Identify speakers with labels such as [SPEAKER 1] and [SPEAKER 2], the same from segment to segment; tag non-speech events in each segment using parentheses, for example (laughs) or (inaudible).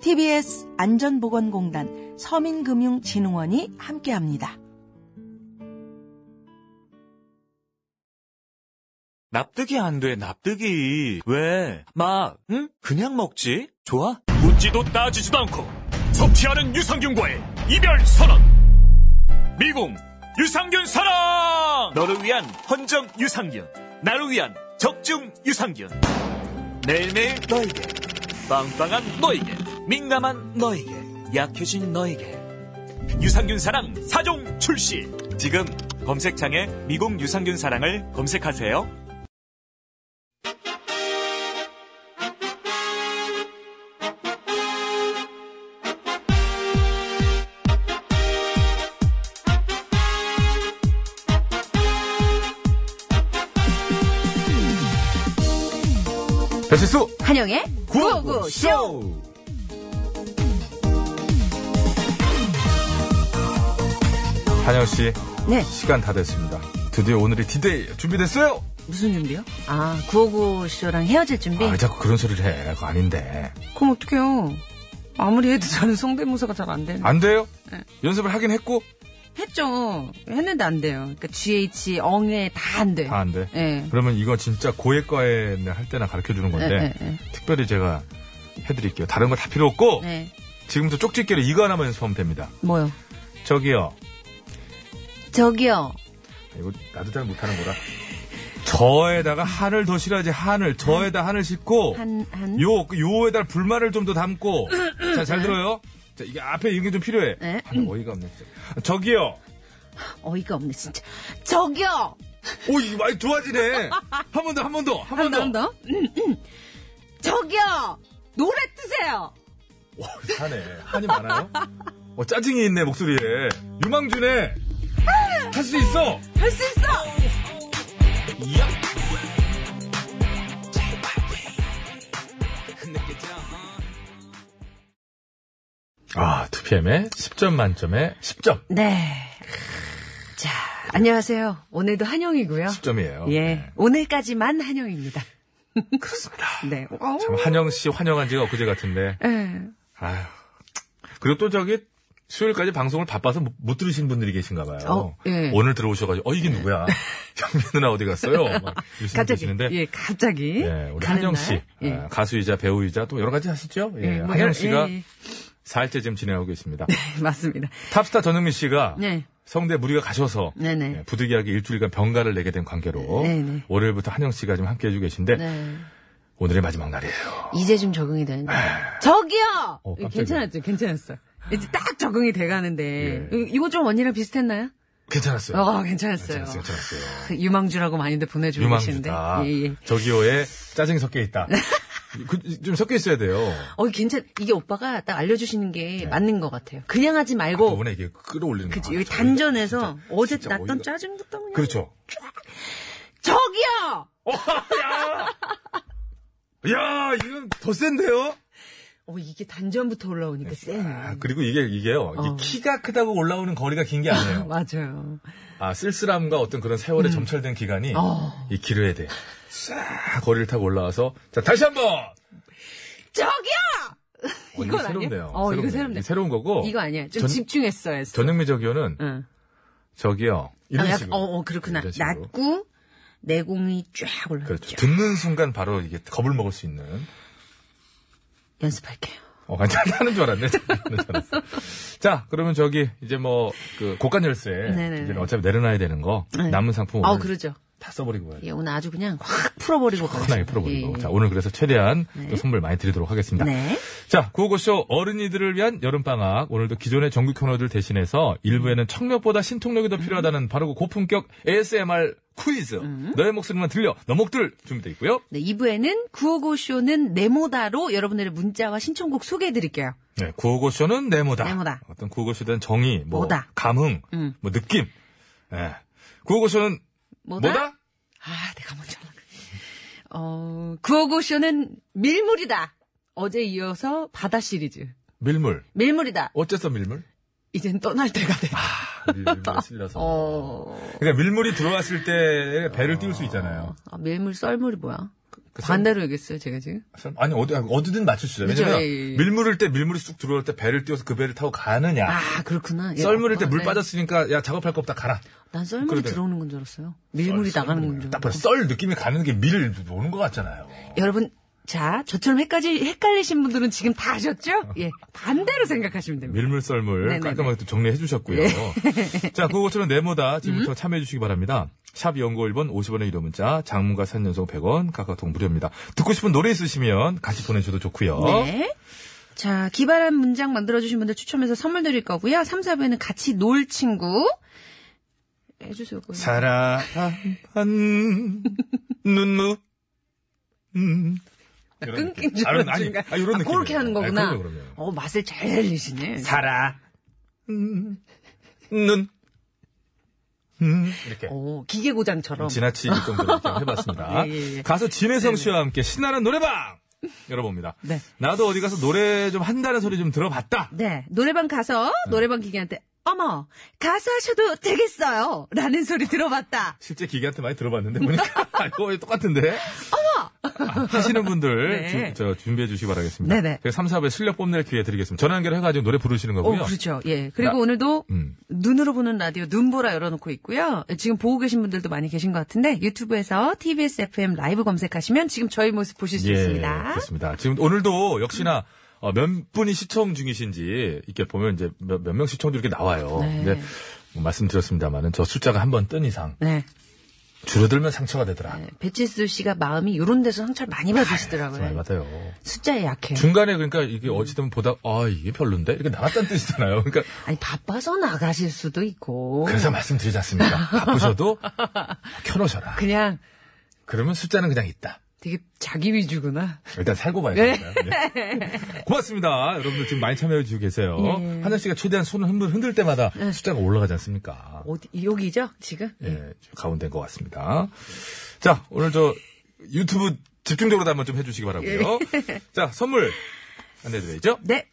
[SPEAKER 1] TBS 안전보건공단 서민금융진흥원이 함께합니다.
[SPEAKER 2] 납득이 안 돼, 납득이. 왜? 막, 응? 그냥 먹지? 좋아? 묻지도 따지지도 않고 섭취하는 유산균과의 이별 선언. 미궁 유산균 사랑! 너를 위한 헌정 유산균, 나를 위한 적중 유산균. 매일매일 너에게, 빵빵한 너에게, 민감한 너에게, 약해진 너에게. 유산균 사랑 4종 출시. 지금 검색창에 미궁 유산균 사랑을 검색하세요.
[SPEAKER 3] 배칠수
[SPEAKER 4] 한영의
[SPEAKER 3] 구호구쇼 한영씨
[SPEAKER 1] 네.
[SPEAKER 3] 시간 다 됐습니다 드디어 오늘이 디데이 준비됐어요
[SPEAKER 1] 무슨 준비요?
[SPEAKER 5] 아, 959쇼랑 헤어질 준비?
[SPEAKER 3] 아 자꾸 그런 소리를 해 그거 아닌데
[SPEAKER 5] 그럼 어떡해요. 아무리 해도 저는 성대모사가 잘 안 되는.
[SPEAKER 3] 안 돼요?
[SPEAKER 5] 네.
[SPEAKER 3] 연습을 하긴 했고
[SPEAKER 5] 했죠. 했는데 안 돼요. 그러니까 GH, 엉에 다 안 돼.
[SPEAKER 3] 다 아, 안돼
[SPEAKER 5] 예.
[SPEAKER 3] 그러면 이거 진짜 고액과에 할 때나 가르쳐주는 건데
[SPEAKER 5] 예, 예, 예.
[SPEAKER 3] 특별히 제가 해드릴게요 다른 거 다 필요 없고
[SPEAKER 5] 네.
[SPEAKER 3] 지금부터 쪽집게로 이거 하나만 연습하면 됩니다
[SPEAKER 5] 뭐요?
[SPEAKER 3] 저기요
[SPEAKER 5] 저기요.
[SPEAKER 3] 이거 나도 잘 못하는 거라 저에다가 한을 더 실어야지 한을 저에다 한을 싣고
[SPEAKER 5] 한, 한.
[SPEAKER 3] 요, 그 요에다 불만을 좀 더 담고. 자, 잘 들어요. 자, 이게 앞에 이게 좀 필요해.
[SPEAKER 5] 네.
[SPEAKER 3] 아, 나 어이가 없네, 진짜. 저기요.
[SPEAKER 5] 어이가 없네, 진짜. 저기요!
[SPEAKER 3] 오, 이거 많이 좋아지네. 한 번 더, 한 번 더, 한 번 더.
[SPEAKER 5] 한번 더. 음, 음. 저기요! 노래 뜨세요!
[SPEAKER 3] 오, 사네. 한이 많아요? 어, 짜증이 있네, 목소리에. 유망주네. 할 수 있어.
[SPEAKER 5] 할 수 있어!
[SPEAKER 3] 아, 2PM에 10점 만점에 10점.
[SPEAKER 5] 네. 자, 안녕하세요. 오늘도 한영이고요.
[SPEAKER 3] 10점이에요.
[SPEAKER 5] 예. 오늘까지만 한영입니다.
[SPEAKER 3] 어, 네. 그렇습니다.
[SPEAKER 5] (laughs) 네. 어.
[SPEAKER 3] 참, 한영 씨 환영한 지가 엊그제 같은데.
[SPEAKER 5] 예.
[SPEAKER 3] 아휴. 그리고 또 저기 수요일까지 방송을 바빠서 못, 못 들으신 분들이 계신가 봐요.
[SPEAKER 5] 어, 예.
[SPEAKER 3] 오늘 들어오셔가지고 어 이게 누구야? (laughs) 현미 누나 어디 갔어요? 막 이러시는
[SPEAKER 5] (laughs) 갑자기
[SPEAKER 3] 분이시는데
[SPEAKER 5] 예 갑자기
[SPEAKER 3] 예, 우리
[SPEAKER 5] 가는
[SPEAKER 3] 한영 씨
[SPEAKER 5] 날? 예.
[SPEAKER 3] 아, 가수이자 배우이자 또 여러 가지 하시죠. 예,
[SPEAKER 5] 예, 뭐
[SPEAKER 3] 한영
[SPEAKER 5] 여러-
[SPEAKER 3] 씨가
[SPEAKER 5] 예, 예. (laughs)
[SPEAKER 3] 4일째 지금 진행하고 계십니다.
[SPEAKER 5] 맞습니다
[SPEAKER 3] 탑스타 전흥민 씨가
[SPEAKER 5] 네
[SPEAKER 3] 성대 무리가 가셔서
[SPEAKER 5] 네네.
[SPEAKER 3] 예, 부득이하게 일주일간 병가를 내게 된 관계로
[SPEAKER 5] 네네.
[SPEAKER 3] 월요일부터 한영 씨가 지금 함께해 주고 계신데
[SPEAKER 5] 네.
[SPEAKER 3] 오늘의 마지막 날이에요.
[SPEAKER 5] 이제 좀 적응이 되는데 저기요
[SPEAKER 3] 아.
[SPEAKER 5] 예,
[SPEAKER 3] 어, 깜짝이야.
[SPEAKER 5] 괜찮았죠 괜찮았어요 이제 딱 적응이 돼가는데
[SPEAKER 3] 예.
[SPEAKER 5] 이- 이거 좀 언니랑 비슷했나요?
[SPEAKER 3] 괜찮았어요.
[SPEAKER 5] 어 괜찮았어요
[SPEAKER 3] 괜찮았어요. 괜찮았어요.
[SPEAKER 5] 그 유망주라고 많이들 보내주고 계시는데
[SPEAKER 3] 유망주다.
[SPEAKER 5] 예, 네. 예.
[SPEAKER 3] 저기요에 짜증이 섞여 있다. 그, 좀 섞여 있어야 돼요.
[SPEAKER 5] 어 괜찮 이게 오빠가 딱 알려주시는 게
[SPEAKER 3] 네.
[SPEAKER 5] 맞는 것 같아요 그냥 하지 말고
[SPEAKER 3] 이번에 이게 끌어올리는
[SPEAKER 5] 그치
[SPEAKER 3] 거.
[SPEAKER 5] 여기
[SPEAKER 3] 저희가
[SPEAKER 5] 단전에서
[SPEAKER 3] 아, 진짜-
[SPEAKER 5] 어제
[SPEAKER 3] 진짜
[SPEAKER 5] 났던
[SPEAKER 3] 어이가-
[SPEAKER 5] 짜증도 때문에
[SPEAKER 3] 그렇죠.
[SPEAKER 5] 저기요
[SPEAKER 3] 야, 이건 더 센데요?
[SPEAKER 5] 어, 이게 단전부터 올라오니까 쎄.
[SPEAKER 3] 아, 그리고 이게, 이게요. 이게
[SPEAKER 5] 어.
[SPEAKER 3] 키가 크다고 올라오는 거리가 긴
[SPEAKER 5] (laughs)
[SPEAKER 3] 게 아니에요.
[SPEAKER 5] (laughs) 맞아요.
[SPEAKER 3] 아, 쓸쓸함과 어떤 그런 세월에 점철된 기간이
[SPEAKER 5] 음. 어.
[SPEAKER 3] 이 기류에 대해 싹 거리를 타고 올라와서 자, 다시 한 번!
[SPEAKER 5] 저기요!
[SPEAKER 3] 어, 이거
[SPEAKER 5] 이건
[SPEAKER 3] 새롭네요.
[SPEAKER 5] 아니야? 어, 이거 새롭네.
[SPEAKER 3] 이게 새로운 거고.
[SPEAKER 5] 이거 아니야. 좀
[SPEAKER 3] 전-
[SPEAKER 5] 집중했어야 했어.
[SPEAKER 3] 전영미 저기요는
[SPEAKER 5] 응.
[SPEAKER 3] 저기요.
[SPEAKER 5] 아,
[SPEAKER 3] 이런
[SPEAKER 5] 약간-
[SPEAKER 3] 식으로.
[SPEAKER 5] 어, 어, 그렇구나.
[SPEAKER 3] 이런 식으로.
[SPEAKER 5] 낮고 내공이 쫙 올라가.
[SPEAKER 3] 그렇죠. 듣는 순간 바로 이게 겁을 먹을 수 있는.
[SPEAKER 5] 연습할게요.
[SPEAKER 3] 어, 간장 하는 줄 알았네. 하는 줄 알았어. 자, 그러면 저기 이제 뭐 그 고가 열쇠
[SPEAKER 5] 네네네.
[SPEAKER 3] 이제 어차피 내려놔야 되는 거
[SPEAKER 5] 네.
[SPEAKER 3] 남은 상품
[SPEAKER 5] 아,
[SPEAKER 3] 오늘
[SPEAKER 5] 그러죠.
[SPEAKER 3] 다 써버리고 가야 돼.
[SPEAKER 5] 예, 오늘 아주 그냥 확 풀어버리고 예, 가요.
[SPEAKER 3] 편하게 풀어버리고. 자, 오늘 그래서 최대한 또 선물 많이 드리도록 하겠습니다.
[SPEAKER 5] 네.
[SPEAKER 3] 자, 구호고쇼 어른이들을 위한 여름방학. 오늘도 기존의 정규 코너들 대신해서 일부에는 청력보다 신통력이 더 필요하다는 바로 그 고품격 ASMR 퀴즈.
[SPEAKER 5] 음.
[SPEAKER 3] 너의 목소리만 들려. 너목들 준비되어 있고요.
[SPEAKER 5] 네, 2부에는 구호고쇼는 네모다로 여러분들의 문자와 신청곡 소개해드릴게요.
[SPEAKER 3] 네, 구호고쇼는 네모다.
[SPEAKER 5] 네모다.
[SPEAKER 3] 어떤 구호고쇼에 대한 정의, 뭐,
[SPEAKER 5] 뭐다.
[SPEAKER 3] 감흥,
[SPEAKER 5] 음.
[SPEAKER 3] 뭐, 느낌. 예. 구호고쇼는
[SPEAKER 5] 뭐다?
[SPEAKER 3] 뭐다?
[SPEAKER 5] 아, 내가 먼저 올라가. 어, 구호고쇼는 밀물이다. 어제 이어서 바다 시리즈.
[SPEAKER 3] 밀물.
[SPEAKER 5] 밀물이다.
[SPEAKER 3] 어째서 밀물?
[SPEAKER 5] 이젠 떠날 때가 됐다.
[SPEAKER 3] 아, 밀물에 실려서.
[SPEAKER 5] 어,
[SPEAKER 3] 그러니까 밀물이 들어왔을 때 배를 띄울 수 있잖아요.
[SPEAKER 5] (laughs) 아, 밀물 썰물이 뭐야?
[SPEAKER 3] 그 썰-
[SPEAKER 5] 반대로 얘기했어요, 제가 지금.
[SPEAKER 3] 설- 아니 어디 어디든 맞추시죠.
[SPEAKER 5] 그죠,
[SPEAKER 3] 왜냐면
[SPEAKER 5] 예, 예.
[SPEAKER 3] 밀물일 때 밀물이 쑥 들어올 때 배를 띄워서 그 배를 타고 가느냐.
[SPEAKER 5] 아, 그렇구나. 예,
[SPEAKER 3] 썰물일 때
[SPEAKER 5] 어,
[SPEAKER 3] 물
[SPEAKER 5] 네.
[SPEAKER 3] 빠졌으니까 야 작업할 거 없다 가라.
[SPEAKER 5] 난 썰물이
[SPEAKER 3] 그러네.
[SPEAKER 5] 들어오는 건 줄 알았어요. 밀물이 나가는 건 줄
[SPEAKER 3] 딱
[SPEAKER 5] 알았어요.
[SPEAKER 3] 봐요. 썰 느낌이 가는 게 밀을 오는 것 같잖아요.
[SPEAKER 5] 여러분, 자, 저처럼 헷갈리, 헷갈리신 분들은 지금 다 아셨죠?
[SPEAKER 3] 어.
[SPEAKER 5] 예, 반대로 생각하시면 됩니다.
[SPEAKER 3] 밀물 썰물
[SPEAKER 5] 네네네. 네.
[SPEAKER 3] 깔끔하게 또 정리해 주셨고요. (laughs) 자, 그것처럼 네모다
[SPEAKER 5] 음.
[SPEAKER 3] 지금부터 참여해 주시기 바랍니다. 샵 연고 1번 50원의 유료 문자, 장문과 3년송 100원, 카카오톡 무료입니다. 듣고 싶은 노래 있으시면 같이 보내주셔도 좋고요.
[SPEAKER 5] 네. 자, 기발한 문장 만들어주신 분들 추첨해서 선물 드릴 거고요. 3, 4부에는 같이 놀 친구. 네, 해주세요. 그거.
[SPEAKER 3] 사랑한 눈물. 음.
[SPEAKER 5] 나
[SPEAKER 3] 이런
[SPEAKER 5] 끊긴
[SPEAKER 3] 느낌.
[SPEAKER 5] 줄
[SPEAKER 3] 아니,
[SPEAKER 5] 알았는
[SPEAKER 3] 아니,
[SPEAKER 5] 순간.
[SPEAKER 3] 아, 이런
[SPEAKER 5] 아, 그렇게
[SPEAKER 3] 느낌이에요.
[SPEAKER 5] 하는
[SPEAKER 3] 아,
[SPEAKER 5] 거구나.
[SPEAKER 3] 그럼요, 그럼요.
[SPEAKER 5] 어, 맛을 잘 내리시네.
[SPEAKER 3] 사랑. 눈. 음. 이렇게.
[SPEAKER 5] 어, 기계 고장처럼.
[SPEAKER 3] 음, 지나치게
[SPEAKER 5] (laughs)
[SPEAKER 3] 정도로 좀 해봤습니다.
[SPEAKER 5] 예, 예, 예.
[SPEAKER 3] 가수 진혜성 씨와 함께 신나는
[SPEAKER 5] (laughs)
[SPEAKER 3] 노래방! 열어봅니다.
[SPEAKER 5] 네.
[SPEAKER 3] 나도 어디 가서 노래 좀 한다는 소리 좀 들어봤다.
[SPEAKER 5] 네, 노래방 가서
[SPEAKER 3] 네.
[SPEAKER 5] 노래방 기계한테 어머, 가수 하셔도 되겠어요. 라는 소리 들어봤다.
[SPEAKER 3] 실제 기계한테 많이 들어봤는데 보니까 (laughs) 이거 똑같은데. 어머! 아, 하시는 분들
[SPEAKER 5] 네.
[SPEAKER 3] 주- 저 준비해 주시기 바라겠습니다.
[SPEAKER 5] (laughs) 네네.
[SPEAKER 3] 제가 3, 4부에 실력 뽐낼 기회 드리겠습니다. 전화 연결해가지고 노래 부르시는
[SPEAKER 5] 어,
[SPEAKER 3] 거고요.
[SPEAKER 5] 그렇죠. 예. 그리고
[SPEAKER 3] 나-
[SPEAKER 5] 오늘도
[SPEAKER 3] 음.
[SPEAKER 5] 눈으로 보는 라디오 눈보라 열어놓고 있고요. 지금 보고 계신 분들도 많이 계신 것 같은데 유튜브에서 TBS FM 라이브 검색하시면 지금 저희 모습 보실 수 있습니다.
[SPEAKER 3] 예, 그렇습니다. 지금 오늘도 역시나 어, 몇 분이 시청 중이신지 이렇게 보면 이제 몇 명 시청도 이렇게 나와요.
[SPEAKER 5] 네.
[SPEAKER 3] 근데 뭐 말씀드렸습니다만은 저 숫자가 한 번 뜬 이상
[SPEAKER 5] 네.
[SPEAKER 3] 줄어들면 상처가 되더라.
[SPEAKER 5] 네. 배치수 씨가 마음이 이런 데서 상처를 많이 받으시더라고요.
[SPEAKER 3] 아, 정말 맞아요.
[SPEAKER 5] 숫자에 약해요.
[SPEAKER 3] 중간에 그러니까 이게 어찌되면 보다 아 이게 별론데 이렇게 나갔다는 뜻이잖아요. 그러니까
[SPEAKER 5] 아니 바빠서 나가실 수도 있고
[SPEAKER 3] 그래서 말씀드리지 않습니까?
[SPEAKER 5] (laughs)
[SPEAKER 3] 바쁘셔도 켜놓으셔라.
[SPEAKER 5] 그냥
[SPEAKER 3] 그러면 숫자는 그냥 있다.
[SPEAKER 5] 되게 자기 위주구나.
[SPEAKER 3] 일단 살고 봐야
[SPEAKER 5] 네.
[SPEAKER 3] 되니까요. 예. 고맙습니다. 여러분들 지금 많이 참여해 주고 계세요. 한현 씨가 최대한 손을 흔들, 흔들 때마다 숫자가 올라가지 않습니까?
[SPEAKER 5] 어디 여기죠 지금?
[SPEAKER 3] 예, 가운데인 것 같습니다. 자, 오늘 저 유튜브 집중적으로 도 한번 좀 해주시기
[SPEAKER 5] (laughs)
[SPEAKER 3] 바라고요. 자, 선물 안내드려야죠.
[SPEAKER 5] 네.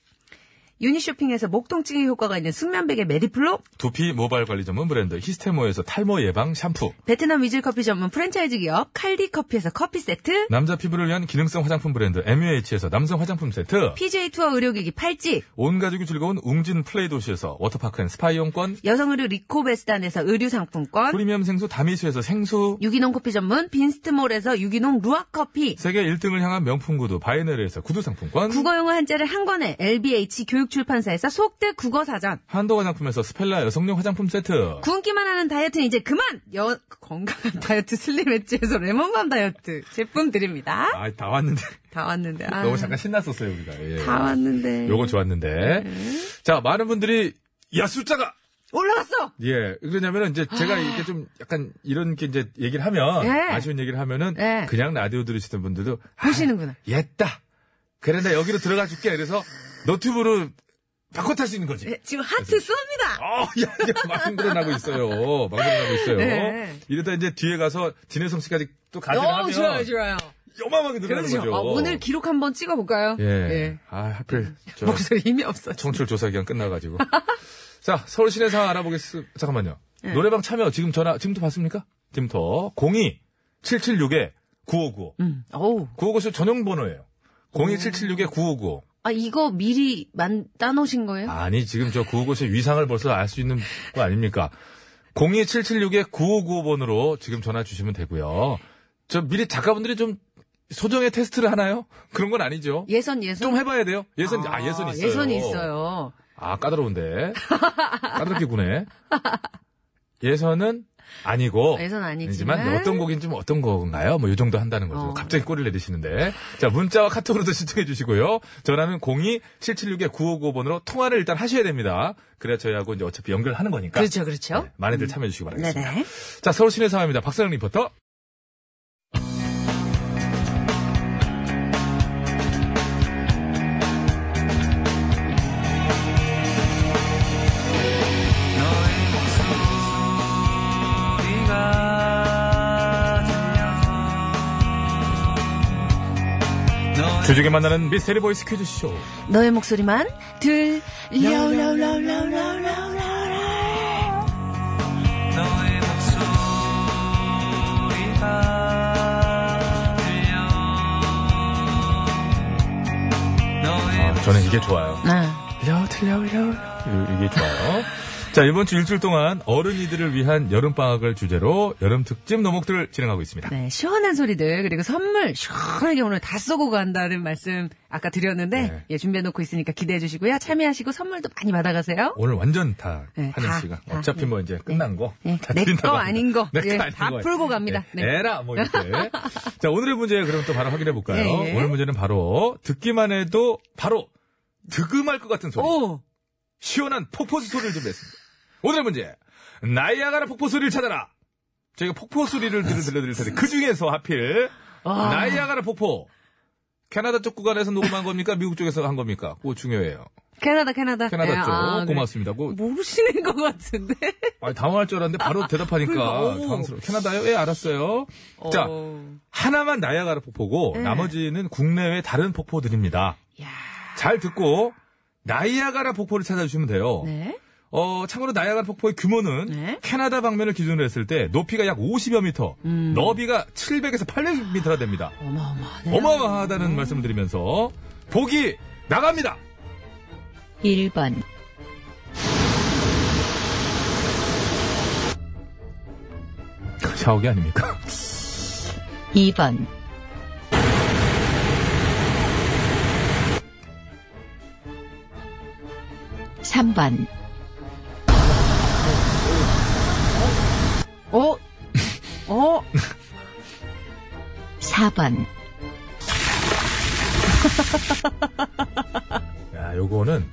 [SPEAKER 5] 유니쇼핑에서 목통증의 효과가 있는 숙면백의 메디플로
[SPEAKER 3] 두피 모발 관리 전문 브랜드 히스테모에서 탈모 예방 샴푸.
[SPEAKER 5] 베트남 위즐 커피 전문 프랜차이즈 기업 칼디 커피에서 커피 세트
[SPEAKER 3] 남자 피부를 위한 기능성 화장품 브랜드 MUH에서 남성 화장품 세트.
[SPEAKER 5] PJ 투어 의료기기 팔찌
[SPEAKER 3] 온 가족이 즐거운 웅진 플레이 도시에서 워터파크 앤 스파 이용권.
[SPEAKER 5] 여성 의류 리코베스단에서 의류 상품권
[SPEAKER 3] 프리미엄 생수 다미수에서 생수.
[SPEAKER 5] 유기농 커피 전문 빈스트몰에서 유기농 루아 커피
[SPEAKER 3] 세계 1등을 향한 명품 구두 바이네르에서 구두 상품권.
[SPEAKER 5] 국어용어 한자를 한 권에 LBH 교육출판사에서 속대 국어사전
[SPEAKER 3] 한도 화장품에서 스펠라 여성용 화장품 세트.
[SPEAKER 5] 굶기만 하는 다이어트는 이제 그만! 여, 건강한 다이어트 슬림 엣지에서 레몬밤 다이어트 제품 드립니다.
[SPEAKER 3] 아, 다 왔는데.
[SPEAKER 5] 다 왔는데. 아,
[SPEAKER 3] (laughs) 너무 잠깐 신났었어요, 우리가. 예.
[SPEAKER 5] 다 왔는데. 네.
[SPEAKER 3] 요건 좋았는데. 자, 많은 분들이, 야, 숫자가!
[SPEAKER 5] 올라갔어!
[SPEAKER 3] 예. 그러냐면은 이제 제가 이렇게 좀 약간 이런 게 이제 얘기를 하면,
[SPEAKER 5] 아. 예.
[SPEAKER 3] 아쉬운 얘기를 하면은,
[SPEAKER 5] 예.
[SPEAKER 3] 그냥 라디오 들으시던 분들도,
[SPEAKER 5] 보시는구나.
[SPEAKER 3] 아, 옛다! 그래, 나 여기로 들어가 줄게. 그래서 노트북으로 바꿔 타시는 거지.
[SPEAKER 5] 네, 지금 하트 쏩니다!
[SPEAKER 3] 어, 야, 야, 망설여나고 있어요. 망설여나고 있어요.
[SPEAKER 5] 네.
[SPEAKER 3] 이러다 이제 뒤에 가서 진혜성 씨까지 또 가세요.
[SPEAKER 5] 너무 어, 좋아요, 좋아요.
[SPEAKER 3] 요만하게 늘어나는
[SPEAKER 5] 그렇죠.
[SPEAKER 3] 거죠.
[SPEAKER 5] 아, 오늘 기록 한번 찍어볼까요?
[SPEAKER 3] 예. 아, 하필 저
[SPEAKER 5] 목소리 힘이 없어.
[SPEAKER 3] 청출 조사 기간 끝나가지고. (laughs) 자, 서울 시내 상황 알아보겠습니다. 잠깐만요.
[SPEAKER 5] 예.
[SPEAKER 3] 노래방 참여 지금 전화 지금도 받습니까? 지금부터 02 776에 9595.
[SPEAKER 5] 음. 어우.
[SPEAKER 3] 9595 전용 번호예요. 02 776에 9595.
[SPEAKER 5] 아, 이거 미리 만, 따놓으신 거예요?
[SPEAKER 3] 아니, 지금 저 9595의 위상을 벌써 알 수 있는 거 아닙니까? 02776에 9595번으로 지금 전화 주시면 되고요. 저 미리 작가분들이 좀 소정의 테스트를 하나요? 그런 건 아니죠.
[SPEAKER 5] 예선, 예선.
[SPEAKER 3] 좀 해봐야 돼요. 예선, 아, 예선 있어요.
[SPEAKER 5] 예선이 있어요.
[SPEAKER 3] 아, 까다로운데. 까다롭게 구네. 예선은 아니고.
[SPEAKER 5] 예선 아니지만.
[SPEAKER 3] 아니지만 뭐 어떤 곡인 좀 어떤 건가요? 뭐 요 정도 한다는 거죠.
[SPEAKER 5] 어.
[SPEAKER 3] 갑자기 꼬리를 내리시는데. 자, 문자와 카톡으로도 신청해 주시고요. 전화는 02-776-955번으로 통화를 일단 하셔야 됩니다. 그래야 저희하고 이제 어차피 연결하는 거니까.
[SPEAKER 5] 그렇죠, 그렇죠.
[SPEAKER 3] 네, 많이들 참여해 주시기 바라겠습니다.
[SPEAKER 5] 네네.
[SPEAKER 3] 자, 서울 시내 상황입니다. 박선영 리포터. 주중에 만나는 미스테리 보이스 퀴즈쇼.
[SPEAKER 5] 너의 목소리만 네, 들려라라라라라라
[SPEAKER 3] 아, 저는 이게 좋아요.
[SPEAKER 5] 아,
[SPEAKER 3] 려, 틀려, 려. 이게 좋아요. (laughs) 자, 이번 주 일주일 동안 어른이들을 위한 여름방학을 주제로 여름특집 너목들을 진행하고 있습니다.
[SPEAKER 5] 네, 시원한 소리들 그리고 선물 시원하게 오늘 다 쏘고 간다는 말씀 아까 드렸는데
[SPEAKER 3] 네.
[SPEAKER 5] 예, 준비해 놓고 있으니까 기대해 주시고요. 참여하시고 선물도 많이 받아가세요.
[SPEAKER 3] 오늘 완전 다,
[SPEAKER 5] 네,
[SPEAKER 3] 한혜
[SPEAKER 5] 다,
[SPEAKER 3] 씨가.
[SPEAKER 5] 다.
[SPEAKER 3] 어차피 뭐 이제 끝난 거.
[SPEAKER 5] 네.
[SPEAKER 3] 다
[SPEAKER 5] 내
[SPEAKER 3] 드린다고
[SPEAKER 5] 거
[SPEAKER 3] 합니다.
[SPEAKER 5] 아닌 거.
[SPEAKER 3] 내거
[SPEAKER 5] 예,
[SPEAKER 3] 아닌
[SPEAKER 5] 다
[SPEAKER 3] 거.
[SPEAKER 5] 풀고 갑니다.
[SPEAKER 3] 예,
[SPEAKER 5] 네.
[SPEAKER 3] 에라, 뭐 이렇게. 자, 오늘의 문제 그럼 또 바로 확인해 볼까요?
[SPEAKER 5] 예, 예.
[SPEAKER 3] 오늘 문제는 바로 듣기만 해도 바로 득음할 것 같은 소리.
[SPEAKER 5] 오,
[SPEAKER 3] 시원한 폭포 소리를 준비했습니다. 오늘의 문제. 나이아가라 폭포 소리를 찾아라. 저희가 폭포 소리를 들- 들려드릴 텐데 그 중에서 하필
[SPEAKER 5] 와.
[SPEAKER 3] 나이아가라 폭포. 캐나다 쪽 구간에서 녹음한 겁니까? 미국 쪽에서 한 겁니까? 그거 중요해요.
[SPEAKER 5] (laughs) 캐나다, 캐나다.
[SPEAKER 3] 캐나다
[SPEAKER 5] 예,
[SPEAKER 3] 쪽.
[SPEAKER 5] 아, 그래.
[SPEAKER 3] 고맙습니다. 그
[SPEAKER 5] 모르시는 것 같은데.
[SPEAKER 3] 아니, 당황할 줄 알았는데 바로 대답하니까
[SPEAKER 5] 그러니까, 오.
[SPEAKER 3] 당황스러워. 캐나다요? 예, 알았어요. 자,
[SPEAKER 5] 어.
[SPEAKER 3] 하나만 나이아가라 폭포고
[SPEAKER 5] 네.
[SPEAKER 3] 나머지는 국내외 다른 폭포들입니다.
[SPEAKER 5] 야.
[SPEAKER 3] 잘 듣고 나이아가라 폭포를 찾아주시면 돼요.
[SPEAKER 5] 네.
[SPEAKER 3] 어, 참고로 나이아가라 폭포의 규모는
[SPEAKER 5] 네.
[SPEAKER 3] 캐나다 방면을 기준으로 했을 때 높이가 약 50여 미터, 너비가 700에서 800미터나 됩니다.
[SPEAKER 5] 음. 어마어마하네.
[SPEAKER 3] 어마어마하다는 말씀을 드리면서 보기 나갑니다.
[SPEAKER 4] 1번,
[SPEAKER 3] 4억이
[SPEAKER 5] (laughs)
[SPEAKER 3] 그 아닙니까?
[SPEAKER 4] 2번, 3번,
[SPEAKER 5] 어? 어?
[SPEAKER 4] 4번,
[SPEAKER 3] 야, 요거는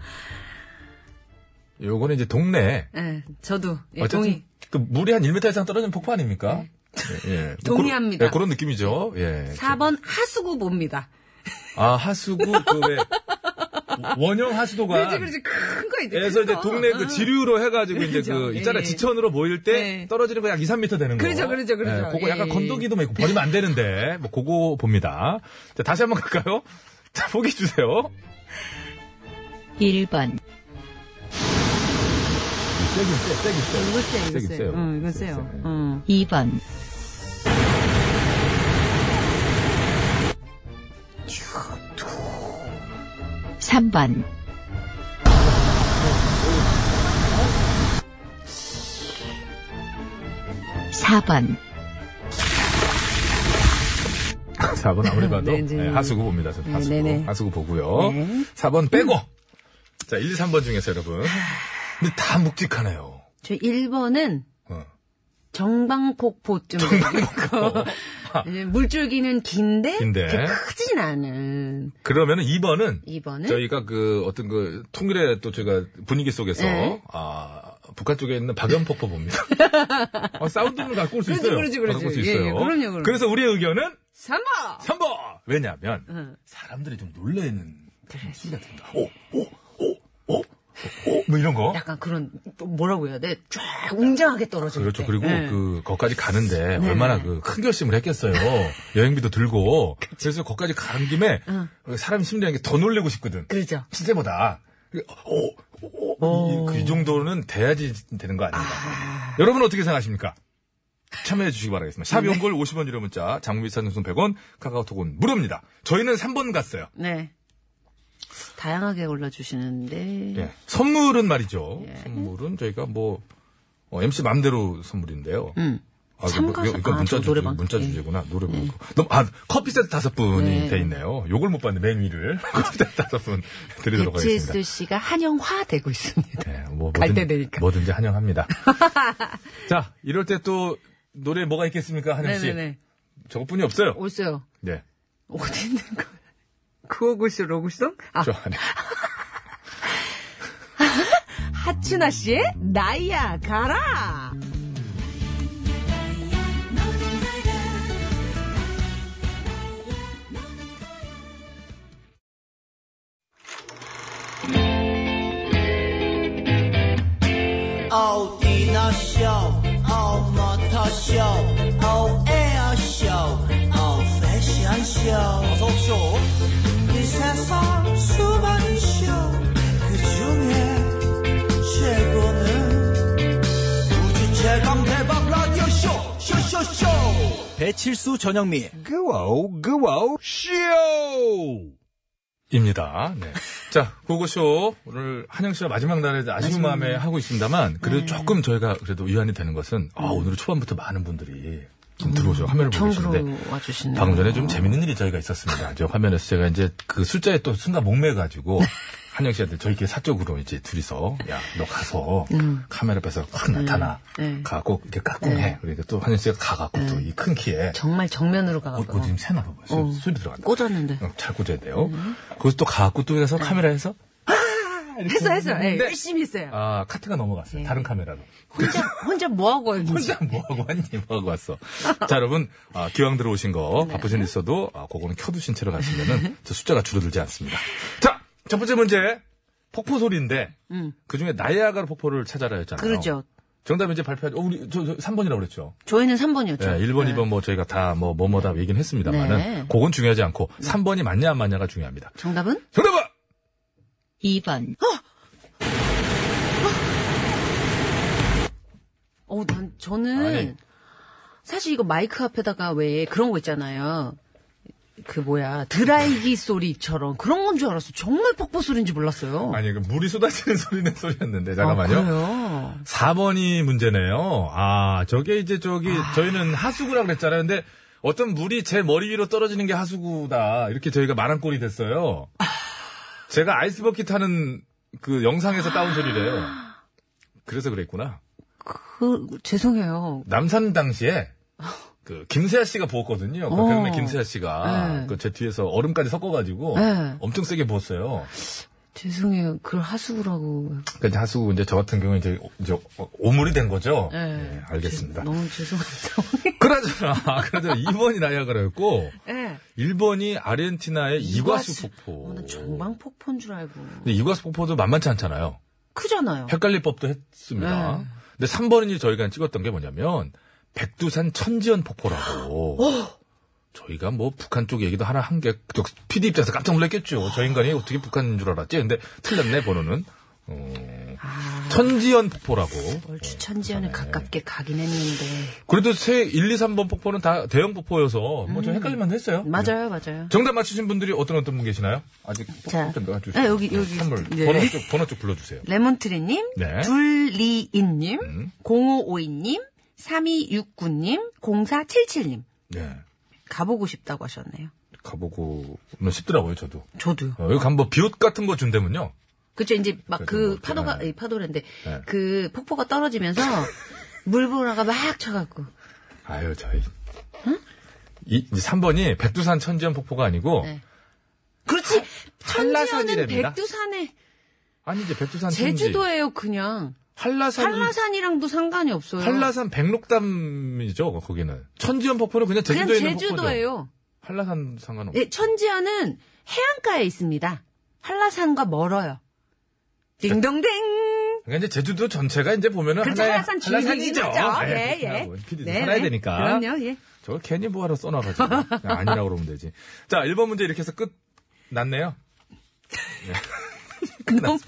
[SPEAKER 3] 요거는 이제 동네
[SPEAKER 5] 예, 저도. 예,
[SPEAKER 3] 어쨌든
[SPEAKER 5] 동의.
[SPEAKER 3] 그 물이 한 1m 이상 떨어진 폭포 아닙니까? 예, 예.
[SPEAKER 5] 네.
[SPEAKER 3] 뭐
[SPEAKER 5] 동의합니다.
[SPEAKER 3] 그런- 예, 그런 느낌이죠. 예.
[SPEAKER 5] 4번 하수구 봅니다.
[SPEAKER 3] 아, 하수구 그왜 원형 하수도가
[SPEAKER 5] 그렇지, 그렇지. 큰 거 있네.
[SPEAKER 3] 그래서
[SPEAKER 5] 큰
[SPEAKER 3] 이제
[SPEAKER 5] 거.
[SPEAKER 3] 동네 그
[SPEAKER 5] 어.
[SPEAKER 3] 지류로 해가지고 이제
[SPEAKER 5] 그죠.
[SPEAKER 3] 그 있잖아
[SPEAKER 5] 예, 예.
[SPEAKER 3] 지천으로 모일 때
[SPEAKER 5] 네.
[SPEAKER 3] 떨어지는 거 약 2, 3m 되는 거.
[SPEAKER 5] 그렇죠, 그렇죠, 그렇죠.
[SPEAKER 3] 예, 그거 약간
[SPEAKER 5] 예, 예.
[SPEAKER 3] 건더기도 막 있고 버리면 안 되는데 뭐 그거 봅니다. 자, 다시 한번 갈까요? 자, (laughs) 보기 주세요.
[SPEAKER 4] 1번,
[SPEAKER 3] 세긴 세, 세긴 세.
[SPEAKER 5] 이거 세요, 이거
[SPEAKER 3] 세긴
[SPEAKER 5] 세요. 응, 이거 세요. 응.
[SPEAKER 4] 2번, 3번, 사번
[SPEAKER 3] 4번 아무리 봐도
[SPEAKER 5] 네, 이제.
[SPEAKER 3] 예, 하수구 봅니다. 저
[SPEAKER 5] 네,
[SPEAKER 3] 하수구.
[SPEAKER 5] 네, 네.
[SPEAKER 3] 하수구 보고요.
[SPEAKER 5] 네.
[SPEAKER 3] 4번 빼고. 자, 1, 2, 3번 중에서 여러분. 근데 다 묵직하네요.
[SPEAKER 5] 저 1번은
[SPEAKER 3] 어.
[SPEAKER 5] 정방폭포 좀. 정방폭포. 네, 물줄기는 긴데,
[SPEAKER 3] 긴데.
[SPEAKER 5] 그렇게 크진 않은.
[SPEAKER 3] 그러면은 2번은
[SPEAKER 5] 2번은
[SPEAKER 3] 저희가 그 어떤 그 통일의 또 저희가 분위기 속에서
[SPEAKER 5] 네.
[SPEAKER 3] 아 북한 쪽에 있는 박연폭포
[SPEAKER 5] (laughs)
[SPEAKER 3] 봅니다. 아, 사운드를 갖고 올 수
[SPEAKER 5] 그렇지,
[SPEAKER 3] 있어요.
[SPEAKER 5] 그렇지, 그렇지.
[SPEAKER 3] 갖고 올수
[SPEAKER 5] 예,
[SPEAKER 3] 있어요.
[SPEAKER 5] 예, 그럼요, 그럼요.
[SPEAKER 3] 래서 우리의 의견은
[SPEAKER 5] 3번!
[SPEAKER 3] 3번. 왜냐하면
[SPEAKER 5] 응.
[SPEAKER 3] 사람들이 좀 놀라 있는 소리가 듭니다. 오, 오, 오, 오, 오, 오, 뭐 이런 거.
[SPEAKER 5] 약간 그런 또 뭐라고 해야 돼? 쫙 웅장하게 떨어지는
[SPEAKER 3] 그렇죠. 그리고
[SPEAKER 5] 네.
[SPEAKER 3] 그 거까지 가는데 얼마나 그 큰 결심을
[SPEAKER 5] (laughs)
[SPEAKER 3] 했겠어요. 여행비도 들고.
[SPEAKER 5] 그렇죠.
[SPEAKER 3] 그래서 거까지 간 김에 사람 심리라는 게 더 놀래고 싶거든.
[SPEAKER 5] 그렇죠.
[SPEAKER 3] 실제보다. 오, 오, 오. 이, 그 정도는 돼야지 되는 거 아닌가. 여러분 어떻게 생각하십니까? 참여해 주시기 바라겠습니다.
[SPEAKER 5] 네.
[SPEAKER 3] 샵 연골 50원 유료 문자, 장미비싼 전송 100원, 카카오톡은 무료입니다. 저희는 3번 갔어요.
[SPEAKER 5] 네. 다양하게 올려주시는데.
[SPEAKER 3] 예. 선물은 말이죠.
[SPEAKER 5] 예.
[SPEAKER 3] 선물은 저희가 뭐 어, MC 맘대로 선물인데요.
[SPEAKER 5] 음.
[SPEAKER 3] 아, 그,
[SPEAKER 5] 참가서-
[SPEAKER 3] 이거, 이거
[SPEAKER 5] 아,
[SPEAKER 3] 문자
[SPEAKER 5] 저
[SPEAKER 3] 주제,
[SPEAKER 5] 노래방.
[SPEAKER 3] 문자
[SPEAKER 5] 예.
[SPEAKER 3] 주제구나. 노래 방 너무, 아, 커피 세트 다섯 분이
[SPEAKER 5] 네.
[SPEAKER 3] 돼 있네요. 요걸 못 봤는데, 맨 위를. (laughs) 커피 세트 다섯 분 드리도록 하겠습니다.
[SPEAKER 5] HSL 씨가 한영화 되고 있습니다.
[SPEAKER 3] 네, 뭐,
[SPEAKER 5] 갈때
[SPEAKER 3] 뭐든,
[SPEAKER 5] 되니까.
[SPEAKER 3] 뭐든지
[SPEAKER 5] (laughs)
[SPEAKER 3] 환영합니다. 자, 이럴 때 또 노래 뭐가 있겠습니까, 한영씨?
[SPEAKER 5] 네네네.
[SPEAKER 3] 저것뿐이 없어요.
[SPEAKER 5] 어딨어요?
[SPEAKER 3] 네.
[SPEAKER 5] 어디 있는 거야? 구호구쇼 로구송? 아,
[SPEAKER 3] 저 안에.
[SPEAKER 5] (laughs) 하춘아 씨의 나이야 가라.
[SPEAKER 3] 아,
[SPEAKER 6] O dinner show, O motor show, O air show, O fashion show. 어서 오쇼. 이 세상 수많은 쇼, 그 중에 최고는 우주 최강 대박 라디오 쇼, 쇼쇼쇼. 배칠수 전영미.
[SPEAKER 3] 그와우, 그와우, 쇼! 입니다. 네. 자, 고고쇼. 오늘 한영 씨와 마지막 날에 네. 아쉬운 마음에 하고 있습니다만, 그래도 조금 저희가 그래도 위안이 되는 것은, 아, 오늘 초반부터 많은 분들이 좀 들어오셔. 화면을 보고
[SPEAKER 5] 처음
[SPEAKER 3] 계시는데.
[SPEAKER 5] 들어와주시네요.
[SPEAKER 3] 방금 전에 좀 재밌는 일이 저희가 있었습니다. 저 화면에서 제가 이제 그 숫자에 또 순간 (laughs) 목매가지고, 한영 씨한테 저희끼리 사적으로 이제 둘이서, 야, 너 가서 카메라 앞에서 확 나타나.
[SPEAKER 5] 네.
[SPEAKER 3] 가고, 이렇게 깍꿍해. 그러니까 또 한영 씨가 가갖고 또 이 큰 키에.
[SPEAKER 5] 정말 정면으로
[SPEAKER 3] 어,
[SPEAKER 5] 가갖고
[SPEAKER 3] 어, 지금 새나 봐봐. 소-
[SPEAKER 5] 어.
[SPEAKER 3] 소리 들어간다.
[SPEAKER 5] 꽂았는데. 음. 네.
[SPEAKER 3] 어, 잘 꽂아야 돼요. 거기서 또 가갖고 또 해서 카메라에서
[SPEAKER 5] 했어 했어. 예,
[SPEAKER 3] 네.
[SPEAKER 5] 열심히 했어요.
[SPEAKER 3] 아 카트가
[SPEAKER 5] 네.
[SPEAKER 3] 넘어갔어요. 다른 카메라로. (laughs)
[SPEAKER 5] 혼자 혼자 뭐 하고 왔는지.
[SPEAKER 3] 혼자 뭐하고 왔니? 뭐하고 왔어. 자 여러분 아, 기왕 들어오신 거
[SPEAKER 5] 네.
[SPEAKER 3] 바쁘신 일 있어도 아, 그거는 켜두신
[SPEAKER 5] (laughs)
[SPEAKER 3] 채로 가시면은 저 숫자가 줄어들지 않습니다. 자 첫 번째 문제 폭포 소리인데
[SPEAKER 5] 음.
[SPEAKER 3] 그중에 나이아가라 폭포를 찾아라 했잖아요.
[SPEAKER 5] 그러죠.
[SPEAKER 3] 정답 이제 발표하죠. 어, 우리 저, 저 3번이라고 그랬죠.
[SPEAKER 5] 저희는 3번이었죠.
[SPEAKER 3] 네, 1번, 2번 뭐 저희가 다 뭐 뭐뭐다 얘기는 했습니다만은
[SPEAKER 5] 그렇죠. 네.
[SPEAKER 3] 그건 중요하지 않고 3번이 맞냐 안 맞냐가 중요합니다.
[SPEAKER 5] 정답은?
[SPEAKER 3] 정답은
[SPEAKER 4] 2번,
[SPEAKER 5] 어, 난 저는
[SPEAKER 3] 아니.
[SPEAKER 5] 사실 이거 마이크 앞에다가 왜 그런 거 있잖아요. 그 뭐야 드라이기 소리처럼 그런 건 줄 알았어. 정말 폭포 소리인지 몰랐어요.
[SPEAKER 3] 아니, 그 물이 쏟아지는 소리는 소리였는데,
[SPEAKER 5] 아,
[SPEAKER 3] 네, 잠깐만요.
[SPEAKER 5] 그래요.
[SPEAKER 3] 4번이 문제네요. 아, 저게 이제 저기, 저희는 하수구라 그랬잖아요. 근데 어떤 물이 제 머리 위로 떨어지는 게 하수구다. 이렇게 저희가 말한 꼴이 됐어요. 제가 아이스버킷 하는 그 영상에서 따온 소리래요. 그래서 그랬구나.
[SPEAKER 5] 그 죄송해요.
[SPEAKER 3] 남산 당시에 그 김세아 씨가 부었거든요. 그
[SPEAKER 5] 어.
[SPEAKER 3] 경매 김세아 씨가
[SPEAKER 5] 네.
[SPEAKER 3] 그 제 뒤에서 얼음까지 섞어가지고
[SPEAKER 5] 네.
[SPEAKER 3] 엄청 세게 부었어요.
[SPEAKER 5] 죄송해요. 그걸 하수구라고.
[SPEAKER 3] 그러니까 이제 하수구 이제 저 같은 경우 이제 오- 이제 오- 오물이 된 거죠.
[SPEAKER 5] 예.
[SPEAKER 3] 예, 알겠습니다.
[SPEAKER 5] 죄- 너무 죄송합니다.
[SPEAKER 3] 그러잖아. 그래도 2번이 나야가라였고
[SPEAKER 5] 예.
[SPEAKER 3] 1번이 아르헨티나의 이과수 폭포.
[SPEAKER 5] 저는 전방 폭포인 줄 알고.
[SPEAKER 3] 근데 이과수 폭포도 만만치 않잖아요.
[SPEAKER 5] 크잖아요.
[SPEAKER 3] 헷갈릴 법도 했습니다.
[SPEAKER 5] 네.
[SPEAKER 3] 근데 3번이 저희가 찍었던 게 뭐냐면 백두산 천지연 폭포라고.
[SPEAKER 5] 어?
[SPEAKER 3] 저희가 뭐 북한 쪽 얘기도 하나 한 게 PD 입장에서 깜짝 놀랐겠죠. 저 인간이 어떻게 북한인 줄 알았지? 근데 틀렸네 번호는. 어,
[SPEAKER 5] 아.
[SPEAKER 3] 천지연 폭포라고.
[SPEAKER 5] 얼추 천지연에
[SPEAKER 3] 네.
[SPEAKER 5] 가깝게 가긴 했는데.
[SPEAKER 3] 그래도 세 1, 2, 3번 폭포는 다 대형 폭포여서 뭐
[SPEAKER 5] 음.
[SPEAKER 3] 좀 헷갈릴만 했어요. 네.
[SPEAKER 5] 맞아요, 맞아요.
[SPEAKER 3] 정답 맞추신 분들이 어떤 어떤 분 계시나요? 아직
[SPEAKER 5] 자.
[SPEAKER 3] 좀 넣어주세요.
[SPEAKER 5] 네, 여기, 여기.
[SPEAKER 3] 선물
[SPEAKER 5] 네.
[SPEAKER 3] 번호 쪽 번호 쪽 불러주세요.
[SPEAKER 5] 레몬트리님,
[SPEAKER 3] 네.
[SPEAKER 5] 둘리인님,
[SPEAKER 3] 음.
[SPEAKER 5] 0552님, 3269님, 0477님.
[SPEAKER 3] 네.
[SPEAKER 5] 가보고 싶다고 하셨네요.
[SPEAKER 3] 가보고는 싶더라고요 저도.
[SPEAKER 5] 저도요.
[SPEAKER 3] 어, 여기 가면 뭐 비옷 같은 거 준대면요.
[SPEAKER 5] 그쵸, 이제 막
[SPEAKER 3] 그래도
[SPEAKER 5] 그
[SPEAKER 3] 뭐
[SPEAKER 5] 파도가,
[SPEAKER 3] 없잖아요.
[SPEAKER 5] 이 파도랜데,
[SPEAKER 3] 네.
[SPEAKER 5] 그 폭포가
[SPEAKER 3] (laughs)
[SPEAKER 5] 떨어지면서 물보라가 막 쳐갖고.
[SPEAKER 3] 아유 저희. 이, 이 3번이 백두산 천지연 폭포가 아니고
[SPEAKER 5] 네. 그렇지! 천지연은
[SPEAKER 3] 한라산이랍니다.
[SPEAKER 5] 백두산에,
[SPEAKER 3] 아니 이제 백두산 천지.
[SPEAKER 5] 제주도예요, 그냥.
[SPEAKER 3] 한라산이
[SPEAKER 5] 한라산이랑도 상관이 없어요.
[SPEAKER 3] 한라산 백록담이죠 거기는. 천지연 폭포는 그냥
[SPEAKER 5] 그냥
[SPEAKER 3] 제주도에 있는 폭포죠.
[SPEAKER 5] 제주도예요.
[SPEAKER 3] 한라산 상관없.
[SPEAKER 5] 예, 천지연은 해안가에 있습니다. 한라산과 멀어요. 딩동댕!
[SPEAKER 3] 그러니까 이제 제주도 전체가 이제 보면은
[SPEAKER 5] 그렇죠.
[SPEAKER 3] 하나의
[SPEAKER 5] 한라산 주인이긴 하죠. 예, 예.
[SPEAKER 3] 피디
[SPEAKER 5] 네,
[SPEAKER 3] 살아야
[SPEAKER 5] 네.
[SPEAKER 3] 되니까.
[SPEAKER 5] 그럼요, 예.
[SPEAKER 3] 저거 괜히 뭐하러 써놔가지고. 그냥 아니라고 그러면 되지. 자, 1번 문제 이렇게 해서 끝
[SPEAKER 5] (laughs)
[SPEAKER 3] 났네요. 네. (laughs)
[SPEAKER 5] 너무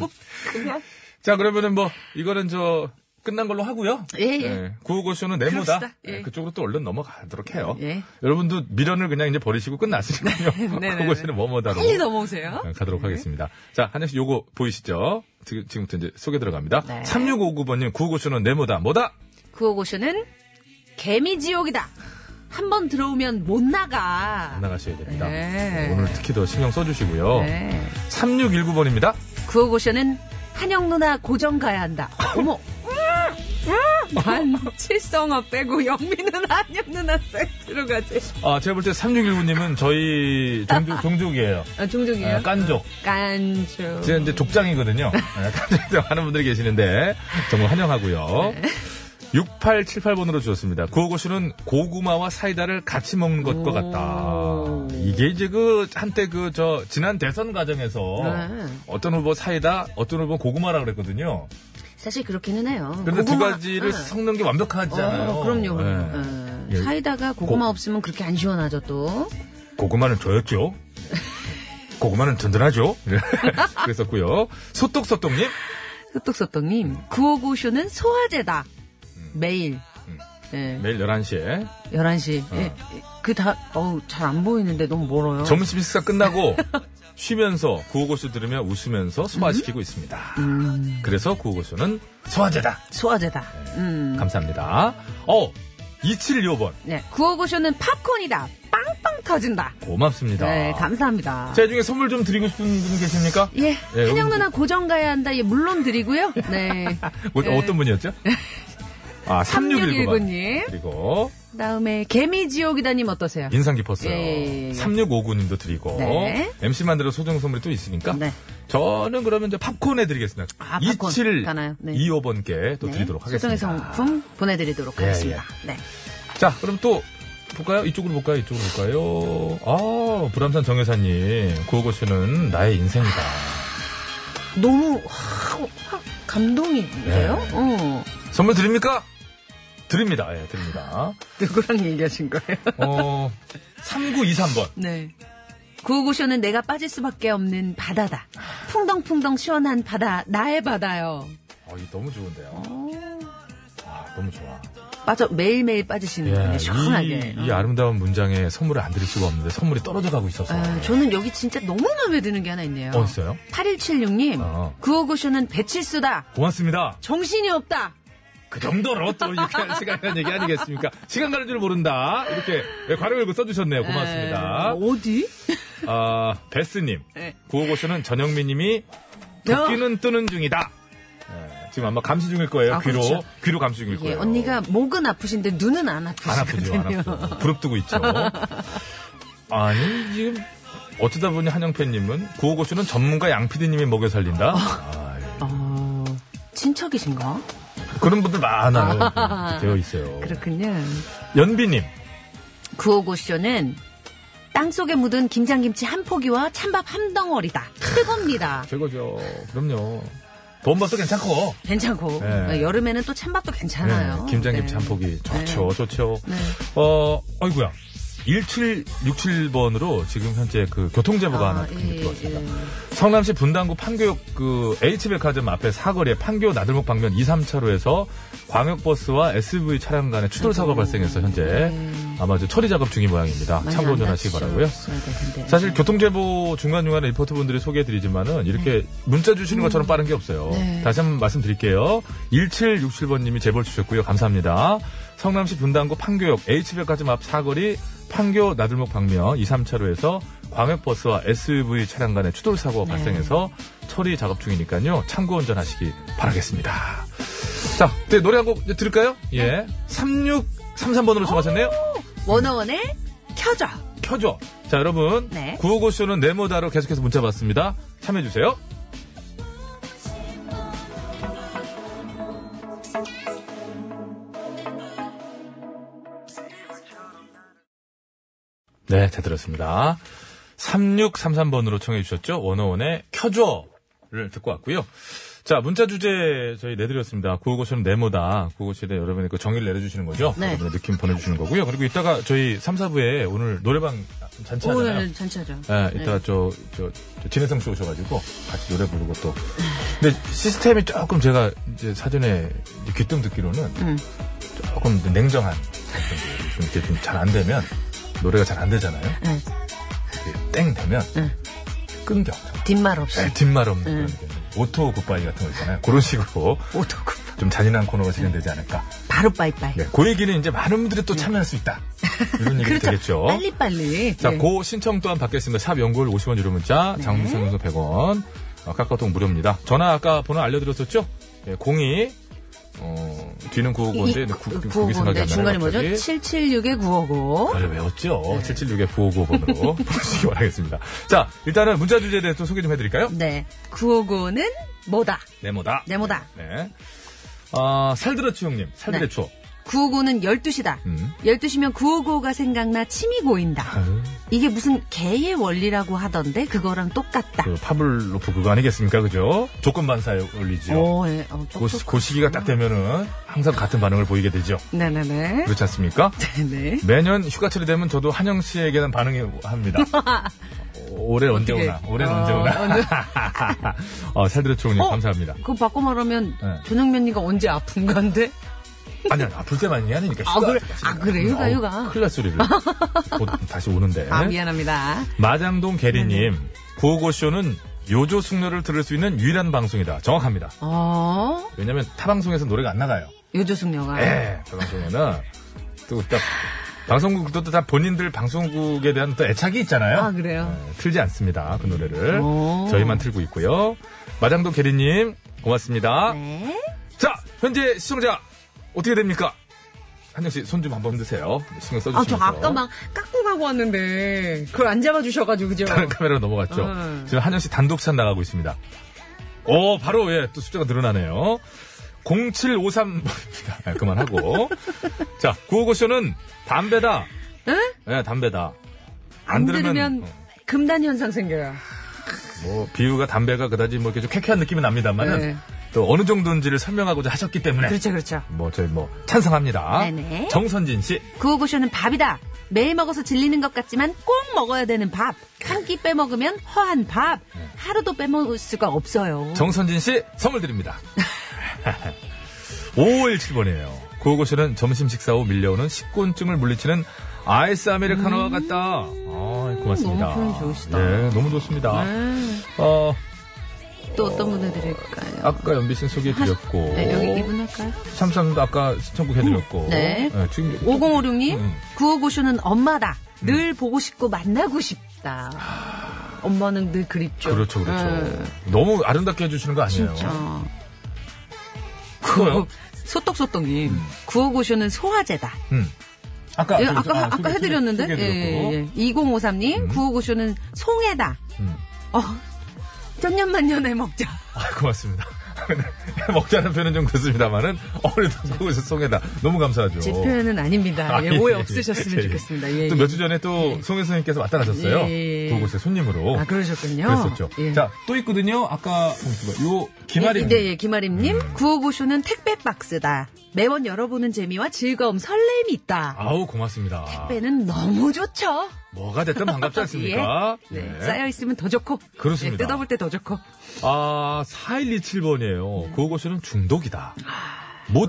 [SPEAKER 5] 그냥
[SPEAKER 3] 자, 그러면은 뭐, 이거는 저, 끝난 걸로 하고요. 네,
[SPEAKER 5] 예, 예.
[SPEAKER 3] 구호고쇼는 네모다.
[SPEAKER 5] 그럽시다. 예.
[SPEAKER 3] 예, 그쪽으로 또 얼른 넘어가도록 해요.
[SPEAKER 5] 예.
[SPEAKER 3] 여러분도 미련을 그냥 이제 버리시고 끝났으니까요.
[SPEAKER 5] (laughs) 네, 네,
[SPEAKER 3] 구호고쇼는 뭐뭐다로
[SPEAKER 5] 빨리 넘어오세요.
[SPEAKER 3] 네, 가도록 하겠습니다. 자, 한혜 씨 요거 보이시죠? 지금, 지금부터 이제 소개 들어갑니다.
[SPEAKER 5] 네.
[SPEAKER 3] 3659번님, 구호고쇼는 네모다. 뭐다?
[SPEAKER 5] 구호고쇼는 개미지옥이다. 한 번 들어오면 못 나가.
[SPEAKER 3] 안 나가셔야 됩니다.
[SPEAKER 5] 네.
[SPEAKER 3] 오늘 특히 더 신경 써주시고요.
[SPEAKER 5] 네.
[SPEAKER 3] 3619번입니다.
[SPEAKER 5] 구호고쇼는 한영 누나 고정 가야 한다.
[SPEAKER 3] (laughs)
[SPEAKER 5] 어머. 난 칠성어 빼고 영미는 한영 누나 세트로 가지.
[SPEAKER 3] 아, 제가 볼 때 3619님은 저희 종족, 종족이에요.
[SPEAKER 5] 아, 종족이에요.
[SPEAKER 3] 아, 깐족.
[SPEAKER 5] 깐주.
[SPEAKER 3] 제가 이제 족장이거든요. 네, 깐족 하는 분들이 계시는데 정말 환영하고요.
[SPEAKER 5] 네.
[SPEAKER 3] 6878번으로 주셨습니다. 구호고쇼는 고구마와 사이다를 같이 먹는 것과 같다. 이게 이제 그, 한때 그, 저, 지난 대선 과정에서
[SPEAKER 5] 네.
[SPEAKER 3] 어떤 후보 사이다, 어떤 후보 고구마라 그랬거든요.
[SPEAKER 5] 사실 그렇기는 해요.
[SPEAKER 3] 그런데 두
[SPEAKER 5] 고구마,
[SPEAKER 3] 가지를
[SPEAKER 5] 응.
[SPEAKER 3] 섞는 게 완벽하잖아요.
[SPEAKER 5] 어, 그럼요, 그럼요.
[SPEAKER 3] 네.
[SPEAKER 5] 예.
[SPEAKER 3] 예.
[SPEAKER 5] 사이다가 고구마
[SPEAKER 3] 고-
[SPEAKER 5] 없으면 그렇게 안 시원하죠, 또.
[SPEAKER 3] 고구마는 저였죠.
[SPEAKER 5] (laughs)
[SPEAKER 3] 고구마는 든든하죠. 그랬었고요. 소떡소떡님.
[SPEAKER 5] 소떡소떡님, 구호구쇼는 소화제다.
[SPEAKER 3] 음.
[SPEAKER 5] 매일. 예.
[SPEAKER 3] 매일 11시에
[SPEAKER 5] 11시. 예. 그 다, 어우, 잘 안 보이는데 너무 멀어요.
[SPEAKER 3] 어. 점심 식사 끝나고 (laughs) 쉬면서 구호고쇼 들으며 웃으면서
[SPEAKER 5] 음?
[SPEAKER 3] 소화시키고 있습니다. 그래서 구호고쇼는 소화제다.
[SPEAKER 5] 소화제다. 음.
[SPEAKER 3] 네. 감사합니다. 어, 275번.
[SPEAKER 5] 네. 구호구쇼는 팝콘이다. 빵빵 터진다.
[SPEAKER 3] 고맙습니다.
[SPEAKER 5] 네, 감사합니다.
[SPEAKER 3] 제 중에 선물 좀 드리고 싶은 분 계십니까?
[SPEAKER 5] 예.
[SPEAKER 3] 예,
[SPEAKER 5] 한영
[SPEAKER 3] 여기-
[SPEAKER 5] 누나 고정 가야 한다. 예, 물론 드리고요.
[SPEAKER 3] (laughs)
[SPEAKER 5] 네.
[SPEAKER 3] 어,
[SPEAKER 5] 예. (laughs)
[SPEAKER 3] 어떤 분이었죠? 아, 3619번.
[SPEAKER 5] 3619님.
[SPEAKER 3] 그리고
[SPEAKER 5] 그 다음에 개미지옥이다님 어떠세요?
[SPEAKER 3] 인상 깊었어요.
[SPEAKER 5] 예, 예, 예.
[SPEAKER 3] 3659님도 드리고
[SPEAKER 5] 네.
[SPEAKER 3] MC 만들어 소정 선물이 또 있으니까
[SPEAKER 5] 네.
[SPEAKER 3] 저는 그러면 이제 팝콘 해드리겠습니다.
[SPEAKER 5] 아, 팝콘 가나요? 네.
[SPEAKER 3] 2725번께 또 드리도록 하겠습니다.
[SPEAKER 5] 소정의 성품 보내드리도록
[SPEAKER 3] 예,
[SPEAKER 5] 하겠습니다. 네.
[SPEAKER 3] 자, 그럼 또 볼까요? 이쪽으로 볼까요? 이쪽으로 볼까요? 아, 불암산 정여사님 구호고쇼는 나의 인생이다.
[SPEAKER 5] 너무 확, 확 감동인데요?
[SPEAKER 3] 네.
[SPEAKER 5] 어.
[SPEAKER 3] 선물 드립니까? 드립니다. 예, 드립니다.
[SPEAKER 5] 누구랑 얘기하신 거예요?
[SPEAKER 3] 어, 3923번.
[SPEAKER 5] 네. 구호구쇼는 내가 빠질 수밖에 없는 바다다. 풍덩풍덩 시원한 바다, 나의 바다요.
[SPEAKER 3] 어, 이 너무 좋은데요. 아, 너무 좋아.
[SPEAKER 5] 빠져, 매일매일 네, 빠지시는
[SPEAKER 3] 예,
[SPEAKER 5] 거예요. 시원하게. 어.
[SPEAKER 3] 이, 이 아름다운 문장에 선물을 안 드릴 수가 없는데 선물이 떨어져 가고 있어서.
[SPEAKER 5] 아, 저는 여기 진짜 너무 마음에 드는 게 하나 있네요.
[SPEAKER 3] 어, 있어요?
[SPEAKER 5] 8176님,
[SPEAKER 3] 어.
[SPEAKER 5] 구호구쇼는 배칠수다.
[SPEAKER 3] 고맙습니다.
[SPEAKER 5] 정신이 없다.
[SPEAKER 3] 그 정도로 또 이렇게 (laughs) 할 시간이라는 얘기 아니겠습니까? 시간 가는 줄 모른다. 이렇게 예, 괄호 열고 써주셨네요. 고맙습니다.
[SPEAKER 5] 에, 예. 어디?
[SPEAKER 3] 아, 베스님.
[SPEAKER 5] 네.
[SPEAKER 3] 구호고쇼는 전영미님이 도끼는 뜨는 중이다. 예, 지금 아마 감시 중일 거예요.
[SPEAKER 5] 아,
[SPEAKER 3] 귀로.
[SPEAKER 5] 그렇죠.
[SPEAKER 3] 귀로 감시 중일
[SPEAKER 5] 예,
[SPEAKER 3] 거예요.
[SPEAKER 5] 언니가 목은 아프신데 눈은 안
[SPEAKER 3] 안 아프죠,
[SPEAKER 5] 아프시거든요.
[SPEAKER 3] 안 아프죠. 부릅뜨고 있죠. 아니, 지금 어쩌다 보니 한영팬님은 구호고쇼는 전문가 양피디님이 먹여 살린다. 아이,
[SPEAKER 5] (laughs) 어, 친척이신가?
[SPEAKER 3] 그런 분들 많아요.
[SPEAKER 5] (laughs)
[SPEAKER 3] 이렇게 되어 있어요.
[SPEAKER 5] 그렇군요.
[SPEAKER 3] 연비님.
[SPEAKER 5] 구호고쇼는 땅속에 묻은 김장김치 한 포기와 찬밥 한 덩어리다. 뜨겁니다.
[SPEAKER 3] (laughs) 최고죠. 어, 그럼요. 보험밥도 괜찮고.
[SPEAKER 5] 괜찮고
[SPEAKER 3] 네.
[SPEAKER 5] 여름에는 또 찬밥도 괜찮아요.
[SPEAKER 3] 네, 김장김치
[SPEAKER 5] 네.
[SPEAKER 3] 한 포기. 좋죠,
[SPEAKER 5] 네.
[SPEAKER 3] 좋죠.
[SPEAKER 5] 네.
[SPEAKER 3] 어, 어이구야. 1767번으로 지금 현재 그 교통제보가 하나
[SPEAKER 5] 예,
[SPEAKER 3] 들어왔습니다.
[SPEAKER 5] 예.
[SPEAKER 3] 성남시 분당구 판교역 그 H백화점 앞에 사거리에 판교 나들목 방면 2, 3차로에서 광역버스와 SUV 차량 간의 추돌 사고가 발생해서 현재 아마 이제 처리 작업 중인
[SPEAKER 5] 음.
[SPEAKER 3] 모양입니다.
[SPEAKER 5] 네. 많이 안
[SPEAKER 3] 참고
[SPEAKER 5] 네,
[SPEAKER 3] 운전하시기 바라고요.
[SPEAKER 5] 다치셨어야
[SPEAKER 7] 네.
[SPEAKER 5] 되는데.
[SPEAKER 3] 사실 교통제보 중간중간에 리포터분들이 소개해드리지만은 이렇게 문자 주시는 것처럼 빠른 게 없어요.
[SPEAKER 5] 네.
[SPEAKER 3] 다시 한번 말씀드릴게요. 1767번님이 제보를 주셨고요. 감사합니다. 성남시 분당구 판교역 H백화점 앞 사거리 판교 나들목 방면 2, 3차로에서 광역버스와 SUV 차량 간의 추돌사고가 발생해서 처리 작업 중이니까요. 참고 운전하시기 바라겠습니다. 자, 네, 노래 한 곡 이제 들을까요? 예. 3633번으로 정하셨네요.
[SPEAKER 5] 원어원의 켜져.
[SPEAKER 3] 켜줘. 자, 여러분.
[SPEAKER 5] 네.
[SPEAKER 3] 구호고쇼는 네모다로 계속해서 문자 받습니다. 참여해주세요. 네, 잘 들었습니다. 3633번으로 청해주셨죠? 원어원의 켜줘를 듣고 왔고요. 자, 문자 주제 저희 내드렸습니다. 구호고시는 네모다. 구호고시에 대해 여러분이 그 정의를 내려주시는 거죠?
[SPEAKER 5] 네.
[SPEAKER 3] 여러분의 느낌 보내주시는 거고요. 그리고 이따가 저희 3, 4부에 오늘 노래방 잔치하잖아요.
[SPEAKER 5] 오늘 잔치하죠. 네.
[SPEAKER 3] 예, 이따가 저, 저, 저 진해성 씨 오셔가지고 같이 노래 부르고 또. 근데 시스템이 조금 제가 이제 사전에 이제 귀뜸 듣기로는
[SPEAKER 5] 음.
[SPEAKER 3] 조금 이제 냉정한 좀 이렇게 좀 잘 안 되면 노래가 잘 안 되잖아요.
[SPEAKER 5] 네.
[SPEAKER 3] 이렇게 땡 되면 끊겨.
[SPEAKER 5] 뒷말 없이.
[SPEAKER 3] 네, 뒷말 없는 그런 게 오토 굿바이 같은 거 있잖아요. 그런 식으로
[SPEAKER 5] 오토쿠.
[SPEAKER 3] 좀 잔인한 코너가 진행되지 않을까.
[SPEAKER 5] 바로 빠이빠이.
[SPEAKER 3] 네, 그 얘기는 이제 많은 분들이 또 참여할
[SPEAKER 5] (laughs)
[SPEAKER 3] 수 있다. 이런 얘기
[SPEAKER 5] 네. 그렇죠.
[SPEAKER 3] 되겠죠.
[SPEAKER 5] 빨리빨리.
[SPEAKER 3] 자,
[SPEAKER 5] 네.
[SPEAKER 3] 고 신청 또한 받겠습니다. 샵 연골 50원 유료 문자, 장문성 연소 100원, 어, 카카오톡 무료입니다. 전화 아까 번호 알려드렸었죠? 예, 02, 어, 뒤는 955인데, 955 생각이
[SPEAKER 5] 구호고인데
[SPEAKER 3] 안 나요.
[SPEAKER 5] 중간이 뭐죠? 네.
[SPEAKER 3] 갑자기.
[SPEAKER 5] 776에 955.
[SPEAKER 3] 그걸 외웠죠? 776에
[SPEAKER 5] (laughs)
[SPEAKER 3] 955번으로 보시기 바라겠습니다. 자, 일단은 문자 주제에 대해서 좀 소개 좀 해드릴까요?
[SPEAKER 5] 네. 955는 뭐다?
[SPEAKER 3] 네모다.
[SPEAKER 5] 네모다.
[SPEAKER 3] 네. 아, 살드라치 형님,
[SPEAKER 5] 네.
[SPEAKER 3] 살드레초.
[SPEAKER 5] 955는 12시다.
[SPEAKER 3] 음.
[SPEAKER 5] 12시면 955가 생각나 침이 고인다.
[SPEAKER 3] 아유,
[SPEAKER 5] 이게 무슨 개의 원리라고 하던데 그거랑 똑같다.
[SPEAKER 3] 그 파블로프 그거 아니겠습니까? 그죠? 조건 반사에 올리죠.
[SPEAKER 5] 오, 예. 어,
[SPEAKER 3] 그, 시- 그 시기가 딱 되면은 항상 같은 반응을 보이게 되죠.
[SPEAKER 5] 네네네.
[SPEAKER 3] 그렇지 않습니까?
[SPEAKER 5] 네네.
[SPEAKER 3] 매년 휴가철이 되면 저도 한영 씨에게 는 반응합니다. 올해 언제
[SPEAKER 5] 어떻게-
[SPEAKER 3] 오나? 올해
[SPEAKER 5] 어,
[SPEAKER 3] 언제 오나?
[SPEAKER 5] 언제-
[SPEAKER 3] (laughs) 어,
[SPEAKER 5] (laughs)
[SPEAKER 3] 살드레초님
[SPEAKER 5] 어?
[SPEAKER 3] 감사합니다.
[SPEAKER 5] 그거 바꿔 말하면
[SPEAKER 3] 네.
[SPEAKER 5] 조능면이가 언제 아픈 건데?
[SPEAKER 3] 아니, 아니, 아플 때만 얘기 아니니까. 어,
[SPEAKER 5] 아, 그래. 아, 그래. 휴가, 휴가.
[SPEAKER 3] 큰일
[SPEAKER 5] (laughs)
[SPEAKER 3] 날 소리를. 곧 다시 오는데.
[SPEAKER 5] 아 네, 미안합니다.
[SPEAKER 3] 마장동 게리님, 구호고쇼는 요조 숙녀를 들을 수 있는 유일한 방송이다. 정확합니다.
[SPEAKER 5] 어
[SPEAKER 3] 왜냐면 타 방송에서 노래가 안 나가요.
[SPEAKER 5] 요조숙녀가
[SPEAKER 3] 예, 타 방송에는 또 딱, 방송국도 다 본인들 방송국에 대한 또 애착이 있잖아요.
[SPEAKER 5] 아 그래요.
[SPEAKER 3] 예, 틀지 않습니다. 그 노래를.
[SPEAKER 5] 오.
[SPEAKER 3] 저희만 틀고 있고요. 마장동 게리님, 고맙습니다.
[SPEAKER 5] 네.
[SPEAKER 3] 자, 현재 시청자, 어떻게 됩니까? 한영씨, 손 좀 한번 드세요. 신경 써주시면서.
[SPEAKER 5] 아 저 아까 막 깎고 가고 왔는데 그걸 안 잡아주셔가지고 그죠?
[SPEAKER 3] 다른 카메라로 넘어갔죠.
[SPEAKER 5] 음.
[SPEAKER 3] 지금 한영 씨 단독샷 나가고 있습니다. 오, 바로, 예, 또 숫자가 늘어나네요. 0753번입니다.
[SPEAKER 5] (laughs)
[SPEAKER 3] 아, 그만하고. 자, 구호고쇼는 담배다. 예, 담배다.
[SPEAKER 5] 안, 들으면,
[SPEAKER 3] 어,
[SPEAKER 5] 금단 현상 생겨요.
[SPEAKER 3] 뭐, 비유가 담배가 그다지 뭐 이렇게 좀 쾌쾌한 느낌이 납니다만은
[SPEAKER 5] 네.
[SPEAKER 3] 또 어느 정도인지를 설명하고자 하셨기 때문에.
[SPEAKER 5] 그렇죠 그렇죠.
[SPEAKER 3] 뭐, 저희 뭐, 찬성합니다.
[SPEAKER 5] 네네.
[SPEAKER 3] 정선진 씨.
[SPEAKER 5] 구호고쇼는 밥이다. 매일 먹어서 질리는 것 같지만 꼭 먹어야 되는 밥. 한 끼 빼먹으면 허한 밥. 하루도 빼먹을 수가 없어요.
[SPEAKER 3] 정선진 씨 선물 드립니다. (laughs) 517번이에요. 구호고쇼는 점심 식사 후 밀려오는 식곤증을 물리치는 아이스 아메리카노와 같다. 아, 고맙습니다.
[SPEAKER 5] 너무 음. 표현 좋으시다.
[SPEAKER 3] 네, 너무 좋습니다. 어,
[SPEAKER 5] 음. 또 어떤 분을 드릴까요?
[SPEAKER 3] 아까 연비 씨는 소개해드렸고.
[SPEAKER 5] (laughs) 네, 여기 이분 할까요?
[SPEAKER 3] 삼삼도 아까 시청곡 해드렸고.
[SPEAKER 5] 네.
[SPEAKER 3] 지금
[SPEAKER 5] 5056님,
[SPEAKER 3] 음.
[SPEAKER 5] 구호고쇼는 엄마다. 늘 보고 싶고 만나고 싶다. 엄마는 늘 그립죠.
[SPEAKER 3] 아. 그렇죠, 그렇죠.
[SPEAKER 5] 네.
[SPEAKER 3] 너무 아름답게 해주시는 거 아니에요?
[SPEAKER 5] 어.
[SPEAKER 3] 그거요?
[SPEAKER 5] 소떡소떡님, 구호고쇼는 소화제다.
[SPEAKER 3] 음. 아까,
[SPEAKER 5] 예,
[SPEAKER 3] 그,
[SPEAKER 5] 아까,
[SPEAKER 3] 아,
[SPEAKER 5] 아까
[SPEAKER 3] 소개-
[SPEAKER 5] 해드렸는데? 예,
[SPEAKER 3] 소개해드렸고.
[SPEAKER 5] 2053님, 구호고쇼는 송해다.
[SPEAKER 3] 음.
[SPEAKER 5] 어, 천년만년에 먹자.
[SPEAKER 3] 아, (laughs) 고맙습니다. 먹자는 표현은 좀 그렇습니다만은 어울리도 보고 송해다 너무 감사하죠.
[SPEAKER 5] 제 표현은 아닙니다.
[SPEAKER 3] 아,
[SPEAKER 5] 예,
[SPEAKER 3] 예,
[SPEAKER 5] 오해
[SPEAKER 3] 예,
[SPEAKER 5] 없으셨으면
[SPEAKER 3] 예, 예.
[SPEAKER 5] 좋겠습니다. 예,
[SPEAKER 3] 또
[SPEAKER 5] 예.
[SPEAKER 3] 몇 주 전에 또 송혜 선생님께서 왔다 가셨어요.
[SPEAKER 5] 예, 예.
[SPEAKER 3] 그곳의 손님으로
[SPEAKER 5] 아, 그러셨군요.
[SPEAKER 3] 그랬었죠.
[SPEAKER 5] 예.
[SPEAKER 3] 자, 또 있거든요. 아까 요
[SPEAKER 5] 예,
[SPEAKER 3] 김아림
[SPEAKER 5] 네, 예, 김아림님.
[SPEAKER 3] 음.
[SPEAKER 5] 구호고쇼는 택배 박스다. 매번 열어보는 재미와 즐거움, 설렘이 있다.
[SPEAKER 3] 아우 고맙습니다.
[SPEAKER 5] 택배는 너무 좋죠.
[SPEAKER 3] 뭐가 됐든
[SPEAKER 5] (laughs)
[SPEAKER 3] 반갑지 않습니까?
[SPEAKER 5] 네.
[SPEAKER 3] 예.
[SPEAKER 5] 쌓여 있으면 더 좋고.
[SPEAKER 3] 그렇습니다.
[SPEAKER 5] 예, 뜯어볼 때 더 좋고.
[SPEAKER 3] 아, 4127번이에요. 그곳에는 중독이다. 못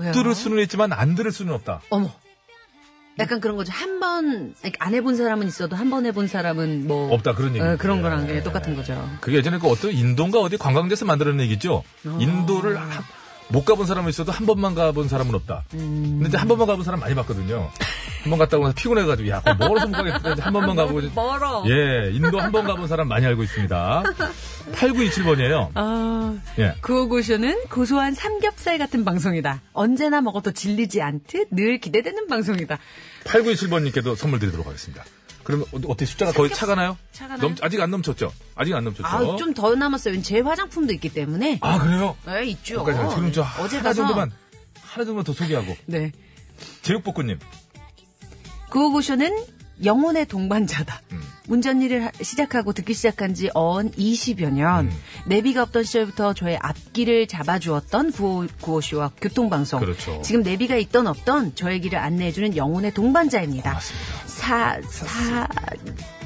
[SPEAKER 5] 음. 아, 뭐야?
[SPEAKER 3] 들을 수는 있지만 안 들을 수는 없다.
[SPEAKER 5] 어머. 약간 그런 거죠. 한 번 안 해본 사람은 있어도 한 번 해본 사람은 뭐
[SPEAKER 3] 없다, 그런 얘기죠.
[SPEAKER 5] 어, 그런 거랑
[SPEAKER 3] 예.
[SPEAKER 5] 예, 똑같은 거죠.
[SPEAKER 3] 그게 예전에 그 어떤 인도인가 어디 관광지에서 만들어낸 얘기죠.
[SPEAKER 5] 아.
[SPEAKER 3] 인도를 한- 못 가본 사람은 있어도 한 번만 가본 사람은 없다.
[SPEAKER 5] 음.
[SPEAKER 3] 근데 이제 한 번만 가본 사람 많이 봤거든요. 한 번 갔다 오고 나서 피곤해가지고 야,
[SPEAKER 5] (laughs)
[SPEAKER 3] 그거 멀어서 못 가겠다. 이제 한 번만 가고 이제-
[SPEAKER 5] 아, 멀어.
[SPEAKER 3] 예, 인도 한 번 가본 사람 많이 알고
[SPEAKER 5] (laughs)
[SPEAKER 3] 있습니다. 8927번이에요.
[SPEAKER 5] 아,
[SPEAKER 3] 예.
[SPEAKER 5] 구호고쇼는 고소한 삼겹살 같은 방송이다. 언제나 먹어도 질리지 않듯 늘 기대되는 방송이다.
[SPEAKER 3] 8927번님께도 선물 드리도록 하겠습니다. 그러면 어- 어떻게 숫자가 거의 차가나요?
[SPEAKER 5] 차가나요?
[SPEAKER 3] 넘- 아직 안 넘쳤죠? 아직 안 넘쳤죠?
[SPEAKER 5] 아, 좀 더 남았어요. 제 화장품도 있기 때문에.
[SPEAKER 3] 아, 그래요?
[SPEAKER 5] 네, 있죠.
[SPEAKER 3] 그러니까 제가 지금 저
[SPEAKER 5] 어제
[SPEAKER 3] 하나
[SPEAKER 5] 가서.
[SPEAKER 3] 정도만, 하나 정도만 더 소개하고.
[SPEAKER 5] 네.
[SPEAKER 3] 제육볶음님. 음.
[SPEAKER 5] 구호고쇼는 영혼의 동반자다. 운전 일을 하- 시작하고 듣기 시작한 지 언 20여 년.
[SPEAKER 3] 음.
[SPEAKER 5] 내비가 없던 시절부터 저의 앞길을 잡아주었던 구호, 구호씨와 교통방송.
[SPEAKER 3] 그렇죠.
[SPEAKER 5] 지금 내비가 있던 없던 저의 길을 안내해주는 영혼의 동반자입니다. 사, 사,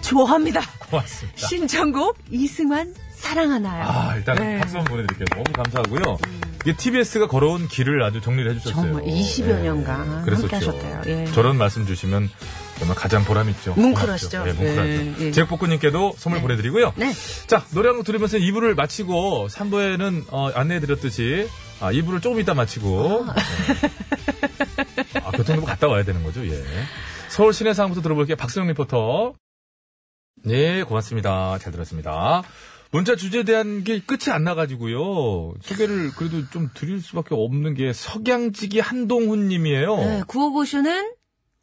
[SPEAKER 5] 좋아합니다.
[SPEAKER 3] 고맙습니다.
[SPEAKER 5] 신청곡 이승환 사랑하나요.
[SPEAKER 3] 아, 일단
[SPEAKER 5] 네.
[SPEAKER 3] 박수 한번 보내드릴게요. 너무 감사하고요. 이게 TBS가 걸어온 길을 아주 정리를 해주셨어요. 예.
[SPEAKER 5] 정말 20여 년간
[SPEAKER 3] 그랬었죠.
[SPEAKER 5] 함께하셨대요. 예.
[SPEAKER 3] 저런 말씀 주시면 정말 가장 보람있죠.
[SPEAKER 5] 뭉클하시죠?
[SPEAKER 3] 고맙죠. 예, 뭉클하죠.
[SPEAKER 5] 예, 예.
[SPEAKER 3] 제육볶음님께도 선물 보내드리고요.
[SPEAKER 5] 네.
[SPEAKER 3] 자, 노래 한 곡 들으면서 2부를 마치고 3부에는 어, 안내해드렸듯이 아, 2부를 조금 이따 마치고 예. 아, 교통정보 갔다 와야 되는 거죠. 예. 서울 시내 상황부터 들어볼게요. 박수영 리포터. 네, 고맙습니다. 잘 들었습니다. 문자 주제에 대한 게 끝이 안 나가지고요. 소개를 그래도 좀 드릴 수밖에 없는 게 석양지기 한동훈 님이에요.
[SPEAKER 5] 네, 구호고쇼는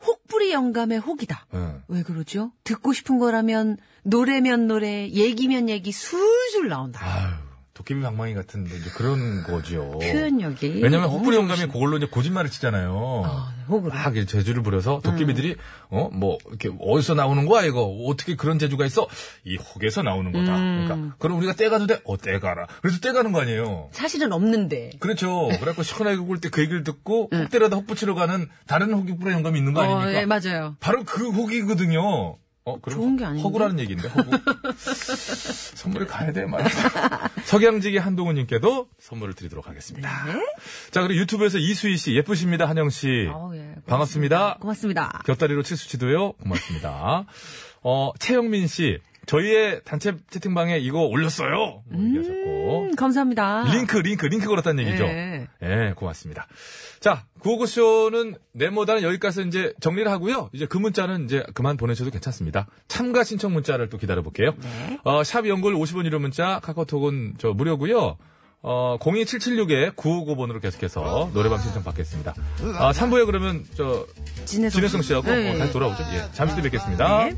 [SPEAKER 5] 혹부리 영감의 혹이다.
[SPEAKER 3] 예.
[SPEAKER 5] 왜 그러죠? 듣고 싶은 거라면 노래면 노래, 얘기면 얘기 술술 나온다.
[SPEAKER 3] 아유, 도깨비 방망이 같은 이제 그런 거죠.
[SPEAKER 5] 표현력이. 음.
[SPEAKER 3] 왜냐면
[SPEAKER 5] 너무
[SPEAKER 3] 헛구리 영감이
[SPEAKER 5] 좋으신-
[SPEAKER 3] 그걸로 이제 거짓말을 치잖아요.
[SPEAKER 5] 아, 혹으로. 음.
[SPEAKER 3] 막 이렇게 재주를 부려서 도깨비들이 어 뭐 이렇게 어디서 나오는 거야 이거 어떻게 그런 재주가 있어 이 혹에서 나오는 거다.
[SPEAKER 5] 음.
[SPEAKER 3] 그러니까 그럼 우리가 떼가도 돼. 어 떼가라. 그래서 떼가는 거 아니에요.
[SPEAKER 5] 사실은 없는데.
[SPEAKER 3] 그렇죠. 그래갖고 시원하게 굴 때 그 얘기를 듣고 혹 때려다 혹 붙이러 가는 다른 혹이 뿌려 영감이 있는 거 아닙니까?
[SPEAKER 5] 네. 어, 예, 맞아요.
[SPEAKER 3] 바로 그 혹이거든요. 어, 그럼
[SPEAKER 5] 좋은 게 아닌데?
[SPEAKER 3] 허구라는
[SPEAKER 5] (laughs)
[SPEAKER 3] 얘기인데, 허구. 선물을 가야 돼, 말이야. 석양지기 한동훈님께도 선물을 드리도록
[SPEAKER 5] 네.
[SPEAKER 3] 하겠습니다. 자, 그리고 유튜브에서 이수희 씨, 예쁘십니다, 한영 씨.
[SPEAKER 5] 어, 예, 고맙습니다.
[SPEAKER 3] 반갑습니다.
[SPEAKER 5] 고맙습니다.
[SPEAKER 3] 곁다리로 칠수치도요, 고맙습니다. 어, 최영민 씨, 저희의 단체 채팅방에 이거 올렸어요. 뭐 얘기하셨고.
[SPEAKER 5] 음, 감사합니다.
[SPEAKER 3] 링크, 링크, 링크 걸었다는 얘기죠.
[SPEAKER 5] 예.
[SPEAKER 3] 예, 고맙습니다. 자, 구호구쇼는 네모다는 여기까지 이제 정리를 하고요. 이제 그 문자는 이제 그만 보내셔도 괜찮습니다. 참가 신청 문자를 또 기다려볼게요.
[SPEAKER 5] 네.
[SPEAKER 3] 어, 샵 연골 50원 유료 문자, 카카오톡은 저 무료고요. 어, 02776에 959번으로 계속해서 노래방 신청 받겠습니다. 아, 3부에 그러면 저
[SPEAKER 5] 진혜성
[SPEAKER 3] 진혜성
[SPEAKER 5] 씨.
[SPEAKER 3] 씨하고
[SPEAKER 5] 네.
[SPEAKER 3] 어, 다시 돌아오죠. 예, 잠시 뒤에 뵙겠습니다.
[SPEAKER 5] 네.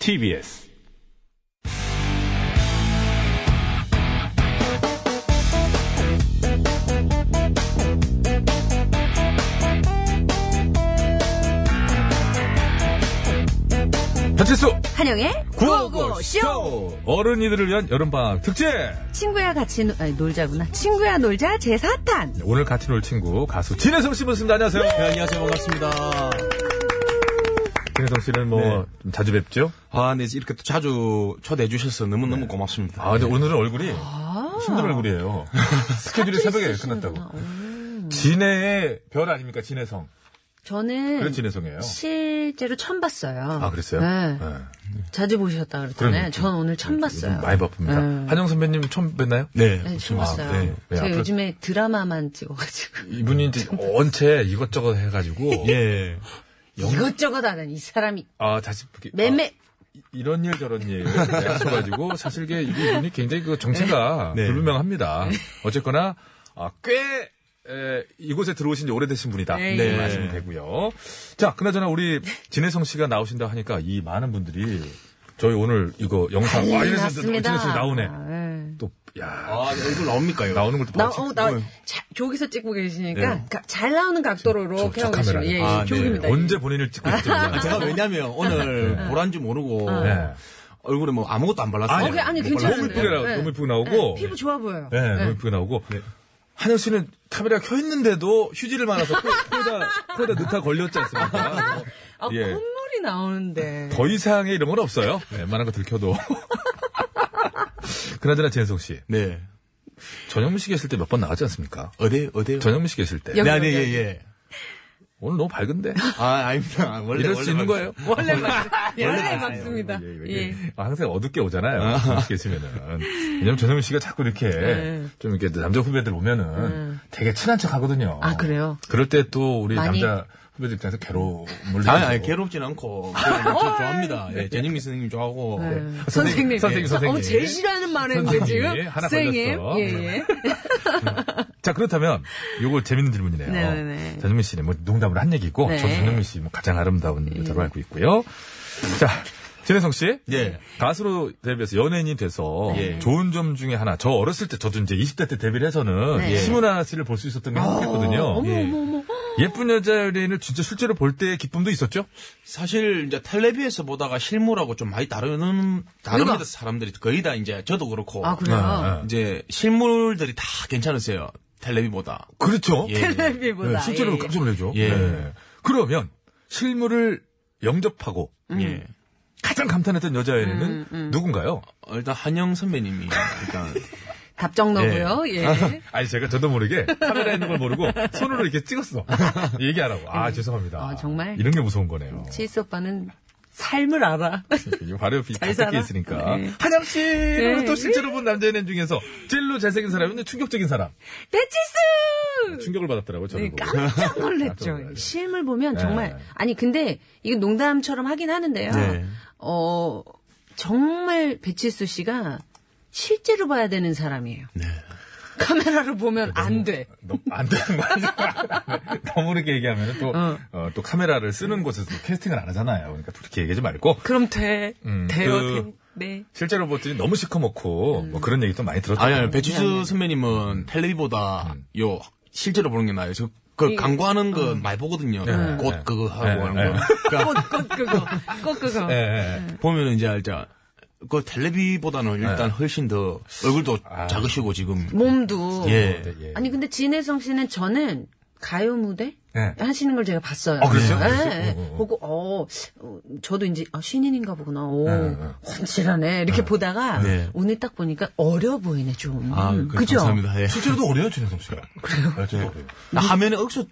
[SPEAKER 3] TBS. 배치수
[SPEAKER 5] 한영의 구호구쇼
[SPEAKER 3] 구호구쇼 어른이들을 위한 여름방학 특집
[SPEAKER 5] 친구야 같이 노, 아니, 놀자구나 친구야 놀자 제4탄
[SPEAKER 3] 오늘 같이 놀 친구 가수 진혜성 씨 모셨습니다 안녕하세요
[SPEAKER 8] 네, 안녕하세요. 반갑습니다.
[SPEAKER 3] 진혜성 씨는 뭐
[SPEAKER 8] 네.
[SPEAKER 3] 좀 자주 뵙죠
[SPEAKER 8] 아, 네. 이렇게 또 자주 초대해 주셔서 너무너무 고맙습니다. 네.
[SPEAKER 3] 아 근데 오늘은 얼굴이
[SPEAKER 5] 아,
[SPEAKER 3] 힘든 얼굴이에요 (laughs)
[SPEAKER 5] 그렇죠.
[SPEAKER 3] 스케줄이 새벽에 끝났다고
[SPEAKER 8] 음.
[SPEAKER 3] 진혜의 별 아닙니까 진혜성
[SPEAKER 5] 저는
[SPEAKER 3] 그런 진혜성이에요
[SPEAKER 5] 실제로 처음 봤어요
[SPEAKER 3] 아 그랬어요
[SPEAKER 5] 네.
[SPEAKER 3] 네.
[SPEAKER 5] 자주 보셨다
[SPEAKER 3] 그러니까.
[SPEAKER 5] 그랬잖아요 전 오늘 처음 봤어요
[SPEAKER 3] 요즘 많이 바쁩니다
[SPEAKER 5] 네.
[SPEAKER 3] 한영 선배님 처음 뵀나요
[SPEAKER 8] 네.
[SPEAKER 5] 네, 처음
[SPEAKER 3] 아,
[SPEAKER 5] 봤어요
[SPEAKER 3] 네. 네,
[SPEAKER 5] 제가
[SPEAKER 3] 앞으로-
[SPEAKER 5] 요즘에 드라마만 찍어가지고
[SPEAKER 3] 이분이 이제 언체 이것저것 해가지고
[SPEAKER 8] (laughs) 예.
[SPEAKER 5] 이것저것 하는 이 사람이
[SPEAKER 3] 아 다시 이렇게- 아,
[SPEAKER 5] 매매
[SPEAKER 3] 이런 일 저런 일 하셔가지고 사실 이게 이게 분이 굉장히 그 정체가
[SPEAKER 8] 네.
[SPEAKER 3] 불분명합니다. 어쨌거나 아, 꽤 에, 이곳에 들어오신 지 오래되신 분이다.
[SPEAKER 5] 네.
[SPEAKER 3] 네, 말씀이 되고요. 자, 그나저나 우리 진혜성 씨가 나오신다 하니까 이 많은 분들이 저희 오늘 아, 이거 영상 와 이래서 또 진혜성 씨 나오네.
[SPEAKER 5] 예, 아, 예.
[SPEAKER 3] 또야
[SPEAKER 8] 아, 얼굴 나옵니까요?
[SPEAKER 3] 나오는 걸또
[SPEAKER 5] 나,
[SPEAKER 3] 봤지.
[SPEAKER 5] 어, 나, 자, 저기서 찍고 계시니까
[SPEAKER 3] 네.
[SPEAKER 5] 가- 잘 나오는 각도로
[SPEAKER 3] 저,
[SPEAKER 5] 이렇게
[SPEAKER 3] 저
[SPEAKER 5] 하고 계시면
[SPEAKER 3] 카메라.
[SPEAKER 5] 예,
[SPEAKER 8] 아,
[SPEAKER 5] 예,
[SPEAKER 8] 네.
[SPEAKER 5] 저기입니다.
[SPEAKER 3] 언제 본인을 찍고 있지?
[SPEAKER 8] 아, 제가 왜냐면 오늘 보란 줄 모르고
[SPEAKER 3] 네.
[SPEAKER 8] 얼굴에 뭐 아무것도 안 발랐어요.
[SPEAKER 5] 아. 그, 아니, 아니,
[SPEAKER 8] 못
[SPEAKER 5] 괜찮아요.
[SPEAKER 3] 뭐
[SPEAKER 8] 발랐어요.
[SPEAKER 3] 너무 이쁘게 나오고
[SPEAKER 5] 네.
[SPEAKER 3] 너무 이쁘게
[SPEAKER 5] 예,
[SPEAKER 3] 나오고
[SPEAKER 5] 피부 좋아 보여요.
[SPEAKER 3] 네, 너무 예쁘게 나오고.
[SPEAKER 8] 네.
[SPEAKER 3] 한영 씨는 카메라 켜 있는데도 휴지를 말아서
[SPEAKER 5] (laughs)
[SPEAKER 3] 코, 코에다, 코에다 넣다 걸렸지 않습니까?
[SPEAKER 5] 아,
[SPEAKER 3] 예.
[SPEAKER 5] 콧물이 나오는데.
[SPEAKER 3] 더 이상의 이런 건 없어요. 네, 웬만한 거 들켜도. (laughs) 그나저나 진성 씨,
[SPEAKER 8] 네.
[SPEAKER 3] 전현무 씨 계실 때 몇 번 나가지 않습니까?
[SPEAKER 8] 어디, 어디요?
[SPEAKER 3] 전현무 씨 계실 때.
[SPEAKER 8] 네,
[SPEAKER 5] 여기,
[SPEAKER 8] 아, 네,
[SPEAKER 5] 여기,
[SPEAKER 8] 예,
[SPEAKER 5] 여기.
[SPEAKER 8] 예.
[SPEAKER 3] 오늘 너무
[SPEAKER 5] (laughs)
[SPEAKER 3] 밝은데?
[SPEAKER 8] 아, 아닙니다. 원래.
[SPEAKER 3] 이럴 수
[SPEAKER 8] 원래 밝-
[SPEAKER 3] 있는 거예요?
[SPEAKER 5] 원래
[SPEAKER 3] (laughs)
[SPEAKER 5] 맞, 원래 맞습니다.
[SPEAKER 3] 예, 예, 예.
[SPEAKER 5] 예.
[SPEAKER 3] 항상 어둡게 오잖아요. 전현무 씨 계시면은. 왜냐면 전현무 씨가 자꾸 이렇게
[SPEAKER 5] 네.
[SPEAKER 3] 좀 이렇게 남자 후배들 오면은 되게 친한 척 하거든요.
[SPEAKER 5] 아, 그래요?
[SPEAKER 3] 그럴 때 또 우리
[SPEAKER 5] 많이-
[SPEAKER 3] 남자 후배들 입장에서 괴로움을.
[SPEAKER 8] 아니, 아니,
[SPEAKER 3] 느끼시고.
[SPEAKER 8] 괴롭진 않고. 그냥
[SPEAKER 3] 어,
[SPEAKER 8] 저 좋아합니다. 예, 제니미 선생님 좋아하고.
[SPEAKER 5] 네.
[SPEAKER 8] 예.
[SPEAKER 5] 선생님.
[SPEAKER 3] 네. 선생님, 아, 선생님.
[SPEAKER 5] 어, 제일 싫어하는 말 했는데
[SPEAKER 3] 선생님.
[SPEAKER 5] 지금.
[SPEAKER 3] 예, 하나
[SPEAKER 5] 선생님.
[SPEAKER 3] 걸렸어. 네,
[SPEAKER 5] 예, 예.
[SPEAKER 3] 자, 그렇다면, 요거 재밌는 질문이네요. 어.
[SPEAKER 5] 네네네.
[SPEAKER 3] 전현민 씨는 뭐 농담으로 한 얘기고,
[SPEAKER 5] 네. 음.
[SPEAKER 3] 저도 전현민 씨뭐 가장 아름다운 여자로 알고 있고요. 자, 진혜성 씨.
[SPEAKER 8] 예.
[SPEAKER 3] 가수로 데뷔해서 연예인이 돼서
[SPEAKER 5] 네.
[SPEAKER 3] 좋은 점 중에 하나. 저 어렸을 때, 저도 이제 20대 때 데뷔를
[SPEAKER 8] 어,
[SPEAKER 3] 해서는
[SPEAKER 8] 예.
[SPEAKER 5] 네.
[SPEAKER 3] 심은하 씨를 볼 수 있었던 게
[SPEAKER 8] 아.
[SPEAKER 3] 행복했거든요. 예. 쁜 여자 연예인을 진짜 실제로 볼 때의 기쁨도 있었죠?
[SPEAKER 8] 사실 이제 텔레비에서 보다가 실물하고 좀 많이 다르는 다릅니다
[SPEAKER 3] 그러니까.
[SPEAKER 8] 사람들이 거의 다 이제 저도 그렇고 네.
[SPEAKER 5] 아,
[SPEAKER 3] 네.
[SPEAKER 5] 그래요?
[SPEAKER 8] 이제 실물들이 다 괜찮으세요 텔레비보다
[SPEAKER 3] 그렇죠.
[SPEAKER 8] 예.
[SPEAKER 5] 텔레비보다.
[SPEAKER 3] 실제로
[SPEAKER 5] 예, 예.
[SPEAKER 3] 깜짝 놀라죠.
[SPEAKER 8] 예.
[SPEAKER 3] 네. 그러면, 실물을 영접하고,
[SPEAKER 5] 음.
[SPEAKER 8] 예.
[SPEAKER 3] 가장 감탄했던 여자 연예인은 누군가요?
[SPEAKER 8] 어, 일단 한영 선배님이 일단
[SPEAKER 5] 답정너고요.
[SPEAKER 3] 네.
[SPEAKER 5] 예.
[SPEAKER 3] (laughs) 아니 제가 저도 모르게 카메라에 있는 걸 모르고 손으로
[SPEAKER 5] (laughs)
[SPEAKER 3] 이렇게 찍었어. 얘기하라고. 아 죄송합니다.
[SPEAKER 5] 아, 정말?
[SPEAKER 3] 이런 게 무서운 거네요.
[SPEAKER 5] 치스 오빠는 삶을
[SPEAKER 3] (laughs)
[SPEAKER 5] 알아.
[SPEAKER 3] 이거 바로 옆이
[SPEAKER 5] 잘 살아.
[SPEAKER 3] 다섞여 있으니까.
[SPEAKER 5] 네.
[SPEAKER 3] 한양 씨를
[SPEAKER 5] 네.
[SPEAKER 3] 또 실제로 본 남자 연예인 중에서 제일로 잘생긴 사람인데 충격적인 사람.
[SPEAKER 5] 배치스!
[SPEAKER 3] 충격을 받았더라고 저는.
[SPEAKER 5] 네,
[SPEAKER 3] 보고.
[SPEAKER 5] 깜짝
[SPEAKER 3] (laughs) 깜짝
[SPEAKER 5] 놀랐죠.
[SPEAKER 3] 놀랐죠.
[SPEAKER 5] 실물 보면
[SPEAKER 3] 네.
[SPEAKER 5] 정말 아니 근데 이거 농담처럼 하긴 하는데요.
[SPEAKER 8] 네.
[SPEAKER 5] 어 정말 배칠수 씨가 실제로 봐야 되는 사람이에요.
[SPEAKER 3] 네.
[SPEAKER 5] 카메라로 보면 안 돼.
[SPEAKER 3] 너무 안 되는 거 아니야? 너무 이렇게 얘기하면 또,
[SPEAKER 5] 어.
[SPEAKER 3] 어, 또 카메라를 쓰는 곳에서 캐스팅을 안 하잖아요. 그러니까 또 이렇게 얘기하지 말고.
[SPEAKER 5] 그럼 돼.
[SPEAKER 3] 음,
[SPEAKER 5] 돼요.
[SPEAKER 3] 그-
[SPEAKER 5] 돼. 음. 네.
[SPEAKER 3] 실제로 봤더니 너무 시커멓고 뭐 그런 얘기 도 많이 들었죠.
[SPEAKER 8] 아니 아니 배치수
[SPEAKER 3] 음.
[SPEAKER 8] 선배님은 텔레비보다 요 실제로 보는 게 나아요 저 그 광고하는
[SPEAKER 5] 어.
[SPEAKER 8] 거 많이 보거든요
[SPEAKER 3] 네.
[SPEAKER 8] 곧
[SPEAKER 3] 네.
[SPEAKER 8] 그거 하고
[SPEAKER 3] 네.
[SPEAKER 8] 하는
[SPEAKER 3] 네. (laughs)
[SPEAKER 8] 거 그러니까
[SPEAKER 5] 꽃, 꽃 그거. 꽃 아, 그거.
[SPEAKER 3] 예, 예.
[SPEAKER 8] 보면 이제 알자 그 텔레비보다는 일단 훨씬 더 얼굴도
[SPEAKER 3] 네. 아.
[SPEAKER 8] 작으시고 지금
[SPEAKER 5] 몸도.
[SPEAKER 8] 예.
[SPEAKER 3] 네, 예.
[SPEAKER 5] 뭐. 아니 근데 진혜성 씨는 저는 가요 무대
[SPEAKER 3] 예.
[SPEAKER 5] 하시는 걸 제가 봤어요.
[SPEAKER 3] 아, 그랬어요?
[SPEAKER 5] 예,
[SPEAKER 3] 그랬어요?
[SPEAKER 5] 예.
[SPEAKER 3] 어, 어, 어.
[SPEAKER 5] 보고 어 어, 저도 이제 아, 신인인가 보구나. 오
[SPEAKER 3] 예,
[SPEAKER 5] 헌칠하네 이렇게 보다가
[SPEAKER 8] 네.
[SPEAKER 5] 오늘 딱 보니까 어려 보이네 좀.
[SPEAKER 8] 아, 그,
[SPEAKER 5] 음, 그죠?
[SPEAKER 8] 감사합니다. 예.
[SPEAKER 3] 실제로도 어려요, 진혜성
[SPEAKER 8] (laughs)
[SPEAKER 3] 씨가. 네, 그래요? 저도 어려요.
[SPEAKER 8] 나 화면에 억수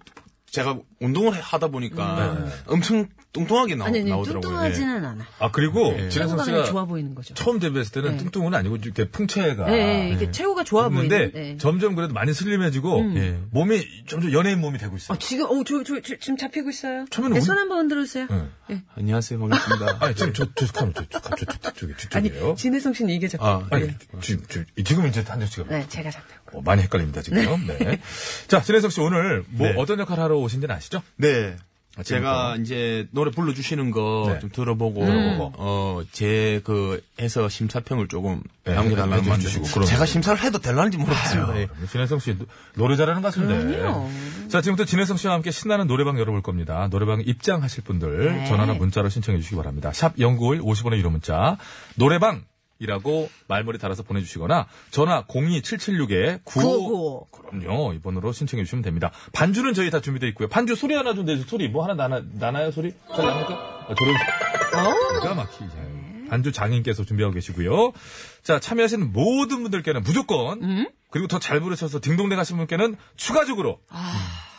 [SPEAKER 8] 제가 운동을 하다 보니까 엄청 뚱뚱하게 나오,
[SPEAKER 5] 음. 아니 아니
[SPEAKER 8] 더라고요 예.
[SPEAKER 5] 뚱뚱하지는 않아.
[SPEAKER 3] 아, 그리고 진혜성
[SPEAKER 5] 체구가
[SPEAKER 3] 씨가
[SPEAKER 5] 그냥 좋아 보이는 거죠.
[SPEAKER 3] 처음 데뷔했을 때는 뚱뚱은 아니고 이렇게 풍채가.
[SPEAKER 5] 예, 예, 이게 체구가 좋아
[SPEAKER 3] 있는데
[SPEAKER 5] 보이는데. 네. 음.
[SPEAKER 3] 점점 그래도 많이 슬림해지고 예. 몸이 점점 연예인 몸이 되고
[SPEAKER 5] 아,
[SPEAKER 3] 있어요.
[SPEAKER 5] 지금 어저저 저, 지금 잡히고 있어요.
[SPEAKER 3] 처음에는
[SPEAKER 5] 네,
[SPEAKER 3] 예. 운-
[SPEAKER 5] 손 한번 흔들어 주세요. 예.
[SPEAKER 8] 안녕하세요, 반갑습니다.
[SPEAKER 3] 아, 니 지금 저, 저, 저, 저, 저, 저, 저, 저기
[SPEAKER 5] 아니
[SPEAKER 3] 뒤쪽이에요.
[SPEAKER 5] 진혜성 씨는 이게 잡혀. 예.
[SPEAKER 8] 아,
[SPEAKER 3] 아니, 지금, 지금, 지금 이제 한정 씨가
[SPEAKER 5] 네 제가 잡혀.
[SPEAKER 3] 어, 많이 헷갈립니다, 지금. 네. 자, 진혜성 씨 오늘 뭐
[SPEAKER 8] 네.
[SPEAKER 3] 어떤 역할 하러 오신지는 아시죠?
[SPEAKER 8] 네.
[SPEAKER 3] 아,
[SPEAKER 8] 제가 이제 노래 불러주시는 거
[SPEAKER 3] 네.
[SPEAKER 8] 좀 음. 들어보고, 어, 제 그, 해서 심사평을 조금
[SPEAKER 3] 네,
[SPEAKER 8] 남겨달라고
[SPEAKER 3] 해주시고
[SPEAKER 8] 하는데
[SPEAKER 3] 그러면.
[SPEAKER 8] 제가 심사를 해도 될는지 모르겠습니다. 예.
[SPEAKER 3] 그럼요. 진혜성 씨 노- 노래 잘하는 것 같은데. 자, 지금부터 진혜성 씨와 함께 신나는 노래방 열어볼 겁니다. 노래방 입장하실 분들
[SPEAKER 5] 네.
[SPEAKER 3] 전화나 문자로 신청해 주시기 바랍니다. 샵 0951, 50원의 유료 문자. 노래방! 이라고 말머리 달아서 보내주시거나 전화 02776에 95
[SPEAKER 5] 95.
[SPEAKER 3] 그럼요 이 번호로 신청해 주시면 됩니다 반주는 저희 다 준비되어 있고요 반주 소리 하나 좀 내주세요 소리 뭐 하나 나나, 나나요 소리 잘 나옵니까 아, 저런 기가 막히게 반주 장인께서 준비하고 계시고요 자 참여하시는 모든 분들께는 무조건 그리고 더 잘 부르셔서 딩동댕 하신 분께는 추가적으로 음,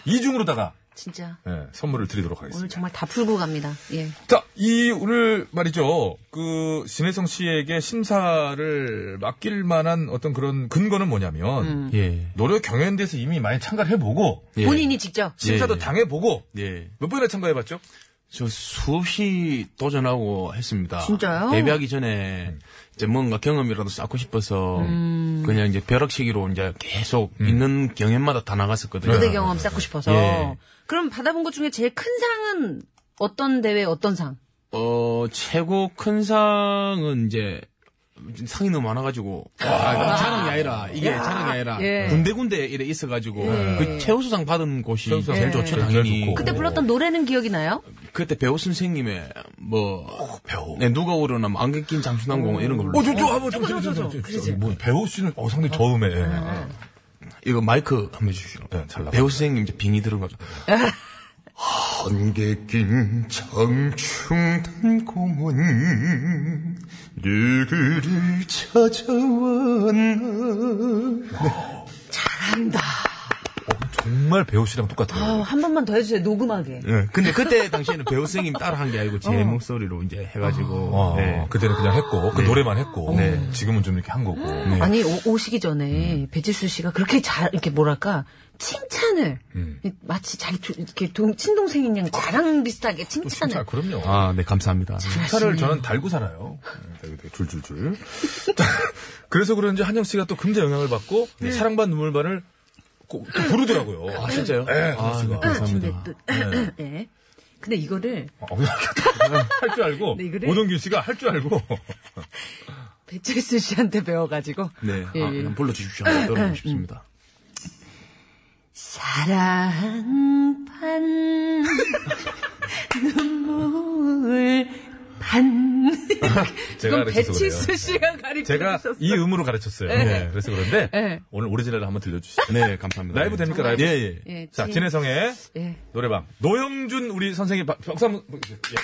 [SPEAKER 3] 이중으로다가
[SPEAKER 5] 진짜
[SPEAKER 3] 예, 선물을 드리도록
[SPEAKER 5] 오늘
[SPEAKER 3] 하겠습니다.
[SPEAKER 5] 정말 다 풀고 갑니다. 예.
[SPEAKER 3] 자, 이 오늘 말이죠. 그 신혜성 씨에게 심사를 맡길 만한 어떤 그런 근거는 뭐냐면
[SPEAKER 8] 예.
[SPEAKER 3] 노래 경연대에서 이미 많이 참가를 해보고
[SPEAKER 8] 예.
[SPEAKER 5] 음. 본인이 직접.
[SPEAKER 3] 심사도
[SPEAKER 8] 예.
[SPEAKER 3] 당해보고
[SPEAKER 8] 예.
[SPEAKER 3] 몇 번이나 참가해봤죠?
[SPEAKER 8] 저 수없이 도전하고 했습니다.
[SPEAKER 5] 진짜요?
[SPEAKER 8] 데뷔하기 전에 이제 뭔가 경험이라도 쌓고 싶어서
[SPEAKER 5] 음.
[SPEAKER 8] 그냥 이제 벼락치기로 이제 계속 있는 경연마다 다 나갔었거든요.
[SPEAKER 5] 무대 경험 쌓고 싶어서.
[SPEAKER 8] 네. 예.
[SPEAKER 5] 그럼 받아본 것 중에 제일 큰 상은 어떤 대회 어떤 상?
[SPEAKER 8] 어, 최고 큰 상은 이제 상이 너무 많아가지고 아, 자랑이 아니라 이게 자랑이 아니라
[SPEAKER 5] 예.
[SPEAKER 8] 군데군데 이래 있어가지고
[SPEAKER 5] 예.
[SPEAKER 8] 그 최우수상 받은 곳이
[SPEAKER 3] 최우수상
[SPEAKER 8] 제일
[SPEAKER 3] 예.
[SPEAKER 8] 좋죠
[SPEAKER 3] 제일
[SPEAKER 8] 당연히
[SPEAKER 3] 좋고.
[SPEAKER 5] 그때
[SPEAKER 3] 오.
[SPEAKER 5] 불렀던 노래는 기억이 나요?
[SPEAKER 8] 그때 배우 선생님의 뭐 배우 네, 누가 오려나 뭐 안개 낀 장수남공 이런 거
[SPEAKER 3] 어,
[SPEAKER 8] 불렀어요.
[SPEAKER 3] 저, 저, 한번 좀, 좀, 좀, 좀, 좀, 좀, 뭐, 배우 씨는, 어, 상당히 저음에. 예, 예.
[SPEAKER 8] 이거 마이크 한번 해주십시오.
[SPEAKER 3] 네, 잘 나가요.
[SPEAKER 8] 배우 선생님 이제 빙이 들어가죠.
[SPEAKER 5] (laughs)
[SPEAKER 8] 한개 낀 장충단공은 누구를
[SPEAKER 3] 네.
[SPEAKER 8] 찾아왔나
[SPEAKER 3] 어, 정말 배우 씨랑 똑같아요.
[SPEAKER 5] 아유, 한 번만 더 해주세요. 녹음하게.
[SPEAKER 8] 예, 근데 그때 당시에는 배우 선생님 따라 한 게 아니고 제 목소리로 이제 해가지고.
[SPEAKER 3] 어,
[SPEAKER 8] 네.
[SPEAKER 3] 그때는 그냥 했고 그
[SPEAKER 8] 네.
[SPEAKER 3] 노래만 했고
[SPEAKER 8] 네.
[SPEAKER 3] 지금은 좀 이렇게 한 거고 네.
[SPEAKER 5] 아니 오, 시기
[SPEAKER 8] 음.
[SPEAKER 5] 전에 배지수 씨가 그렇게 잘 이렇게 뭐랄까 칭찬을
[SPEAKER 8] 음.
[SPEAKER 5] 마치 자기 조- 이렇게 동, 친동생인 양 자랑 비슷하게
[SPEAKER 3] 또
[SPEAKER 5] 칭찬을
[SPEAKER 3] 칭찬 그럼요.
[SPEAKER 8] 아, 네, 감사합니다.
[SPEAKER 3] 칭찬을 저는 달고 살아요. 네, 달고, 달고, 줄줄줄. 자, 그래서 그런지 한영 씨가 또 금세 영향을 받고
[SPEAKER 5] 네.
[SPEAKER 3] 사랑반 눈물반을 꼭 부르더라고요.
[SPEAKER 8] 아, 진짜요?
[SPEAKER 3] 네,
[SPEAKER 8] 아,
[SPEAKER 3] 그렇습니다.
[SPEAKER 8] 네, 감사합니다.
[SPEAKER 5] (laughs)
[SPEAKER 8] 어.
[SPEAKER 5] 네. 근데 이거를
[SPEAKER 3] 할 줄 알고
[SPEAKER 5] 네, 이거를-
[SPEAKER 3] 오동균 씨가 할 줄 알고
[SPEAKER 5] 배지수 씨한테 배워가지고
[SPEAKER 8] 네,
[SPEAKER 5] 예,
[SPEAKER 8] 아,
[SPEAKER 5] 예.
[SPEAKER 8] 그냥 불러주십시오.
[SPEAKER 5] (laughs)
[SPEAKER 8] 여러분
[SPEAKER 3] 음.
[SPEAKER 8] 싶습니다.
[SPEAKER 5] 사랑반 눈물 (laughs) 반
[SPEAKER 3] (laughs) 제가
[SPEAKER 5] 이건
[SPEAKER 3] 가르쳐서
[SPEAKER 5] 배치수
[SPEAKER 3] 그래요.
[SPEAKER 5] 씨가 가르쳐
[SPEAKER 3] 제가
[SPEAKER 5] 주셨어요.
[SPEAKER 3] 이 음으로 가르쳤어요.
[SPEAKER 5] 네.
[SPEAKER 3] 네, 그래서 그런데
[SPEAKER 5] 네.
[SPEAKER 3] 오늘 오리지널을 한번 들려주시죠.
[SPEAKER 8] 네, 감사합니다.
[SPEAKER 3] 라이브 됩니까 라이브?
[SPEAKER 8] 예, 예.
[SPEAKER 5] 예,
[SPEAKER 3] 자
[SPEAKER 5] 진-
[SPEAKER 3] 진해성의
[SPEAKER 5] 예.
[SPEAKER 3] 노래방 노영준 우리 선생님 박- 박수 한번 예.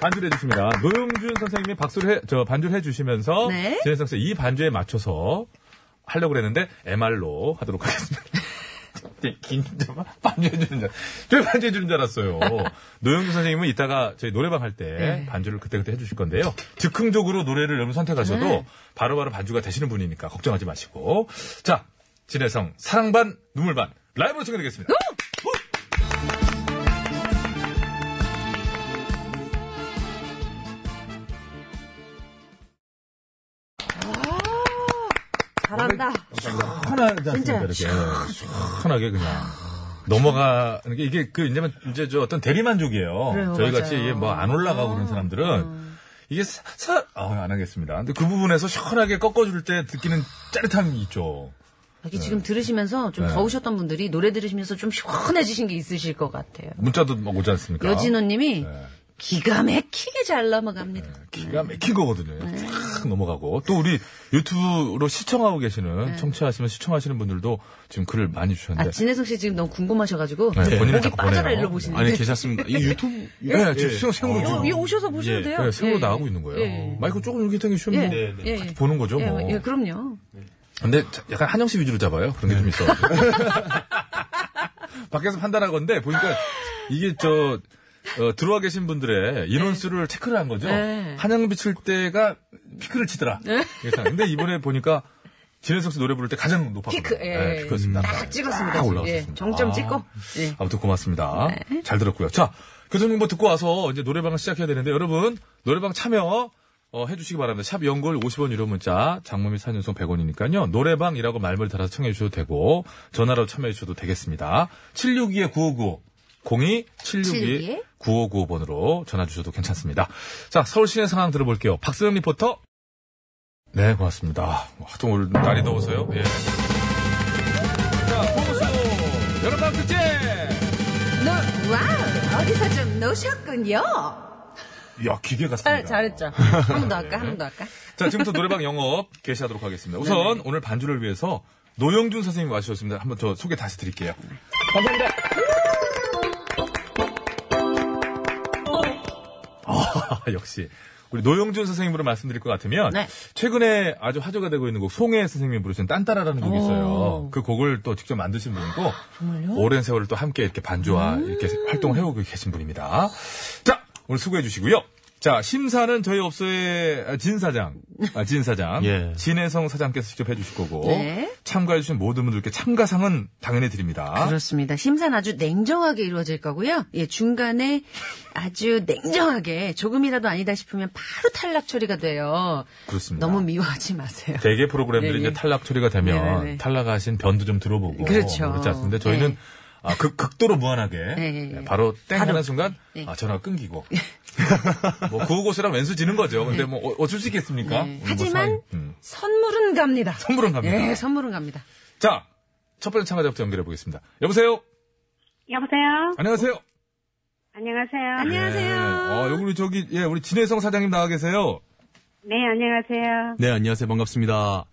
[SPEAKER 3] 반주를 해주십니다. 노영준 선생님이 박수를 해, 저 반주를 해주시면서
[SPEAKER 5] 네.
[SPEAKER 3] 진해성 씨 이 반주에 맞춰서 하려고 그랬는데 MR로 하도록 하겠습니다. (laughs) 되게 긴장만 반주해주는 줄, 저 반주해주는 줄 알았어요. 노영준 선생님은 이따가 저희 노래방 할 때 반주를 그때그때 해주실 건데요. 즉흥적으로 노래를 여러분 선택하셔도 바로바로 반주가 되시는 분이니까 걱정하지 마시고. 자, 진해성 사랑반 눈물반 라이브로 청해드리겠습니다.
[SPEAKER 5] 잘한다.
[SPEAKER 3] 시원하지 않습니까? 이렇게. 시원하게 그냥. 넘어가는 게 이게 그 이제는 이제 저 어떤 대리만족이에요.
[SPEAKER 5] 그래요,
[SPEAKER 3] 저희
[SPEAKER 5] 맞아요. 음.
[SPEAKER 3] 같이 이게 뭐 안 올라가고 그런 사람들은 이게 사, 사- 아, 안 하겠습니다. 근데 그 부분에서 시원하게 꺾어줄 때 느끼는 짜릿함이 있죠.
[SPEAKER 5] 이렇게 지금 들으시면서
[SPEAKER 3] 네.
[SPEAKER 5] 좀 더우셨던 분들이 노래 들으시면서 좀 시원해지신 게 있으실 것 같아요.
[SPEAKER 3] 문자도 막 오지 않습니까?
[SPEAKER 5] 여진호님이
[SPEAKER 3] 네.
[SPEAKER 5] 기가 막히게 잘 넘어갑니다.
[SPEAKER 3] 기가
[SPEAKER 5] 네.
[SPEAKER 3] 막힌 거거든요. 쫙 넘어가고 또 우리 유튜브로 시청하고 계시는 청취하시면 시청하시는 분들도 지금 글을 많이 주셨는데
[SPEAKER 5] 네. 아, 진혜성 씨 지금 너무 궁금하셔가지고.
[SPEAKER 3] 네, 본인은
[SPEAKER 5] 목이
[SPEAKER 3] 자꾸
[SPEAKER 5] 빠져라
[SPEAKER 3] 보내요.
[SPEAKER 5] 일로 보시는데.
[SPEAKER 8] 아니, 괜찮습니다. 이 유튜브.
[SPEAKER 3] 예, 예, 지금 수영 생으로
[SPEAKER 5] 요-
[SPEAKER 3] 지금
[SPEAKER 5] 요 오셔서 보셔도
[SPEAKER 8] 예,
[SPEAKER 5] 돼요.
[SPEAKER 3] 예, 생으로
[SPEAKER 5] 예,
[SPEAKER 3] 나가고
[SPEAKER 5] 예.
[SPEAKER 3] 있는 거예요.
[SPEAKER 5] 예.
[SPEAKER 3] 마이크 조금 이렇게 당기시면
[SPEAKER 5] 예.
[SPEAKER 3] 뭐
[SPEAKER 5] 예, 예.
[SPEAKER 3] 같이 보는 거죠,
[SPEAKER 5] 예,
[SPEAKER 3] 뭐.
[SPEAKER 5] 예, 그럼요.
[SPEAKER 3] 근데 자- 약간 한영 씨 위주로 잡아요. 그런 게
[SPEAKER 5] 네.
[SPEAKER 3] 좀 있어. (laughs) 밖에서 판단하건데 보니까 이게 저 어, 들어와 계신 분들의 인원수를 체크를 한 거죠.
[SPEAKER 5] 네.
[SPEAKER 3] 한영 비칠 때가 피크를 치더라. 그래서 근데 이번에 보니까 진해석 씨 노래 부를 때 가장 높았거든요.
[SPEAKER 5] 피크, 예.
[SPEAKER 3] 예, 피크였습니다.
[SPEAKER 5] 딱 찍었습니다.
[SPEAKER 3] 딱
[SPEAKER 5] 지금.
[SPEAKER 3] 올라왔었습니다.
[SPEAKER 5] 예, 정점
[SPEAKER 3] 아.
[SPEAKER 5] 찍고. 예.
[SPEAKER 3] 아무튼 고맙습니다. 잘 들었고요. 자, 교수님뭐 듣고 와서 이제 노래방을 시작해야 되는데 여러분 노래방 참여 어, 해주시기 바랍니다. 샵 연골 50원 유료 문자, 장모미 사연송 100원이니까요. 노래방이라고 말머리 달아서 청해 주셔도 되고 전화로 참여해 주셔도 되겠습니다. 762-9595 02 762 9595번으로 전화 주셔도 괜찮습니다. 자, 서울 시내 상황 들어볼게요. 박수영 리포터. 네, 고맙습니다. 하도 오늘 날이 더워서요. 예. 자, 고고쇼 여러분 끝제.
[SPEAKER 5] 노, 와우! 어디서 좀 노셨군요.
[SPEAKER 3] 야, 기계 같습니다.
[SPEAKER 5] 잘, (laughs) 잘했죠. 한 번 더 할까? 한 번 더 할까?
[SPEAKER 3] 자, 지금부터 노래방 영업 개시하도록 하겠습니다. 우선 오늘 반주를 위해서 노영준 선생님이 와주셨습니다. 한번 더 소개 다시 드릴게요. 감사합니다. 네. 아, (laughs) 역시. 우리 노영준 선생님으로 말씀드릴 것 같으면
[SPEAKER 5] 네.
[SPEAKER 3] 최근에 아주 화제가 되고 있는 곡 송혜 선생님이 부르신 딴따라라는 곡이 있어요. 그 곡을 또 직접
[SPEAKER 5] (gasps)
[SPEAKER 3] 만드신 분이고 오랜 세월을 또 함께 이렇게 반주와
[SPEAKER 5] 음.
[SPEAKER 3] 이렇게 활동을 해오고 계신 분입니다. 자 오늘 수고해 주시고요. 자 심사는 저희 업소의 진 사장, 아, 진 사장,
[SPEAKER 8] 예.
[SPEAKER 3] 진혜성 사장께서 직접 해주실 거고
[SPEAKER 5] 네.
[SPEAKER 3] 참가해 주신 모든 분들께 참가상은 당연히 드립니다.
[SPEAKER 5] 아? 그렇습니다. 심사는 아주 냉정하게 이루어질 거고요. 예, 중간에 아주 냉정하게 조금이라도 아니다 싶으면 바로 탈락 처리가 돼요.
[SPEAKER 3] 그렇습니다.
[SPEAKER 5] 너무 미워하지 마세요.
[SPEAKER 3] 대개 프로그램들이
[SPEAKER 5] 네,
[SPEAKER 3] 이제
[SPEAKER 5] 네.
[SPEAKER 3] 탈락 처리가 되면
[SPEAKER 5] 네, 네, 네.
[SPEAKER 3] 탈락하신 변도 좀 들어보고
[SPEAKER 5] 그렇죠.
[SPEAKER 3] 그렇지 않습니까? 근데 저희는
[SPEAKER 5] 네.
[SPEAKER 3] 아, 극, 극도로 무한하게
[SPEAKER 5] 네, 네, 네.
[SPEAKER 3] 바로 땡 하는 순간
[SPEAKER 5] 네.
[SPEAKER 3] 아, 전화가 끊기고 (laughs) 뭐 구호고수랑 왼수 지는 거죠. 근데 뭐 어- 어쩔 수
[SPEAKER 5] 네.
[SPEAKER 3] 있겠습니까? 오늘 뭐
[SPEAKER 5] 하지만
[SPEAKER 3] 상황이- 음.
[SPEAKER 5] 선물은 갑니다.
[SPEAKER 3] 선물은 갑니다.
[SPEAKER 5] 예, 선물은 갑니다.
[SPEAKER 3] 자, 첫 번째 참가자부터 연결해 보겠습니다. 여보세요.
[SPEAKER 9] 여보세요?
[SPEAKER 3] 안녕하세요.
[SPEAKER 9] 안녕하세요?
[SPEAKER 5] 안녕하세요.
[SPEAKER 3] 어, 우리 저기 예, 우리 진혜성 사장님 나와 계세요.
[SPEAKER 9] 네, 안녕하세요.
[SPEAKER 8] 네, 안녕하세요. 반갑습니다.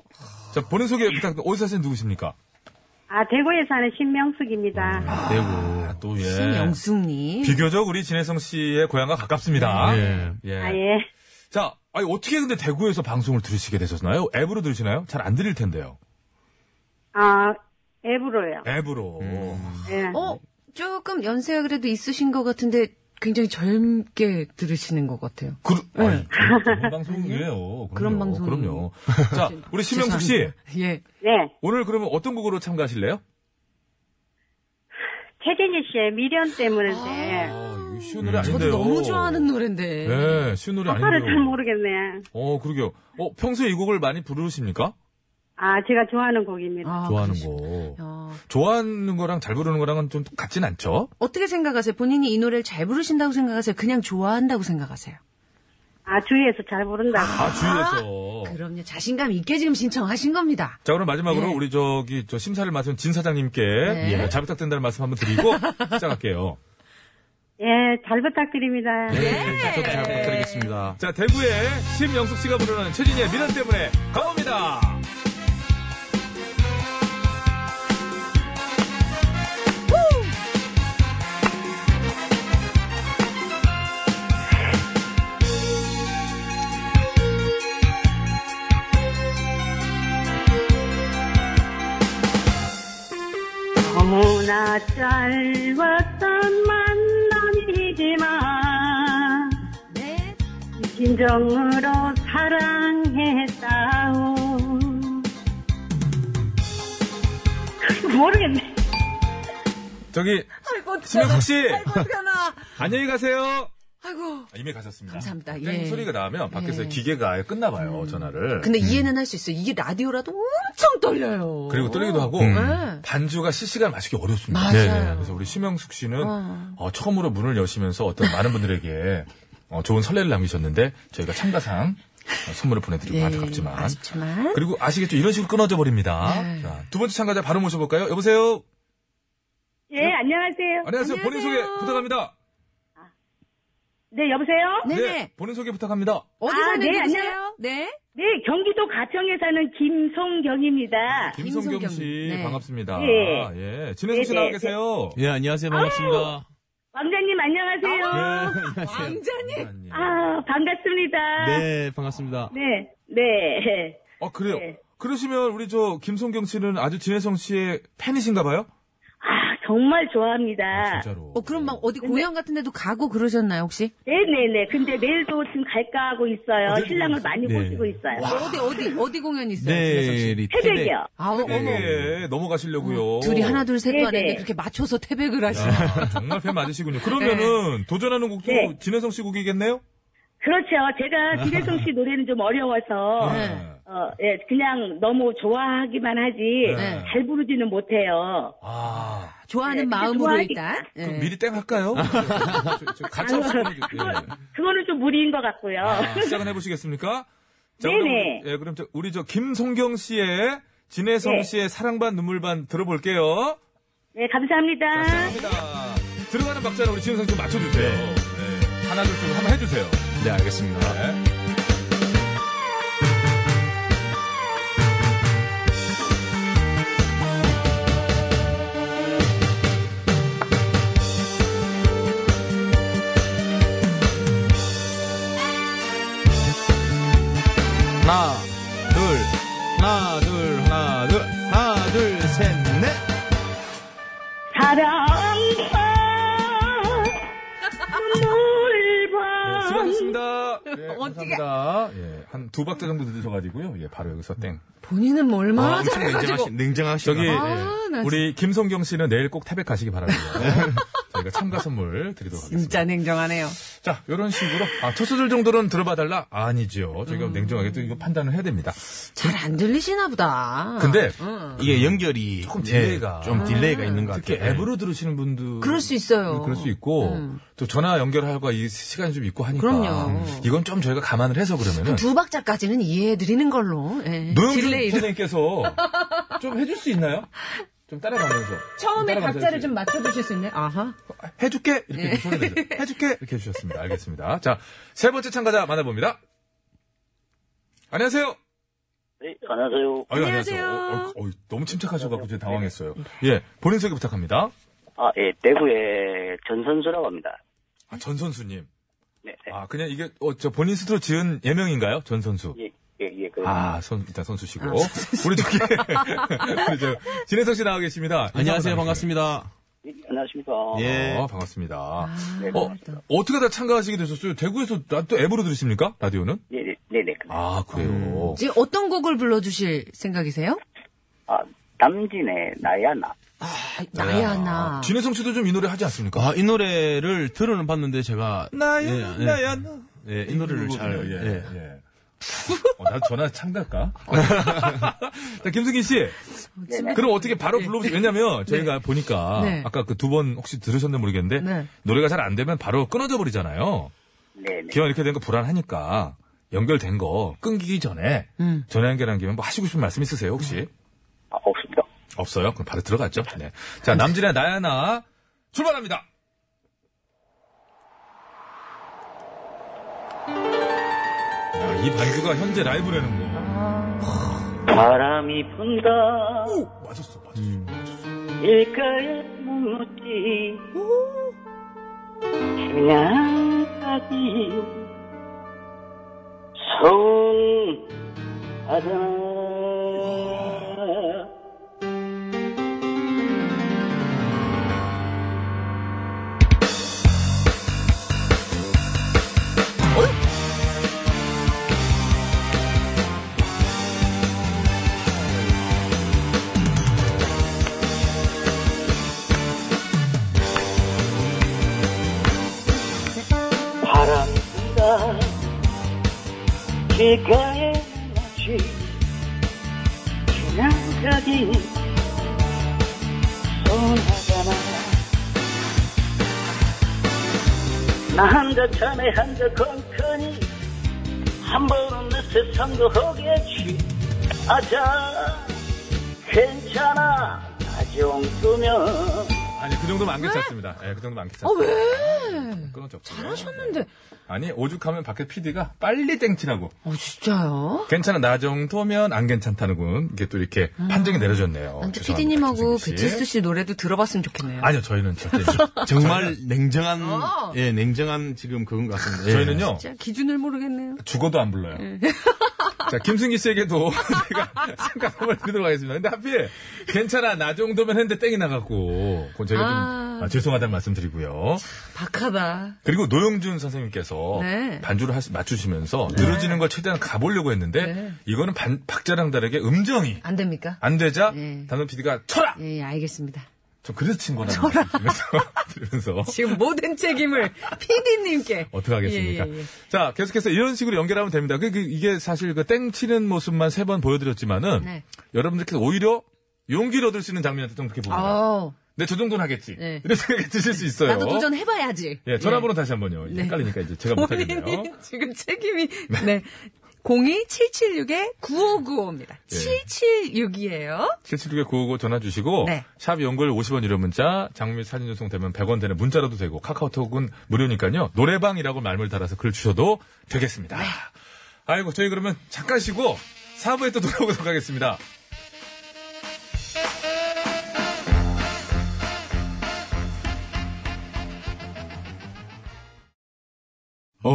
[SPEAKER 3] 자, 본인 소개 부탁. 어디 사시는 누구십니까?
[SPEAKER 9] 아, 대구에 사는 신명숙입니다.
[SPEAKER 8] 대구.
[SPEAKER 3] 아, 또 예.
[SPEAKER 5] 신영숙님.
[SPEAKER 3] 비교적 우리 진혜성 씨의 고향과 가깝습니다.
[SPEAKER 8] 예.
[SPEAKER 3] 예.
[SPEAKER 9] 아, 예.
[SPEAKER 3] 자, 아니, 어떻게 근데 대구에서 방송을 들으시게 되셨나요? 앱으로 들으시나요? 잘 안 들릴 텐데요.
[SPEAKER 9] 아, 앱으로요.
[SPEAKER 3] 앱으로.
[SPEAKER 9] 예.
[SPEAKER 5] 어, 조금 연세가 그래도 있으신 것 같은데 굉장히 젊게 들으시는 것 같아요. 네.
[SPEAKER 3] 그, 아니, 그런 방송이에요.
[SPEAKER 5] 그런
[SPEAKER 3] 그럼요,
[SPEAKER 5] 방송.
[SPEAKER 3] 그럼요.
[SPEAKER 5] (laughs)
[SPEAKER 3] 자, 우리 심영숙 씨.
[SPEAKER 5] 예.
[SPEAKER 9] 네.
[SPEAKER 3] 오늘 그러면 어떤 곡으로 참가하실래요?
[SPEAKER 9] 최진희 씨의 미련 때문인데
[SPEAKER 3] 아, 쉬운 노래 아닌데요.
[SPEAKER 5] 음, 저도 너무 좋아하는 노래인데.
[SPEAKER 3] 네, 쉬운 노래
[SPEAKER 9] 가사를 잘
[SPEAKER 3] 아닌데요.
[SPEAKER 9] 모르겠네.
[SPEAKER 3] 어, 그러게요. 어, 평소에 이 곡을 많이 부르십니까?
[SPEAKER 9] 아, 제가 좋아하는 곡입니다.
[SPEAKER 5] 아,
[SPEAKER 3] 좋아하는
[SPEAKER 5] 그러시- 어.
[SPEAKER 3] 거.
[SPEAKER 5] 야.
[SPEAKER 3] 좋아하는 거랑 잘 부르는 거랑은 좀 같진 않죠?
[SPEAKER 5] 어떻게 생각하세요? 본인이 이 노래를 잘 부르신다고 생각하세요? 그냥 좋아한다고 생각하세요?
[SPEAKER 9] 아, 주위에서 잘 부른다고.
[SPEAKER 3] 아, 주위에서.
[SPEAKER 5] 그럼요. 자신감 있게 지금 신청하신 겁니다.
[SPEAKER 3] 자, 그럼 마지막으로
[SPEAKER 5] 네.
[SPEAKER 3] 우리 저기 저 심사를 맡은 진 사장님께 예,
[SPEAKER 5] 네.
[SPEAKER 3] 잘 부탁된다는 말씀 한번 드리고 (laughs) 시작할게요. 예,
[SPEAKER 9] 예, 잘
[SPEAKER 5] 네.
[SPEAKER 9] 부탁드립니다.
[SPEAKER 3] 네.
[SPEAKER 8] 저도 잘
[SPEAKER 5] 예.
[SPEAKER 8] 부탁드리겠습니다.
[SPEAKER 3] 자, 대구의 심영숙 씨가 부르는 최진희의 미련 때문에 가봅니다.
[SPEAKER 9] 너무나 짧았던 만남이지만 진정으로 사랑했다오 (laughs) 모르겠네
[SPEAKER 3] 저기
[SPEAKER 5] 아이고,
[SPEAKER 3] 심영숙 씨
[SPEAKER 5] 어떡하나.
[SPEAKER 3] 안녕히 가세요.
[SPEAKER 5] 아이고.
[SPEAKER 3] 아, 이미 가셨습니다.
[SPEAKER 5] 감사합니다.
[SPEAKER 3] 땡
[SPEAKER 5] 예.
[SPEAKER 3] 소리가 나면 네. 밖에서
[SPEAKER 5] 예.
[SPEAKER 3] 기계가 아예 끝나봐요 전화를.
[SPEAKER 5] 근데 이해는 할 수 있어요. 이게 라디오라도 엄청 떨려요.
[SPEAKER 3] 그리고 떨리기도 하고
[SPEAKER 5] 음.
[SPEAKER 3] 반주가 실시간 맞추기 어렵습니다.
[SPEAKER 5] 맞아요. 네, 네.
[SPEAKER 3] 그래서 우리 심영숙 씨는
[SPEAKER 5] 어.
[SPEAKER 3] 어, 처음으로 문을 여시면서 어떤 많은 분들에게 어, 좋은 설레를 남기셨는데 저희가 참가상 어, 선물을 보내드리고
[SPEAKER 5] 예,
[SPEAKER 3] 안타깝지만
[SPEAKER 5] 아쉽지만.
[SPEAKER 3] 그리고 아시겠죠 이런 식으로 끊어져 버립니다.
[SPEAKER 5] 네.
[SPEAKER 3] 자, 두 번째 참가자 바로 모셔볼까요? 여보세요.
[SPEAKER 9] 예 안녕하세요
[SPEAKER 3] 안녕하세요. 본인 소개 부탁합니다.
[SPEAKER 9] 네 여보세요
[SPEAKER 5] 네네.
[SPEAKER 3] 본인 소개 부탁합니다.
[SPEAKER 5] 어디
[SPEAKER 9] 아,
[SPEAKER 5] 사는
[SPEAKER 9] 네,
[SPEAKER 5] 분이세요?
[SPEAKER 9] 안녕하세요.
[SPEAKER 5] 네.
[SPEAKER 9] 네 경기도 가청에 사는 김송경입니다
[SPEAKER 3] 김성경
[SPEAKER 5] 김성경
[SPEAKER 3] 씨
[SPEAKER 5] 네.
[SPEAKER 3] 반갑습니다.
[SPEAKER 9] 예.
[SPEAKER 3] 예. 진혜숙 씨
[SPEAKER 9] 네,
[SPEAKER 3] 나와
[SPEAKER 9] 네,
[SPEAKER 3] 계세요. 네,
[SPEAKER 8] 예, 안녕하세요. 반갑습니다.
[SPEAKER 9] 왕자님 안녕하세요
[SPEAKER 5] 아, 왕자님.
[SPEAKER 3] 아니.
[SPEAKER 9] 아 반갑습니다
[SPEAKER 8] 네, 반갑습니다.
[SPEAKER 9] 네, 네.
[SPEAKER 3] 아 그래요.
[SPEAKER 9] 네.
[SPEAKER 3] 그러시면 우리 저 김성경 씨는 아주 진혜성 씨의 팬이신가 봐요?
[SPEAKER 9] 아, 정말 좋아합니다.
[SPEAKER 3] 진짜로. 네.
[SPEAKER 5] 어, 그럼 막 어디 공연 같은 데도 가고 그러셨나요, 혹시?
[SPEAKER 9] 네네네. 근데 내일도 지금 갈까 하고 있어요.
[SPEAKER 3] 아,
[SPEAKER 9] 신랑을 많이
[SPEAKER 8] 네.
[SPEAKER 9] 모시고 있어요.
[SPEAKER 5] 어디, 어디, 어디 공연 있어요? 진혜성 씨?
[SPEAKER 8] 네, 리
[SPEAKER 9] 태백이요.
[SPEAKER 5] 아, 어머.
[SPEAKER 3] 예, 넘어가시려고요.
[SPEAKER 5] 둘이 하나, 둘, 셋도 뭐 안
[SPEAKER 9] 네네.
[SPEAKER 5] 했는데 그렇게 맞춰서 태백을 하시네.
[SPEAKER 3] 아, 정말 팬 맞으시군요. 그러면은 도전하는 곡도
[SPEAKER 9] 네.
[SPEAKER 3] 진혜성 씨 곡이겠네요?
[SPEAKER 9] 그렇죠.
[SPEAKER 3] (laughs)
[SPEAKER 9] 제가 김혜성 씨 노래는 좀 어려워서,
[SPEAKER 5] 네.
[SPEAKER 9] 어, 예, 그냥 너무 좋아하기만 하지,
[SPEAKER 3] 네.
[SPEAKER 9] 잘 부르지는 못해요.
[SPEAKER 3] 아,
[SPEAKER 5] 좋아하는
[SPEAKER 9] 네, 근데
[SPEAKER 5] 마음으로
[SPEAKER 9] 좋아하기-
[SPEAKER 5] 일단.
[SPEAKER 3] 그럼
[SPEAKER 5] 예.
[SPEAKER 3] 미리 땡 할까요?
[SPEAKER 8] 아.
[SPEAKER 3] 저- 저 같이
[SPEAKER 9] 아니요.
[SPEAKER 3] 한번 해볼게요.
[SPEAKER 9] 그거는 좀 무리인 것 같고요. (laughs)
[SPEAKER 3] 아, 시작은 해보시겠습니까? 자,
[SPEAKER 9] 네네.
[SPEAKER 3] 그럼 우리, 예, 그럼 저, 우리 저 김성경 씨의 진혜성
[SPEAKER 9] 네.
[SPEAKER 3] 씨의 사랑반 눈물반 들어볼게요.
[SPEAKER 9] 네, 감사합니다.
[SPEAKER 3] 감사합니다. 네. 들어가는 박자는 우리 진우성 좀 맞춰주세요. 네. 하나, 둘, 셋 한번 해주세요.
[SPEAKER 8] 네, 알겠습니다.
[SPEAKER 3] 네.
[SPEAKER 8] 하나, 둘, 하나, 둘, 하나, 둘, 하나, 둘, 셋, 넷.
[SPEAKER 9] 사랑과 눈물과
[SPEAKER 3] 수고하셨습니다. 네,
[SPEAKER 5] 어떻게-
[SPEAKER 3] 감사합니다. 예, 한 두 박자 정도 늦으셔가지고, 예, 바로 여기서 땡.
[SPEAKER 5] 본인은 뭐 얼마나
[SPEAKER 8] 아, 엄청
[SPEAKER 5] 잘해가지고.
[SPEAKER 8] 냉정하시, 냉정하시다.
[SPEAKER 3] 저기,
[SPEAKER 5] 아, 나
[SPEAKER 3] 네. 우리 김성경 씨는 내일 꼭 태백하시기 바랍니다.
[SPEAKER 5] (laughs) 네.
[SPEAKER 3] 저희가 참가 선물 드리도록 하겠습니다.
[SPEAKER 5] 진짜 냉정하네요.
[SPEAKER 3] 자, 이런 식으로. 아, 첫 소절 정도는 들어봐달라? 아니죠. 저희가
[SPEAKER 5] 음.
[SPEAKER 3] 냉정하게 또 이거 판단을 해야 됩니다.
[SPEAKER 5] 잘 안 들리시나 보다. 어?
[SPEAKER 3] 근데
[SPEAKER 5] 응.
[SPEAKER 8] 이게 연결이
[SPEAKER 3] 조금
[SPEAKER 8] 예,
[SPEAKER 3] 딜레이가.
[SPEAKER 8] 좀 딜레이가 있는 것
[SPEAKER 3] 특히
[SPEAKER 8] 같아요.
[SPEAKER 3] 앱으로 들으시는 분들.
[SPEAKER 5] 그럴 수 있어요.
[SPEAKER 3] 뭐 음, 그럴 수 있고 또 전화 연결하고 이 시간이 좀 있고 하니까
[SPEAKER 5] 음. 그럼요.
[SPEAKER 3] 이건 좀 저희가 감안을 해서 그러면은
[SPEAKER 5] 두 박자까지는 이해해드리는 걸로. 예.
[SPEAKER 3] 노영준
[SPEAKER 5] 딜레이로.
[SPEAKER 3] 선생님께서 좀 해줄 수 있나요? 좀 따라가면서
[SPEAKER 5] (laughs) 처음에
[SPEAKER 3] 따라가면서
[SPEAKER 5] 박자를
[SPEAKER 3] 해주-
[SPEAKER 5] 좀 맞춰보실 수 있나요? 아하.
[SPEAKER 3] 해줄게 예, 이렇게 소리 내죠.
[SPEAKER 5] 네.
[SPEAKER 3] 해줄게 이렇게 해주셨습니다. 알겠습니다. 자 세 번째 참가자 만나봅니다. 안녕하세요.
[SPEAKER 10] 네, 안녕하세요.
[SPEAKER 3] 아유,
[SPEAKER 5] 안녕하세요.
[SPEAKER 3] 어, 어, 너무 침착하셔가지고 제가 당황했어요. 예, 본인 소개 부탁합니다.
[SPEAKER 10] 아, 예, 대구의 전선수라고 합니다.
[SPEAKER 3] 아, 전 선수님.
[SPEAKER 10] 네, 네.
[SPEAKER 3] 아, 그냥 이게 어, 저 본인 스스로 지은 예명인가요, 전 선수?
[SPEAKER 10] 예, 예, 예, 그
[SPEAKER 3] 아, 손, 일단 손 주시고. 우리 저기, (laughs) 우리 저, 진혜성 씨 나와 계십니다.
[SPEAKER 8] 안녕하세요,
[SPEAKER 3] 반갑습니다.
[SPEAKER 10] 예, 안녕하십니까.
[SPEAKER 3] 예. 반갑습니다.
[SPEAKER 10] 네,
[SPEAKER 3] 어, 어떻게 다 참가하시게 되셨어요? 대구에서 나 또 앱으로 들으십니까? 라디오는?
[SPEAKER 10] 예, 네, 네, 네.
[SPEAKER 3] 아, 그래요.
[SPEAKER 5] 지금 어떤 곡을 불러주실 생각이세요?
[SPEAKER 10] 아, 남진의 예, 나야 나.
[SPEAKER 5] 나야
[SPEAKER 3] 아,
[SPEAKER 5] 나.
[SPEAKER 3] 진혜성 씨도 좀 이 노래 하지 않습니까?
[SPEAKER 8] 아, 이 노래를 들어는 봤는데 제가.
[SPEAKER 3] 나야,
[SPEAKER 8] 예, 예.
[SPEAKER 3] 나야, 나.
[SPEAKER 8] 예, 이 노래를 잘.
[SPEAKER 3] 예,
[SPEAKER 8] 예.
[SPEAKER 3] 예. 어, 나 전화 참가할까? (laughs) 자, 김승기 씨. 그럼 어떻게 바로 불러보세요? 왜냐면 저희가 보니까
[SPEAKER 5] 네.
[SPEAKER 3] 아까 그 두 번 혹시 들으셨는지 모르겠는데
[SPEAKER 5] 네.
[SPEAKER 3] 노래가 잘 안 되면 바로 끊어져 버리잖아요.
[SPEAKER 10] 네, 네.
[SPEAKER 3] 기왕 이렇게 된 거 불안하니까 연결된 거 끊기기 전에
[SPEAKER 5] 음. 네.
[SPEAKER 3] 전화 연결한 김에 뭐 하시고 싶은 말씀 있으세요 혹시?
[SPEAKER 10] 없습니다.
[SPEAKER 3] 없어요? 그럼 바로 들어갔죠. 네. 자 남진의 나야나 출발합니다. 야, 아, 이 반주가 현재 라이브라는 거.
[SPEAKER 10] 바람이 분다.
[SPEAKER 3] 맞았어, 맞았어.
[SPEAKER 10] 길가에 묵묵히 지나가기 서운 바다 바람이 분다 길가에 마치 지나가기 서운하잖아 나 한자 참에 한자 건커니 한 번은 내 세상도 허겠지 아자 괜찮아 나좀 끄면
[SPEAKER 3] 아니 그 정도면 안 괜찮습니다. 예, 그 정도면 안
[SPEAKER 5] 어,
[SPEAKER 3] 괜찮습니다.
[SPEAKER 5] 왜?
[SPEAKER 3] 끊어져.
[SPEAKER 5] 잘하셨는데.
[SPEAKER 3] 아니 오죽하면 밖에 PD가 빨리 땡치라고.
[SPEAKER 5] 어, 진짜요?
[SPEAKER 3] 괜찮아 나 정도면 안 괜찮다는군. 이게 또 이렇게 판정이 내려졌네요.
[SPEAKER 5] 근데
[SPEAKER 3] 어, 죄송합니다,
[SPEAKER 5] 음. 피디님하고
[SPEAKER 3] 김승기 씨.
[SPEAKER 5] 배치수 씨 노래도 들어봤으면 좋겠네요.
[SPEAKER 3] 아니요 저희는 절대
[SPEAKER 8] 정말 냉정한,
[SPEAKER 5] 어.
[SPEAKER 8] 예, 냉정한 지금 그건 것 같습니다. 예.
[SPEAKER 3] 저희는요
[SPEAKER 5] 진짜 기준을 모르겠네요.
[SPEAKER 3] 죽어도 안 불러요. 자 김승기 씨에게도 (laughs) 제가 잠깐 한번 드리도록 하겠습니다. 근데 하필 괜찮아 나 정도면 했는데 땡이 나갔고 그건 저희가
[SPEAKER 5] 아.
[SPEAKER 3] 좀 아, 죄송하다는 말씀드리고요.
[SPEAKER 5] 박하다.
[SPEAKER 3] 그리고 노영준 선생님께서
[SPEAKER 5] 네.
[SPEAKER 3] 반주를 하시- 맞추시면서 늘어지는 걸 최대한 가보려고 했는데
[SPEAKER 5] 네.
[SPEAKER 3] 이거는 반- 박자랑달에게 음정이
[SPEAKER 5] 안 됩니까?
[SPEAKER 3] 안 되자
[SPEAKER 5] 네.
[SPEAKER 3] 담당 PD가 쳐라!
[SPEAKER 5] 예, 알겠습니다.
[SPEAKER 3] 좀 그래서 친 거라는 쳐라. 들으면서, 들으면서
[SPEAKER 5] (laughs) 지금 모든 책임을 PD님께.
[SPEAKER 3] (laughs) 어떻게 하겠습니까?
[SPEAKER 5] 예, 예, 예.
[SPEAKER 3] 자 계속해서 이런 식으로 연결하면 됩니다. 그, 그- 이게 사실 그 땡치는 모습만 세 번 보여드렸지만은
[SPEAKER 5] 네.
[SPEAKER 3] 여러분들께서 오히려 용기를 얻을 수 있는 장면한테 좀 그렇게 봅니다.
[SPEAKER 5] 아우,
[SPEAKER 3] 근데 저 정도는 하겠지.
[SPEAKER 5] 네.
[SPEAKER 3] 이런 생각이 드실 수 있어요.
[SPEAKER 5] 나도 도전해봐야지.
[SPEAKER 3] 예, 전화번호 다시 한번요. 이제
[SPEAKER 5] 네.
[SPEAKER 3] 헷갈리니까 이제 제가 못하겠네요.
[SPEAKER 5] 본인이 지금 책임이 네. 02776-9595입니다.
[SPEAKER 3] 예.
[SPEAKER 5] 776이에요.
[SPEAKER 3] 776-955 전화 주시고
[SPEAKER 5] 네.
[SPEAKER 3] 샵 연글 50원 유료 문자 장미 사진 전송되면 100원 되는 문자라도 되고 카카오톡은 무료니까요. 노래방이라고 말을 달아서 글 주셔도
[SPEAKER 5] 네.
[SPEAKER 3] 되겠습니다. 아이고 저희 그러면 잠깐 쉬고 4부에 또 돌아오도록 하겠습니다.
[SPEAKER 6] 어,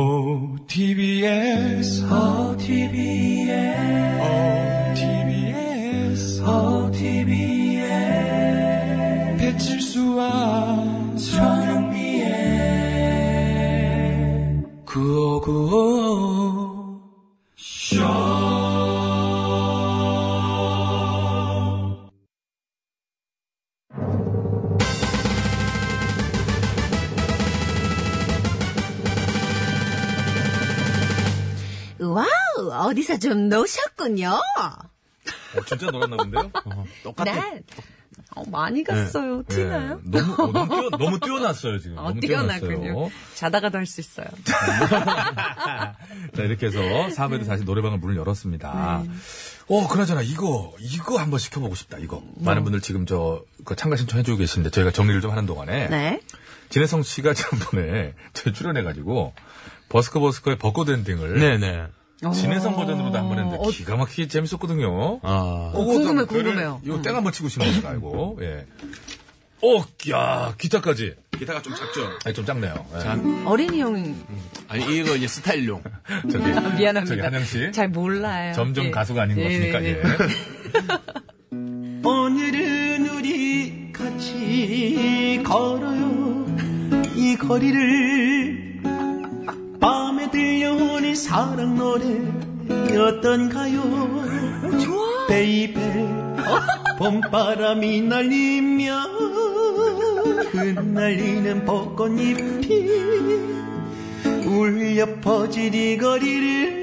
[SPEAKER 6] OTBS, OTBS, 어, OTBS, OTBS, 배칠수와 전영미의 구호구호 쇼.
[SPEAKER 5] 와우, 어디서 좀 노셨군요.
[SPEAKER 3] 어, 진짜 놀았나 본데요? 어,
[SPEAKER 8] 똑같아.
[SPEAKER 5] 날 어, 많이 갔어요.
[SPEAKER 3] 예,
[SPEAKER 5] 티나요?
[SPEAKER 3] 너무, 어, 너무, 뛰어, 너무 뛰어났어요 지금.
[SPEAKER 5] (laughs) 어,
[SPEAKER 3] 너무
[SPEAKER 5] 뛰어나군요.
[SPEAKER 3] 뛰어났어요.
[SPEAKER 5] 자다가도 할 수 있어요.
[SPEAKER 3] 자, 이렇게 해서 4부에도
[SPEAKER 5] 네.
[SPEAKER 3] 다시 노래방을 문을 열었습니다. 어, 그나저나, 이거, 이거 한번 시켜보고 싶다, 이거.
[SPEAKER 5] 뭐?
[SPEAKER 3] 많은 분들 지금 저, 그 참가 신청해주고 계시는데, 저희가 정리를 좀 하는 동안에.
[SPEAKER 5] 네.
[SPEAKER 3] 진혜성 씨가 (laughs) 지난번에 저희 출연해가지고, 버스커버스커의 벚꽃 엔딩을.
[SPEAKER 8] 네네.
[SPEAKER 3] 진혜성 버전으로도 한번 했는데,
[SPEAKER 5] 어.
[SPEAKER 3] 기가 막히게 재밌었거든요. 뭐?
[SPEAKER 8] 아.
[SPEAKER 5] 어, 궁금해, 궁금해요.
[SPEAKER 3] 이거 땡 한번 치고 싶은 거 알고, 예. 어, 야, 기타까지.
[SPEAKER 8] 기타가 좀 작죠?
[SPEAKER 3] 아니, 좀 작네요. 예.
[SPEAKER 8] 자,
[SPEAKER 5] 어린이용
[SPEAKER 8] 아니 이거 이제 스타일용.
[SPEAKER 3] (laughs) 저기,
[SPEAKER 5] 아, 미안합니다.
[SPEAKER 3] 저기 한영 씨.
[SPEAKER 5] 잘 몰라요.
[SPEAKER 3] 점점
[SPEAKER 5] 예.
[SPEAKER 3] 가수가 아닌 것
[SPEAKER 5] 예,
[SPEAKER 3] 같으니까,
[SPEAKER 5] 예,
[SPEAKER 3] 예.
[SPEAKER 11] 오늘은 우리 같이 걸어요 이 거리를 밤에 들려오는 사랑 노래 어떤가요 좋아 베이베 어? 봄바람이 날리며 흩날리는 벚꽃잎이 울려 퍼질 이 거리를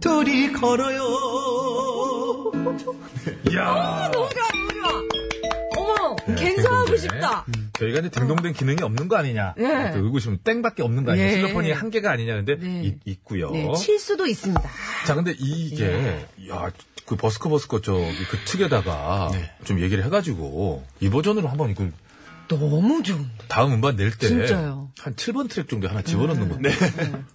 [SPEAKER 11] 둘이 걸어요
[SPEAKER 3] 이야.
[SPEAKER 5] 너무 좋아, 너무 좋아. 어머, 갠사하고
[SPEAKER 3] 네.
[SPEAKER 5] 싶다.
[SPEAKER 3] 저희가 이제 딩동댕 기능이 없는 거 아니냐.
[SPEAKER 5] 예.
[SPEAKER 3] 또 의구심 땡밖에 없는 거 아니냐.
[SPEAKER 5] 예.
[SPEAKER 3] 실로폰이 한 개가 아니냐는데 있, 있고요.
[SPEAKER 5] 네, 칠 예. 수도 있습니다.
[SPEAKER 3] 자, 근데 이게, 야, 그 버스커 버스커 저기 그 측에다가
[SPEAKER 5] 네.
[SPEAKER 3] 좀 얘기를 해가지고 이 버전으로 한번 이걸
[SPEAKER 5] 너무 좋은데.
[SPEAKER 3] 다음 음반 낼 때 한
[SPEAKER 5] 진짜요. 네.
[SPEAKER 3] 7번 트랙 정도 하나 집어넣는 것도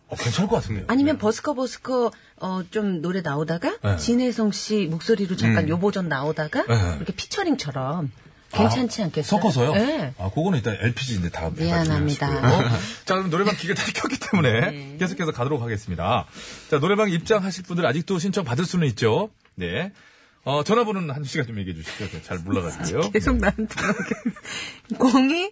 [SPEAKER 3] 어, 괜찮을 것 같은데요.
[SPEAKER 5] 아니면 버스커 버스커 어, 좀 노래 나오다가
[SPEAKER 3] 네.
[SPEAKER 5] 진혜성 씨 목소리로 잠깐
[SPEAKER 3] 음.
[SPEAKER 5] 요 버전 나오다가
[SPEAKER 3] 네.
[SPEAKER 5] 이렇게 피처링처럼 괜찮지
[SPEAKER 3] 아,
[SPEAKER 5] 않겠어요?
[SPEAKER 3] 섞어서요?
[SPEAKER 5] 네.
[SPEAKER 3] 아, 그거는 일단 LPG인데 다음
[SPEAKER 5] 미안합니다. 네.
[SPEAKER 3] 해가지고 하시고요.
[SPEAKER 5] (laughs)
[SPEAKER 3] 자, 그럼 노래방 기계다 켰기 때문에 계속해서 가도록 하겠습니다. 자, 노래방 입장하실 분들 아직도 신청 받을 수는 있죠. 네. 어, 전화번호는 한 시간 좀 얘기해 주시죠. 잘 몰라가지고요.
[SPEAKER 5] (laughs) 계속 나한테 02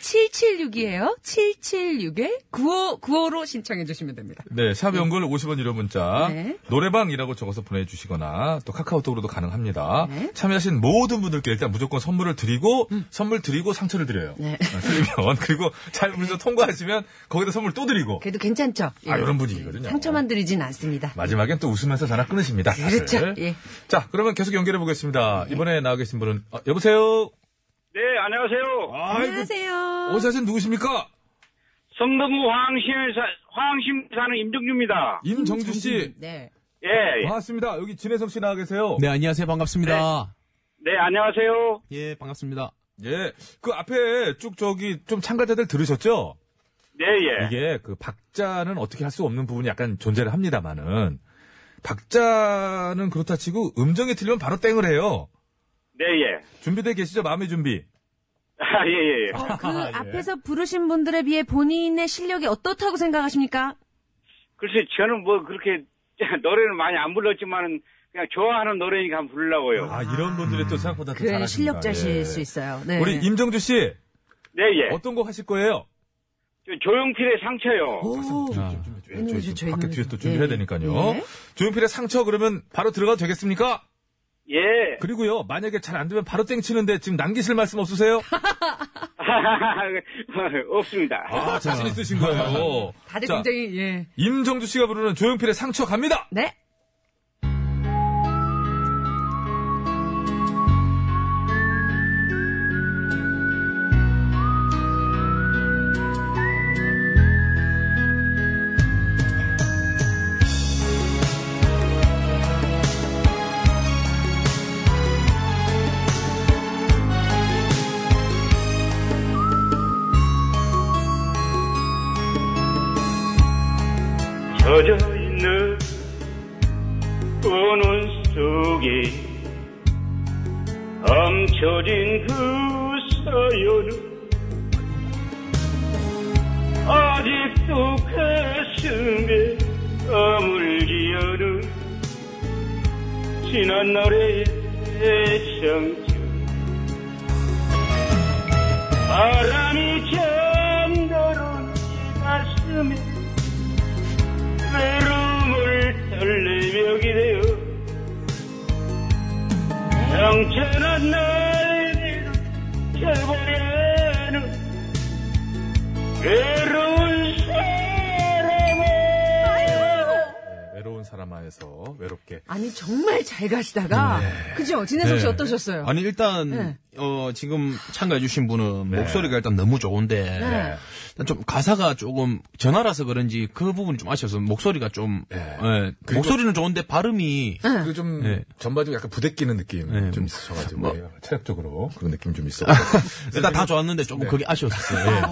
[SPEAKER 5] 776이에요. 776에 9595로 신청해 주시면 됩니다.
[SPEAKER 3] 네, 샵 연글 50원 유료 문자,
[SPEAKER 5] 네.
[SPEAKER 3] 노래방이라고 적어서 보내주시거나, 또 카카오톡으로도 가능합니다.
[SPEAKER 5] 네.
[SPEAKER 3] 참여하신 모든 분들께 일단 무조건 선물을 드리고, 선물 드리고 상처를 드려요.
[SPEAKER 5] 음. 네.
[SPEAKER 3] 아, 틀리면, (laughs) 그리고 잘 문제 통과하시면, 거기다 선물 또 드리고.
[SPEAKER 5] 그래도 괜찮죠?
[SPEAKER 3] 아,
[SPEAKER 5] 예.
[SPEAKER 3] 이런 분위기거든요. 아,
[SPEAKER 5] 상처만 드리진 않습니다.
[SPEAKER 3] 마지막엔 또 웃으면서 전화 끊으십니다. 다들.
[SPEAKER 5] 그렇죠. 예.
[SPEAKER 3] 자, 그러면 계속 연결해 보겠습니다. 이번에 나와 계신 분은, 아, 여보세요?
[SPEAKER 12] 네, 안녕하세요. 안녕하세요.
[SPEAKER 3] 어디 사신 누구십니까?
[SPEAKER 12] 성동구 황심에 사, 황심 사는 임정주입니다.
[SPEAKER 3] 임정주 씨.
[SPEAKER 5] 네.
[SPEAKER 12] 예.
[SPEAKER 3] 반갑습니다. 여기 진혜성 씨 나와 계세요.
[SPEAKER 8] 네 안녕하세요 반갑습니다.
[SPEAKER 12] 네, 안녕하세요.
[SPEAKER 8] 예 반갑습니다.
[SPEAKER 3] 예. 그 앞에 쭉 저기 좀 참가자들 들으셨죠?
[SPEAKER 12] 네, 예.
[SPEAKER 3] 이게 그 박자는 어떻게 할 수 없는 부분이 약간 존재를 합니다만은 박자는 그렇다 치고 음정이 틀리면 바로 땡을 해요.
[SPEAKER 12] 네, 예.
[SPEAKER 3] 준비돼 계시죠? 마음의 준비.
[SPEAKER 12] (laughs) 아, 예, 예, 예.
[SPEAKER 5] 어,
[SPEAKER 3] (laughs) 그
[SPEAKER 5] 앞에서 부르신 분들에 비해 본인의 실력이 어떻다고 생각하십니까?
[SPEAKER 12] 글쎄, 저는 뭐 그렇게 (laughs) 노래는 많이 안 불렀지만은 그냥 좋아하는 노래니까 한번 부르려고요.
[SPEAKER 3] 아, 이런 분들이 또 생각보다 더
[SPEAKER 5] 그래
[SPEAKER 3] 잘하신다.
[SPEAKER 5] 실력자실
[SPEAKER 3] 예.
[SPEAKER 5] 수 있어요. 네.
[SPEAKER 3] 우리 임정주 씨.
[SPEAKER 12] 네, 예.
[SPEAKER 3] 어떤 곡 하실 거예요?
[SPEAKER 12] 저 조용필의 상처요.
[SPEAKER 8] 아.
[SPEAKER 3] 예, 저희 좀 밖에 뒤에서 또 준비해야
[SPEAKER 12] 예.
[SPEAKER 3] 되니까요.
[SPEAKER 12] 예.
[SPEAKER 3] 조용필의 상처 그러면 바로 들어가도 되겠습니까?
[SPEAKER 12] 예.
[SPEAKER 3] 그리고요, 만약에 잘 안 되면 바로 땡치는데 지금 남기실 말씀 없으세요?
[SPEAKER 12] (laughs) 없습니다.
[SPEAKER 3] 아, 자신 있으신 거예요.
[SPEAKER 5] 다들
[SPEAKER 3] 자,
[SPEAKER 5] 굉장히 예.
[SPEAKER 3] 임정주 씨가 부르는 조용필의 상처 갑니다.
[SPEAKER 5] 네.
[SPEAKER 12] 젖어있는 은운 속에 감춰진 그 사연은 아직도 가슴에 아물지 않은 지난 날의 애창 바람이 잠들은 이 가슴에 외로움을 떨리며 기대어 형체는 날리는 결보에는 외로운 사람아
[SPEAKER 3] 네, 외로운 사람아에서 외롭게.
[SPEAKER 5] 아니 정말 잘 가시다가 그죠? 진혜성 씨
[SPEAKER 8] 네.
[SPEAKER 5] 어떠셨어요?
[SPEAKER 8] 아니 일단
[SPEAKER 5] 네.
[SPEAKER 8] 어, 지금 참가해 주신 분은
[SPEAKER 3] 네.
[SPEAKER 8] 목소리가 일단 너무 좋은데
[SPEAKER 5] 네.
[SPEAKER 8] 일단 좀 가사가 조금 전화라서 그런지 그 부분이 좀 아쉬워서 목소리가 좀 예,
[SPEAKER 3] 네. 그리고-
[SPEAKER 8] 목소리는 좋은데 발음이
[SPEAKER 3] 그리고 좀
[SPEAKER 8] 네.
[SPEAKER 3] 전반적으로 약간 부대끼는 느낌 좀 있으셔가지고 예, 체력적으로 그런 느낌 좀 있어.
[SPEAKER 8] 뭐. (laughs) 일단 다 좋았는데 조금 그게 아쉬웠어요. 예.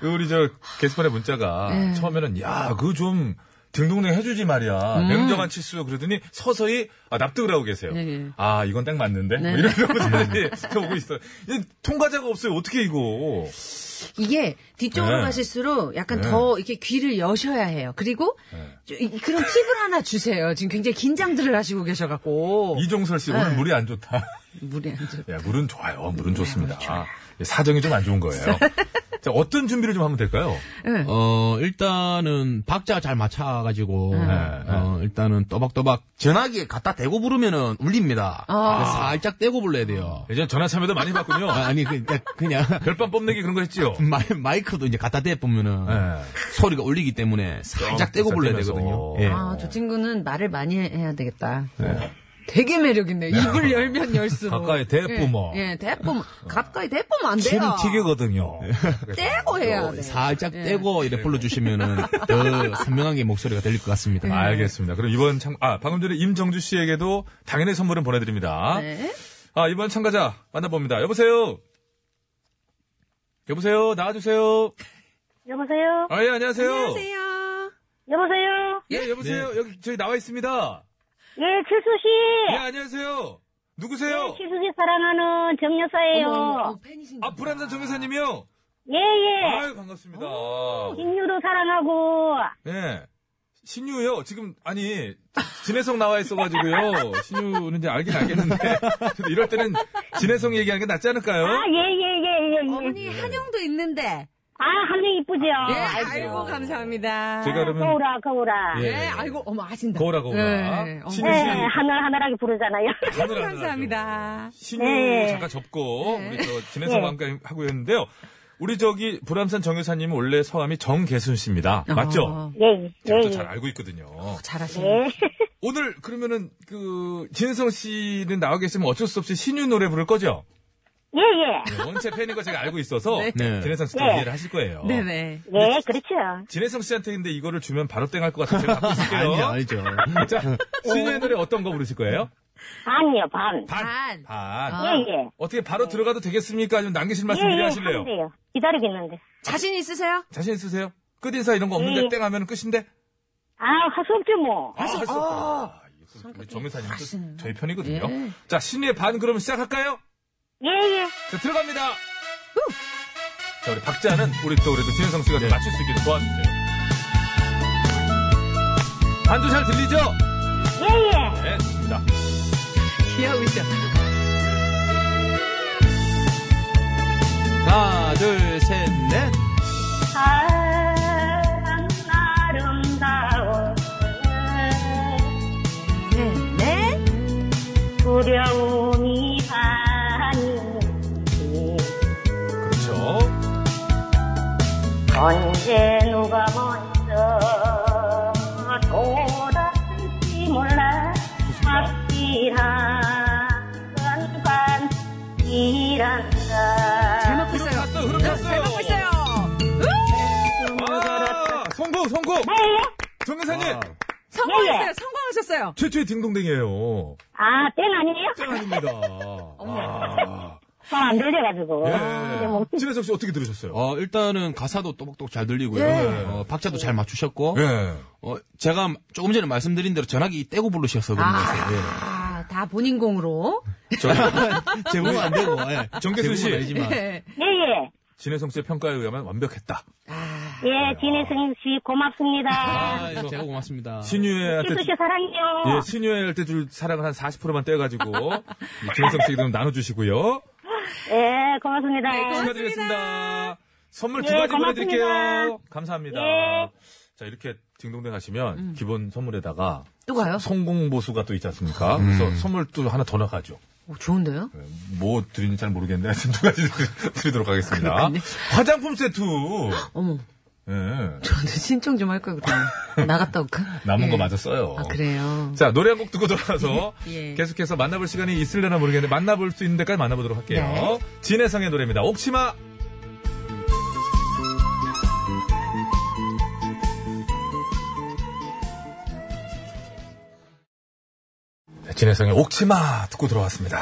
[SPEAKER 3] 그 우리 네. 저 게시판에 문자가
[SPEAKER 8] 네.
[SPEAKER 3] 처음에는 야 그 좀 등록내 해주지 말이야.
[SPEAKER 5] 음.
[SPEAKER 3] 냉정한 치수 그러더니 서서히 아, 납득을 하고 계세요.
[SPEAKER 5] 네, 네.
[SPEAKER 3] 아 이건 딱 맞는데
[SPEAKER 5] 네.
[SPEAKER 3] 뭐
[SPEAKER 5] (laughs)
[SPEAKER 3] 이런 거 보고 있어. 이 통과자가 없어요. 어떻게 이거?
[SPEAKER 5] 이게 뒤쪽으로
[SPEAKER 3] 네.
[SPEAKER 5] 가실수록 약간
[SPEAKER 3] 네.
[SPEAKER 5] 더 이렇게 귀를 여셔야 해요. 그리고
[SPEAKER 8] 네.
[SPEAKER 5] 저- 이- 그런 팁을 하나 주세요. 지금 굉장히 긴장들을 하시고 계셔갖고.
[SPEAKER 3] 이종설 씨
[SPEAKER 5] 네.
[SPEAKER 3] 오늘 물이 안 좋다. (laughs)
[SPEAKER 5] 물이 안 좋다.
[SPEAKER 3] 야, 물은 좋아요. 물은 좋습니다. 예, 사정이 좀 안
[SPEAKER 5] (laughs)
[SPEAKER 3] 좋은 거예요. 자, 어떤 준비를 좀 하면 될까요?
[SPEAKER 5] 예.
[SPEAKER 8] 어, 일단은 박자 잘 맞춰가지고,
[SPEAKER 3] 네.
[SPEAKER 8] 어, 일단은 또박또박 전화기에 갖다 대고 부르면은 울립니다.
[SPEAKER 3] 아.
[SPEAKER 8] 살짝 떼고 불러야 돼요.
[SPEAKER 3] 예전 전화 참여도 많이 봤군요.
[SPEAKER 8] (laughs) 아, 아니, 그, 그냥, 그냥.
[SPEAKER 3] (laughs) 별밤 뽐내기 그런 거 네. 했지요?
[SPEAKER 8] (laughs) 마이, 크도 이제 갖다 대보면은 소리가 울리기 때문에 살짝 떼고
[SPEAKER 3] 살짝
[SPEAKER 8] 불러야
[SPEAKER 3] 떼면서.
[SPEAKER 8] 되거든요. 예.
[SPEAKER 5] 아, 저 친구는 말을 많이 해- 해야 되겠다.
[SPEAKER 8] 네.
[SPEAKER 3] 예.
[SPEAKER 5] 되게 매력있네요.
[SPEAKER 8] (laughs)
[SPEAKER 5] 입을 열면 열수록. 아,
[SPEAKER 3] 가까이 대뿜어.
[SPEAKER 5] 예, 예, 대뿜어. 가까이 네. 대뿜어 안 돼요.
[SPEAKER 3] 침이 튀기거든요.
[SPEAKER 5] 떼고
[SPEAKER 8] 어.
[SPEAKER 5] 해야 돼.
[SPEAKER 8] 살짝 떼고
[SPEAKER 3] 네.
[SPEAKER 8] 이렇게 불러주시면은 더 선명하게 목소리가 들릴 것 같습니다.
[SPEAKER 3] 알겠습니다. 그럼 이번 참, 아, 방금 전에 임정주 씨에게도 당연히 선물은 보내드립니다.
[SPEAKER 5] 네.
[SPEAKER 3] 아, 이번 참가자 만나봅니다. 여보세요? 여보세요? 나와주세요?
[SPEAKER 7] 여보세요?
[SPEAKER 3] 아, 예, 안녕하세요.
[SPEAKER 7] 여보세요?
[SPEAKER 3] 예, 여보세요? 여기 저희 나와 있습니다.
[SPEAKER 7] 예, 칠수 씨.
[SPEAKER 3] 예, 안녕하세요. 누구세요?
[SPEAKER 7] 예, 칠수 씨 사랑하는 정 여사예요.
[SPEAKER 3] 아, 불암산 정 여사님이요?
[SPEAKER 7] 네, 예, 예.
[SPEAKER 3] 아유, 반갑습니다.
[SPEAKER 7] 김유도 사랑하고.
[SPEAKER 3] 예. 신유요. 지금 아니 진해성 나와 있어가지고요. 신유는 이제 알긴 알겠는데 그래도 이럴 때는 진해성 얘기하는 게 낫지 않을까요?
[SPEAKER 7] 아, 예, 예, 예, 예.
[SPEAKER 5] 어머니, 한영도 있는데.
[SPEAKER 7] 아, 한명 이쁘죠?
[SPEAKER 5] 예, 아이고, 감사합니다.
[SPEAKER 3] 제가 그러면-
[SPEAKER 7] 거울아, 거울아.
[SPEAKER 3] 예.
[SPEAKER 5] 예, 아이고, 어머, 아신다.
[SPEAKER 3] 거울아 거울아.
[SPEAKER 5] 예, 어머.
[SPEAKER 7] 예, 하늘하늘하게 부르잖아요.
[SPEAKER 3] 하늘, 하늘.
[SPEAKER 5] 감사합니다.
[SPEAKER 3] 신유
[SPEAKER 7] 예.
[SPEAKER 3] 잠깐 접고
[SPEAKER 5] 네.
[SPEAKER 3] 우리 저 진해성
[SPEAKER 7] 예.
[SPEAKER 3] 함께 하고 있는데요. 우리 저기 불암산 정여사님 은 원래 성함이 정계순 씨입니다.
[SPEAKER 5] 어.
[SPEAKER 3] 맞죠?
[SPEAKER 7] 예,
[SPEAKER 3] 제가
[SPEAKER 7] 예.
[SPEAKER 3] 또 잘 알고 있거든요.
[SPEAKER 7] 예. (laughs)
[SPEAKER 3] 오늘 그러면은 그 진성 씨는 나와 계시면 어쩔 수 없이 신유 노래 부를 거죠?
[SPEAKER 7] 예, 예.
[SPEAKER 3] 네, 원체 팬인 거 제가 알고 있어서
[SPEAKER 7] 네.
[SPEAKER 8] 네.
[SPEAKER 3] 진해성 씨도
[SPEAKER 7] 네.
[SPEAKER 3] 이해를 하실 거예요.
[SPEAKER 7] 네네. 예, 그렇죠.
[SPEAKER 3] 진해성 씨한테 근데 이거를 주면 바로 땡할 것 같아서 제가 갖고 있을게요.
[SPEAKER 8] (laughs) 아니죠, 아니죠.
[SPEAKER 3] (laughs) 자, 신유의 노래 어떤 거 부르실 거예요?
[SPEAKER 7] 반이요, 반.
[SPEAKER 3] 반. 반.
[SPEAKER 7] 예, 예.
[SPEAKER 3] 어떻게 바로 들어가도 되겠습니까? 아니면 남기실 말씀 미리
[SPEAKER 7] 예, 예,
[SPEAKER 3] 하실래요?
[SPEAKER 7] 하면 돼요. 기다리고 있는데.
[SPEAKER 5] 자신 있으세요?
[SPEAKER 3] 자신 있으세요? 끝인사 이런 거
[SPEAKER 7] 예,
[SPEAKER 3] 없는데
[SPEAKER 7] 예.
[SPEAKER 3] 땡 하면 끝인데?
[SPEAKER 7] 아, 할수 없죠, 뭐.
[SPEAKER 3] 아, 할수 없다. 우리 정유사님도 저희 편이거든요. 자, 신유의 반 그러면 시작할까요?
[SPEAKER 7] 예, 예.
[SPEAKER 3] 자, 들어갑니다. 자, 우리 박자는 우리 또 그래도 진해성 씨가
[SPEAKER 8] 네.
[SPEAKER 3] 좀 맞출 수 있게 좀 도와주세요. 반주 잘 들리죠?
[SPEAKER 7] 예,
[SPEAKER 3] 네, 좋습니다.
[SPEAKER 5] 귀여우셔.
[SPEAKER 8] 하나, 둘, 셋,
[SPEAKER 12] 네,
[SPEAKER 8] 넷.
[SPEAKER 7] 참 아름다워
[SPEAKER 5] 네.
[SPEAKER 7] 두려움이 반이지
[SPEAKER 3] 그렇죠.
[SPEAKER 7] 언제 누가 뭐 먼저 돌아올지 몰라 확실한 건 반이란다
[SPEAKER 5] 잘 먹고 있어요. 잘 먹고 있어요. 네,
[SPEAKER 7] 예,
[SPEAKER 3] 아, 성공, 성공! 정유사님!
[SPEAKER 5] 성공했어요.
[SPEAKER 8] 아.
[SPEAKER 5] 성공하셨어요.
[SPEAKER 3] 최초의 딩동댕이에요.
[SPEAKER 7] 아, 땡 아니에요?
[SPEAKER 3] 땡 아닙니다.
[SPEAKER 7] 잘 안 들려가지고 이제 뭐
[SPEAKER 3] 진해석씨 어떻게 들으셨어요?
[SPEAKER 8] 어, 일단은 가사도 또박또박 잘 들리고요.
[SPEAKER 3] 예.
[SPEAKER 8] 어, 박자도 잘 맞추셨고.
[SPEAKER 3] 예.
[SPEAKER 8] 어, 제가 조금 전에 말씀드린 대로 전화기 떼고 부르셨어. 그런 것 같아요.
[SPEAKER 5] 아, 다 본인 공으로.
[SPEAKER 8] 예. 저- (laughs) 제목은 안 되고. 예.
[SPEAKER 3] 정계수 씨.
[SPEAKER 8] 제목은 아니지만.
[SPEAKER 5] 예.
[SPEAKER 7] 예예
[SPEAKER 3] 진해성 씨의 평가에 의하면 완벽했다.
[SPEAKER 7] 예, 진혜승 씨 고맙습니다.
[SPEAKER 8] 아, 예, 제가 고맙습니다.
[SPEAKER 3] 신유애한테.
[SPEAKER 7] 희수 씨 사랑해요.
[SPEAKER 3] 예, 신유애 할 때 줄 사랑을 한 40%만 떼어가지고. 이 진해성 씨에게 좀 나눠주시고요.
[SPEAKER 7] 예, 고맙습니다.
[SPEAKER 3] 축하드리겠습니다. 선물 두
[SPEAKER 7] 예,
[SPEAKER 3] 가지
[SPEAKER 7] 고맙습니다.
[SPEAKER 3] 보내드릴게요. 감사합니다.
[SPEAKER 7] 예.
[SPEAKER 3] 자, 이렇게 딩동댕 하시면 기본 선물에다가.
[SPEAKER 5] 또 가요?
[SPEAKER 3] 성공보수가 또 있지 않습니까?
[SPEAKER 8] 음.
[SPEAKER 3] 그래서 선물 또 하나 더 나가죠.
[SPEAKER 5] 오, 어, 좋은데요?
[SPEAKER 8] 네.
[SPEAKER 3] 뭐 드리는지 잘 모르겠는데 하여튼 두 가지 드리- 드리도록 하겠습니다. 화장품 세트.
[SPEAKER 5] 어머.
[SPEAKER 3] 예.
[SPEAKER 5] 저도 (laughs) 신청 좀 할 걸 그랬네. 나갔다 올까?
[SPEAKER 3] 남은 거
[SPEAKER 5] 예.
[SPEAKER 3] 맞아 써요.
[SPEAKER 5] 아, 그래요.
[SPEAKER 3] 자, 노래 한 곡 듣고
[SPEAKER 5] (laughs)
[SPEAKER 3] 돌아와서
[SPEAKER 5] 예.
[SPEAKER 3] 계속해서 만나볼 시간이 있을려나 모르겠는데 만나볼 수 있는 데까지 만나보도록 할게요.
[SPEAKER 5] 네.
[SPEAKER 3] 진해성의 노래입니다. 옥치마 네, 진해성의 옥치마 듣고 들어왔습니다.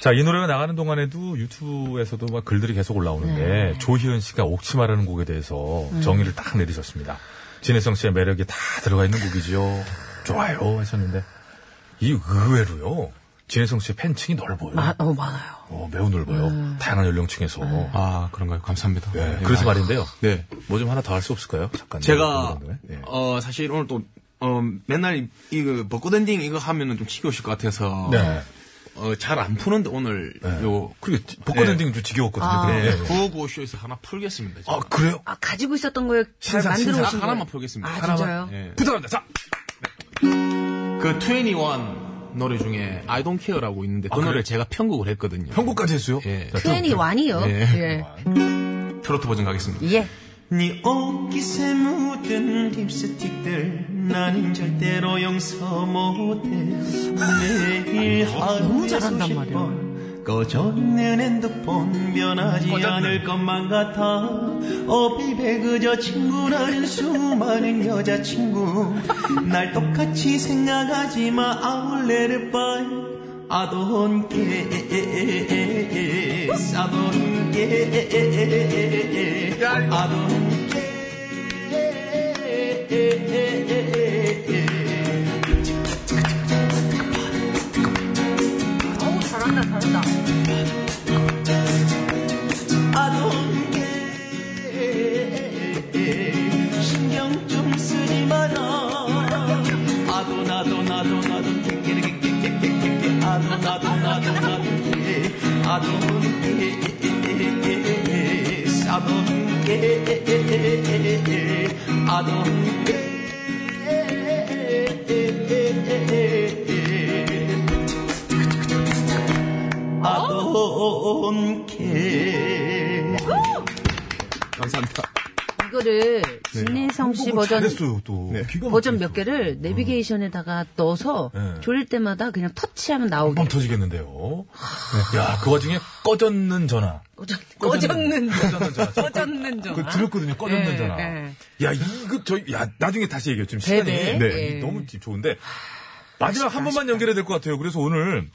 [SPEAKER 3] 자, 이 노래가 나가는 동안에도 유튜브에서도 막
[SPEAKER 5] 네. 음.
[SPEAKER 3] 글들이 계속 올라오는데 조희연 씨가 옥치마라는 곡에 대해서 정의를 딱 내리셨습니다. 진혜성 씨의 매력이 다 들어가 있는 곡이죠. 좋아요 하셨는데 이 의외로요. 진혜성 씨의 팬층이 넓어요.
[SPEAKER 5] 어, 많아요. 네.
[SPEAKER 3] 어, 매우 넓어요. 다양한 연령층에서.
[SPEAKER 8] 아, 그런가요? 감사합니다.
[SPEAKER 3] 네,
[SPEAKER 8] 네,
[SPEAKER 3] 그래서
[SPEAKER 8] 아,
[SPEAKER 3] 말인데요.
[SPEAKER 8] 네.
[SPEAKER 3] 뭐 좀 하나 더 할 수 없을까요? 잠깐. 네,
[SPEAKER 8] 제가 어 사실 오늘 또 어, 맨날 이거 그 벚꽃 엔딩 이거 하면은 좀 지겨우실 것 같아서 어,
[SPEAKER 3] 네.
[SPEAKER 8] 잘 안 푸는데 오늘 요 예.
[SPEAKER 3] 그게 벚꽃 엔딩 좀 지겨웠거든요.
[SPEAKER 5] 아.
[SPEAKER 8] 네.
[SPEAKER 5] 그러면.
[SPEAKER 8] 구호구호쇼에서 하나 풀겠습니다.
[SPEAKER 3] 아 그래요?
[SPEAKER 5] 아, 가지고 있었던 거에 잘
[SPEAKER 8] 신상,
[SPEAKER 5] 만들어
[SPEAKER 8] 신상.
[SPEAKER 5] 오신 거예요?
[SPEAKER 8] 하나만 풀겠습니다.
[SPEAKER 5] 아,
[SPEAKER 8] 하나만.
[SPEAKER 5] 진짜요?
[SPEAKER 8] 예.
[SPEAKER 3] 부탁합니다. 자.
[SPEAKER 8] 그 21 노래 중에 I Don't Care라고 있는데 그
[SPEAKER 3] 아, 그래요?
[SPEAKER 8] 노래를 제가 편곡을 했거든요.
[SPEAKER 3] 편곡까지 했어요?
[SPEAKER 8] 예.
[SPEAKER 5] 트웬이 완이요.
[SPEAKER 8] 예.
[SPEAKER 5] 예.
[SPEAKER 8] 트로트 버전 가겠습니다.
[SPEAKER 5] 예.
[SPEAKER 11] 네 옷깃에 묻은 립스틱들 나는 절대로 용서 못해 매일 하루 아, 잘한단 말이야 꺼졌는 핸드폰 변하지
[SPEAKER 6] 꺼졌네.
[SPEAKER 11] 않을 것만 같아 어비베 그저 친구라는 수많은 여자친구 날 똑같이 생각하지 마 I will let it by I don't care I don't care I don't care
[SPEAKER 5] 어우, 잘한다, 잘한다.
[SPEAKER 11] 아동게 신경 좀 쓰지 마라 아도 나도 나도 나도 깨깨깨깨깨깨 아도 나도 나도 나도 깨 아동게 아동게 아동게 아동게
[SPEAKER 8] 감사합니다.
[SPEAKER 5] 이거를 진혜성 씨 버전
[SPEAKER 3] 네. 잘했어요 또. 기가
[SPEAKER 5] 버전 몇 개를 내비게이션에다가 넣어서
[SPEAKER 3] 어. 네.
[SPEAKER 5] 졸릴 때마다 그냥 터치하면 나오게.
[SPEAKER 3] 빵 음, 터지겠는데요.
[SPEAKER 8] 네.
[SPEAKER 3] 야, 그 와중에 꺼졌는 전화.
[SPEAKER 5] 꺼졌는
[SPEAKER 3] 꺼졌는 전화.
[SPEAKER 5] 꺼졌는 전화.
[SPEAKER 3] 그 들었거든요. (laughs) 꺼졌는
[SPEAKER 5] 예,
[SPEAKER 3] 전화.
[SPEAKER 5] 예.
[SPEAKER 3] 야, 이거 저, 야, 나중에 다시 얘기해요. 지금 시간이.
[SPEAKER 5] 네네.
[SPEAKER 3] 네,
[SPEAKER 5] 예.
[SPEAKER 3] 너무 지- 좋은데. 마지막 한 번만 연결해야 될 것 같아요. 그래서 오늘.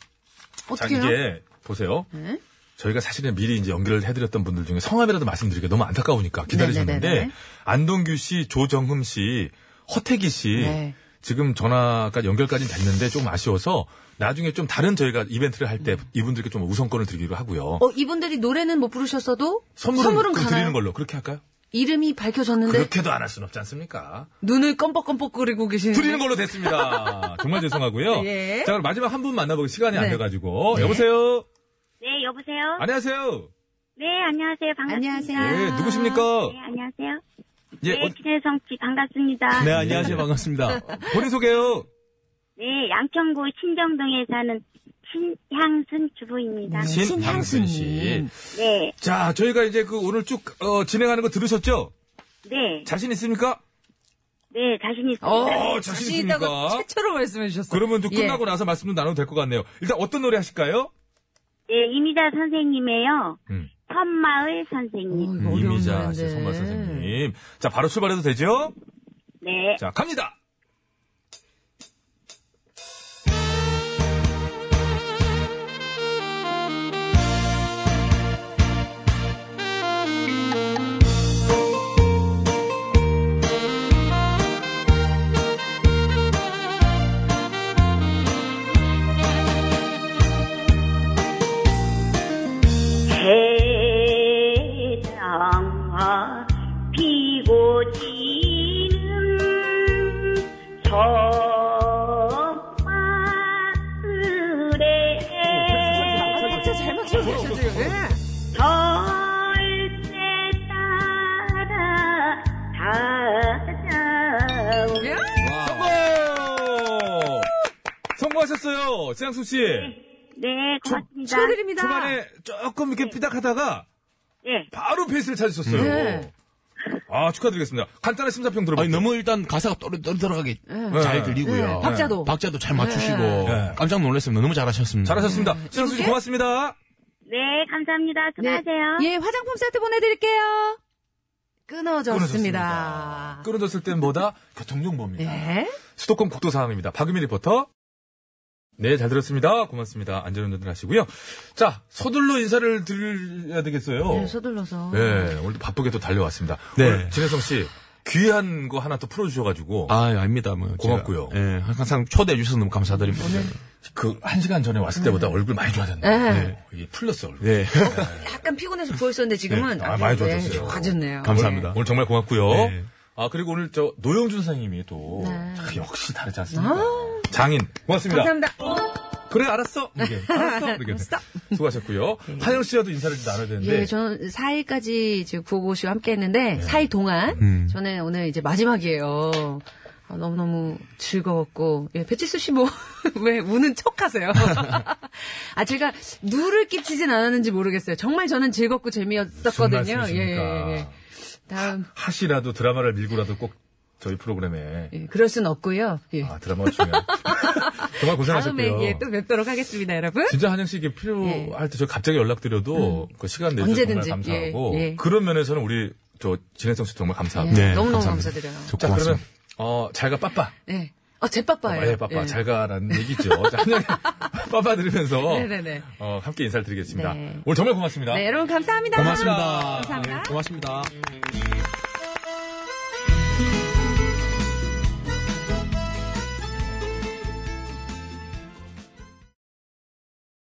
[SPEAKER 3] 자,
[SPEAKER 5] 어떻게 해요?
[SPEAKER 3] 이게, 보세요.
[SPEAKER 5] 네?
[SPEAKER 3] 저희가 사실은 미리 이제 연결을 해드렸던 분들 중에 성함이라도 말씀드리기가 너무 안타까우니까 기다리셨는데.
[SPEAKER 5] 네네네네.
[SPEAKER 3] 안동규 씨, 조정흠 씨, 허태기 씨.
[SPEAKER 5] 네.
[SPEAKER 3] 지금 전화가 연결까지 됐는데 좀 아쉬워서 나중에 좀 다른 저희가 이벤트를 할 때 이분들께 좀 우선권을 드리기로 하고요.
[SPEAKER 5] 음. 어, 이분들이 노래는 못 부르셨어도
[SPEAKER 3] 선물은,
[SPEAKER 5] 선물은,
[SPEAKER 3] 그럼
[SPEAKER 5] 가나요?
[SPEAKER 3] 드리는 걸로 그렇게 할까요?
[SPEAKER 5] 이름이 밝혀졌는데
[SPEAKER 3] 그렇게도 안 할 수는 없지 않습니까?
[SPEAKER 5] 눈을 껌뻑껌뻑거리고 계시는
[SPEAKER 3] 드리는 걸로 됐습니다. 정말 죄송하고요.
[SPEAKER 5] (laughs) 예.
[SPEAKER 3] 자 그럼 마지막 한 분 만나보고 시간이 안
[SPEAKER 5] 네.
[SPEAKER 3] 돼가지고
[SPEAKER 5] 네.
[SPEAKER 3] 여보세요.
[SPEAKER 7] 네, 여보세요?
[SPEAKER 3] 안녕하세요.
[SPEAKER 7] 네, 안녕하세요. 반갑습니다.
[SPEAKER 3] 안녕하세요. 아, 네, 누구십니까?
[SPEAKER 7] 네, 안녕하세요.
[SPEAKER 3] 예,
[SPEAKER 7] 네,
[SPEAKER 3] 어-
[SPEAKER 7] 김혜성 씨 반갑습니다.
[SPEAKER 3] 네 안녕하세요 반갑습니다. 본인 소개요.
[SPEAKER 7] 네, 양천구 신정동에 사는 신향순 주부입니다.
[SPEAKER 3] 네, 신향순 씨.
[SPEAKER 7] 네,
[SPEAKER 3] 자 저희가 이제 그 오늘 쭉 어, 진행하는 거 들으셨죠?
[SPEAKER 7] 네,
[SPEAKER 3] 자신 있습니까?
[SPEAKER 7] 네, 자신 있습니다.
[SPEAKER 3] 어, 자신 있습니까?
[SPEAKER 5] 최초로 말씀해 주셨어요. 예.
[SPEAKER 3] 그러면 또 끝나고 나서 말씀 좀 나눠도 될 것 같네요. 일단 어떤 노래 하실까요?
[SPEAKER 7] 네, 이미자 선생님이에요.
[SPEAKER 3] 음.
[SPEAKER 7] 선마을 선생님.
[SPEAKER 3] 어, 이미자 씨,
[SPEAKER 5] 네,
[SPEAKER 3] 선발 선생님. 자 바로 출발해도 되죠?
[SPEAKER 7] 네.
[SPEAKER 3] 자 갑니다.
[SPEAKER 7] 해당아 피고 지는
[SPEAKER 5] 네,
[SPEAKER 3] 네.
[SPEAKER 7] 섬마을에
[SPEAKER 5] 아, 잘 맞춰주셨어요. 네,
[SPEAKER 7] 절대 따라 다가온
[SPEAKER 5] 예?
[SPEAKER 3] 성공! 성공하셨어요, 지양수 씨.
[SPEAKER 7] 네 고맙습니다
[SPEAKER 3] 초반에 조금 이렇게 삐딱하다가
[SPEAKER 7] 네.
[SPEAKER 3] 바로 페이스를 찾으셨어요.
[SPEAKER 7] 네.
[SPEAKER 3] 아 축하드리겠습니다. 간단한 심사평 들어볼게요.
[SPEAKER 8] 아니 너무 일단 가사가 또르떠르하게
[SPEAKER 3] 네.
[SPEAKER 8] 잘 들리고요.
[SPEAKER 3] 네.
[SPEAKER 5] 박자도.
[SPEAKER 8] 박자도 잘 맞추시고
[SPEAKER 3] 네.
[SPEAKER 8] 깜짝 놀랐습니다. 너무 잘하셨습니다.
[SPEAKER 3] 잘하셨습니다.
[SPEAKER 5] 네.
[SPEAKER 3] 지양수 씨 고맙습니다.
[SPEAKER 7] 네 감사합니다 수고하세요
[SPEAKER 5] 예, 화장품 세트 보내드릴게요. 끊어졌습니다.
[SPEAKER 3] 끊어졌을 땐 뭐다? 교통정보입니다.
[SPEAKER 5] 예.
[SPEAKER 3] 수도권 국도 상황입니다. 박유미 리포터. 네, 잘 들었습니다. 고맙습니다. 안전운전 하시고요. 자, 서둘러 인사를 드려야 되겠어요.
[SPEAKER 5] 네, 서둘러서.
[SPEAKER 3] 네, 오늘도 바쁘게 또 달려왔습니다.
[SPEAKER 8] 네.
[SPEAKER 3] 오늘 진혜성 씨, 귀한 거 하나 또 풀어주셔가지고.
[SPEAKER 8] 아, 아닙니다. 뭐.
[SPEAKER 3] 고맙고요.
[SPEAKER 8] 제가, 예, 항상 초대해 주셔서 너무 감사드립니다.
[SPEAKER 3] 그, 한
[SPEAKER 8] (laughs)
[SPEAKER 3] 시간 전에 왔을 때보다 얼굴 많이 좋아졌네.
[SPEAKER 5] 네.
[SPEAKER 3] 이게 풀렸어, 얼굴.
[SPEAKER 8] 네.
[SPEAKER 5] 약간 피곤해서 부었었는데 지금은
[SPEAKER 3] 네. 아, 많이 좋아졌어요.
[SPEAKER 5] 좋아졌네요.
[SPEAKER 3] 오늘, 오늘 정말 고맙고요.
[SPEAKER 8] 네.
[SPEAKER 3] 아, 그리고 오늘 저, 노영준 선생님이 또.
[SPEAKER 5] 네.
[SPEAKER 3] 자, 역시 다르지
[SPEAKER 5] 네.
[SPEAKER 3] 않습니까?
[SPEAKER 5] 아,
[SPEAKER 3] 장인. 고맙습니다.
[SPEAKER 5] 감사합니다.
[SPEAKER 3] 그래, 알았어.
[SPEAKER 5] (laughs)
[SPEAKER 3] 이렇게. 알았어. 이렇게. 수고하셨고요. 하영 씨라도 인사를 좀 나눠야 되는데.
[SPEAKER 5] 네. 예, 저는 4일까지 지금 구호고 씨와 함께
[SPEAKER 3] 네.
[SPEAKER 5] 했는데, 4일 동안,
[SPEAKER 3] 음.
[SPEAKER 5] 저는 오늘 이제 마지막이에요. 아, 너무너무 즐거웠고, 예, 배치수 씨 뭐, (laughs) 왜 우는 척
[SPEAKER 3] (laughs)
[SPEAKER 5] 하세요? 아, 제가 누를 끼치진 않았는지 모르겠어요. 정말 저는 즐겁고
[SPEAKER 3] 무슨
[SPEAKER 5] 재미였었거든요. 예,
[SPEAKER 3] 말씀이십니까?
[SPEAKER 5] 예, 예. 다음,
[SPEAKER 3] 하시라도 드라마를 밀고라도 꼭 저희 프로그램에.
[SPEAKER 5] 예, 그럴 순 없고요. 예.
[SPEAKER 3] 아, 드라마가 중요해요. 정말 고생하셨고요.
[SPEAKER 5] 다음에 예, 또 뵙도록 하겠습니다, 여러분.
[SPEAKER 3] 진짜 한영 씨 이게 필요할 때 저 갑자기 연락드려도 그 시간 내주셔서
[SPEAKER 5] 음. 언제든지.
[SPEAKER 3] 정말 감사하고
[SPEAKER 5] 예, 예.
[SPEAKER 3] 그런 면에서는 우리 저 진혜성 씨 정말 감사합니다.
[SPEAKER 5] 예, 네, 너무너무 감사합니다. 감사드려요.
[SPEAKER 3] 자 그러면 어 잘가 빠빠.
[SPEAKER 5] 네. 어, 제빠빠예요.
[SPEAKER 3] 예, 빠빠 잘가라는 얘기죠. 자, 한영 (laughs) 빠빠 들으면서
[SPEAKER 5] 네네네.
[SPEAKER 3] 어, 함께 인사를 드리겠습니다.
[SPEAKER 5] 네.
[SPEAKER 3] 오늘 정말 고맙습니다.
[SPEAKER 5] 네, 여러분 감사합니다. 네,
[SPEAKER 3] 고맙습니다.
[SPEAKER 5] 감사합니다.
[SPEAKER 8] 고맙습니다.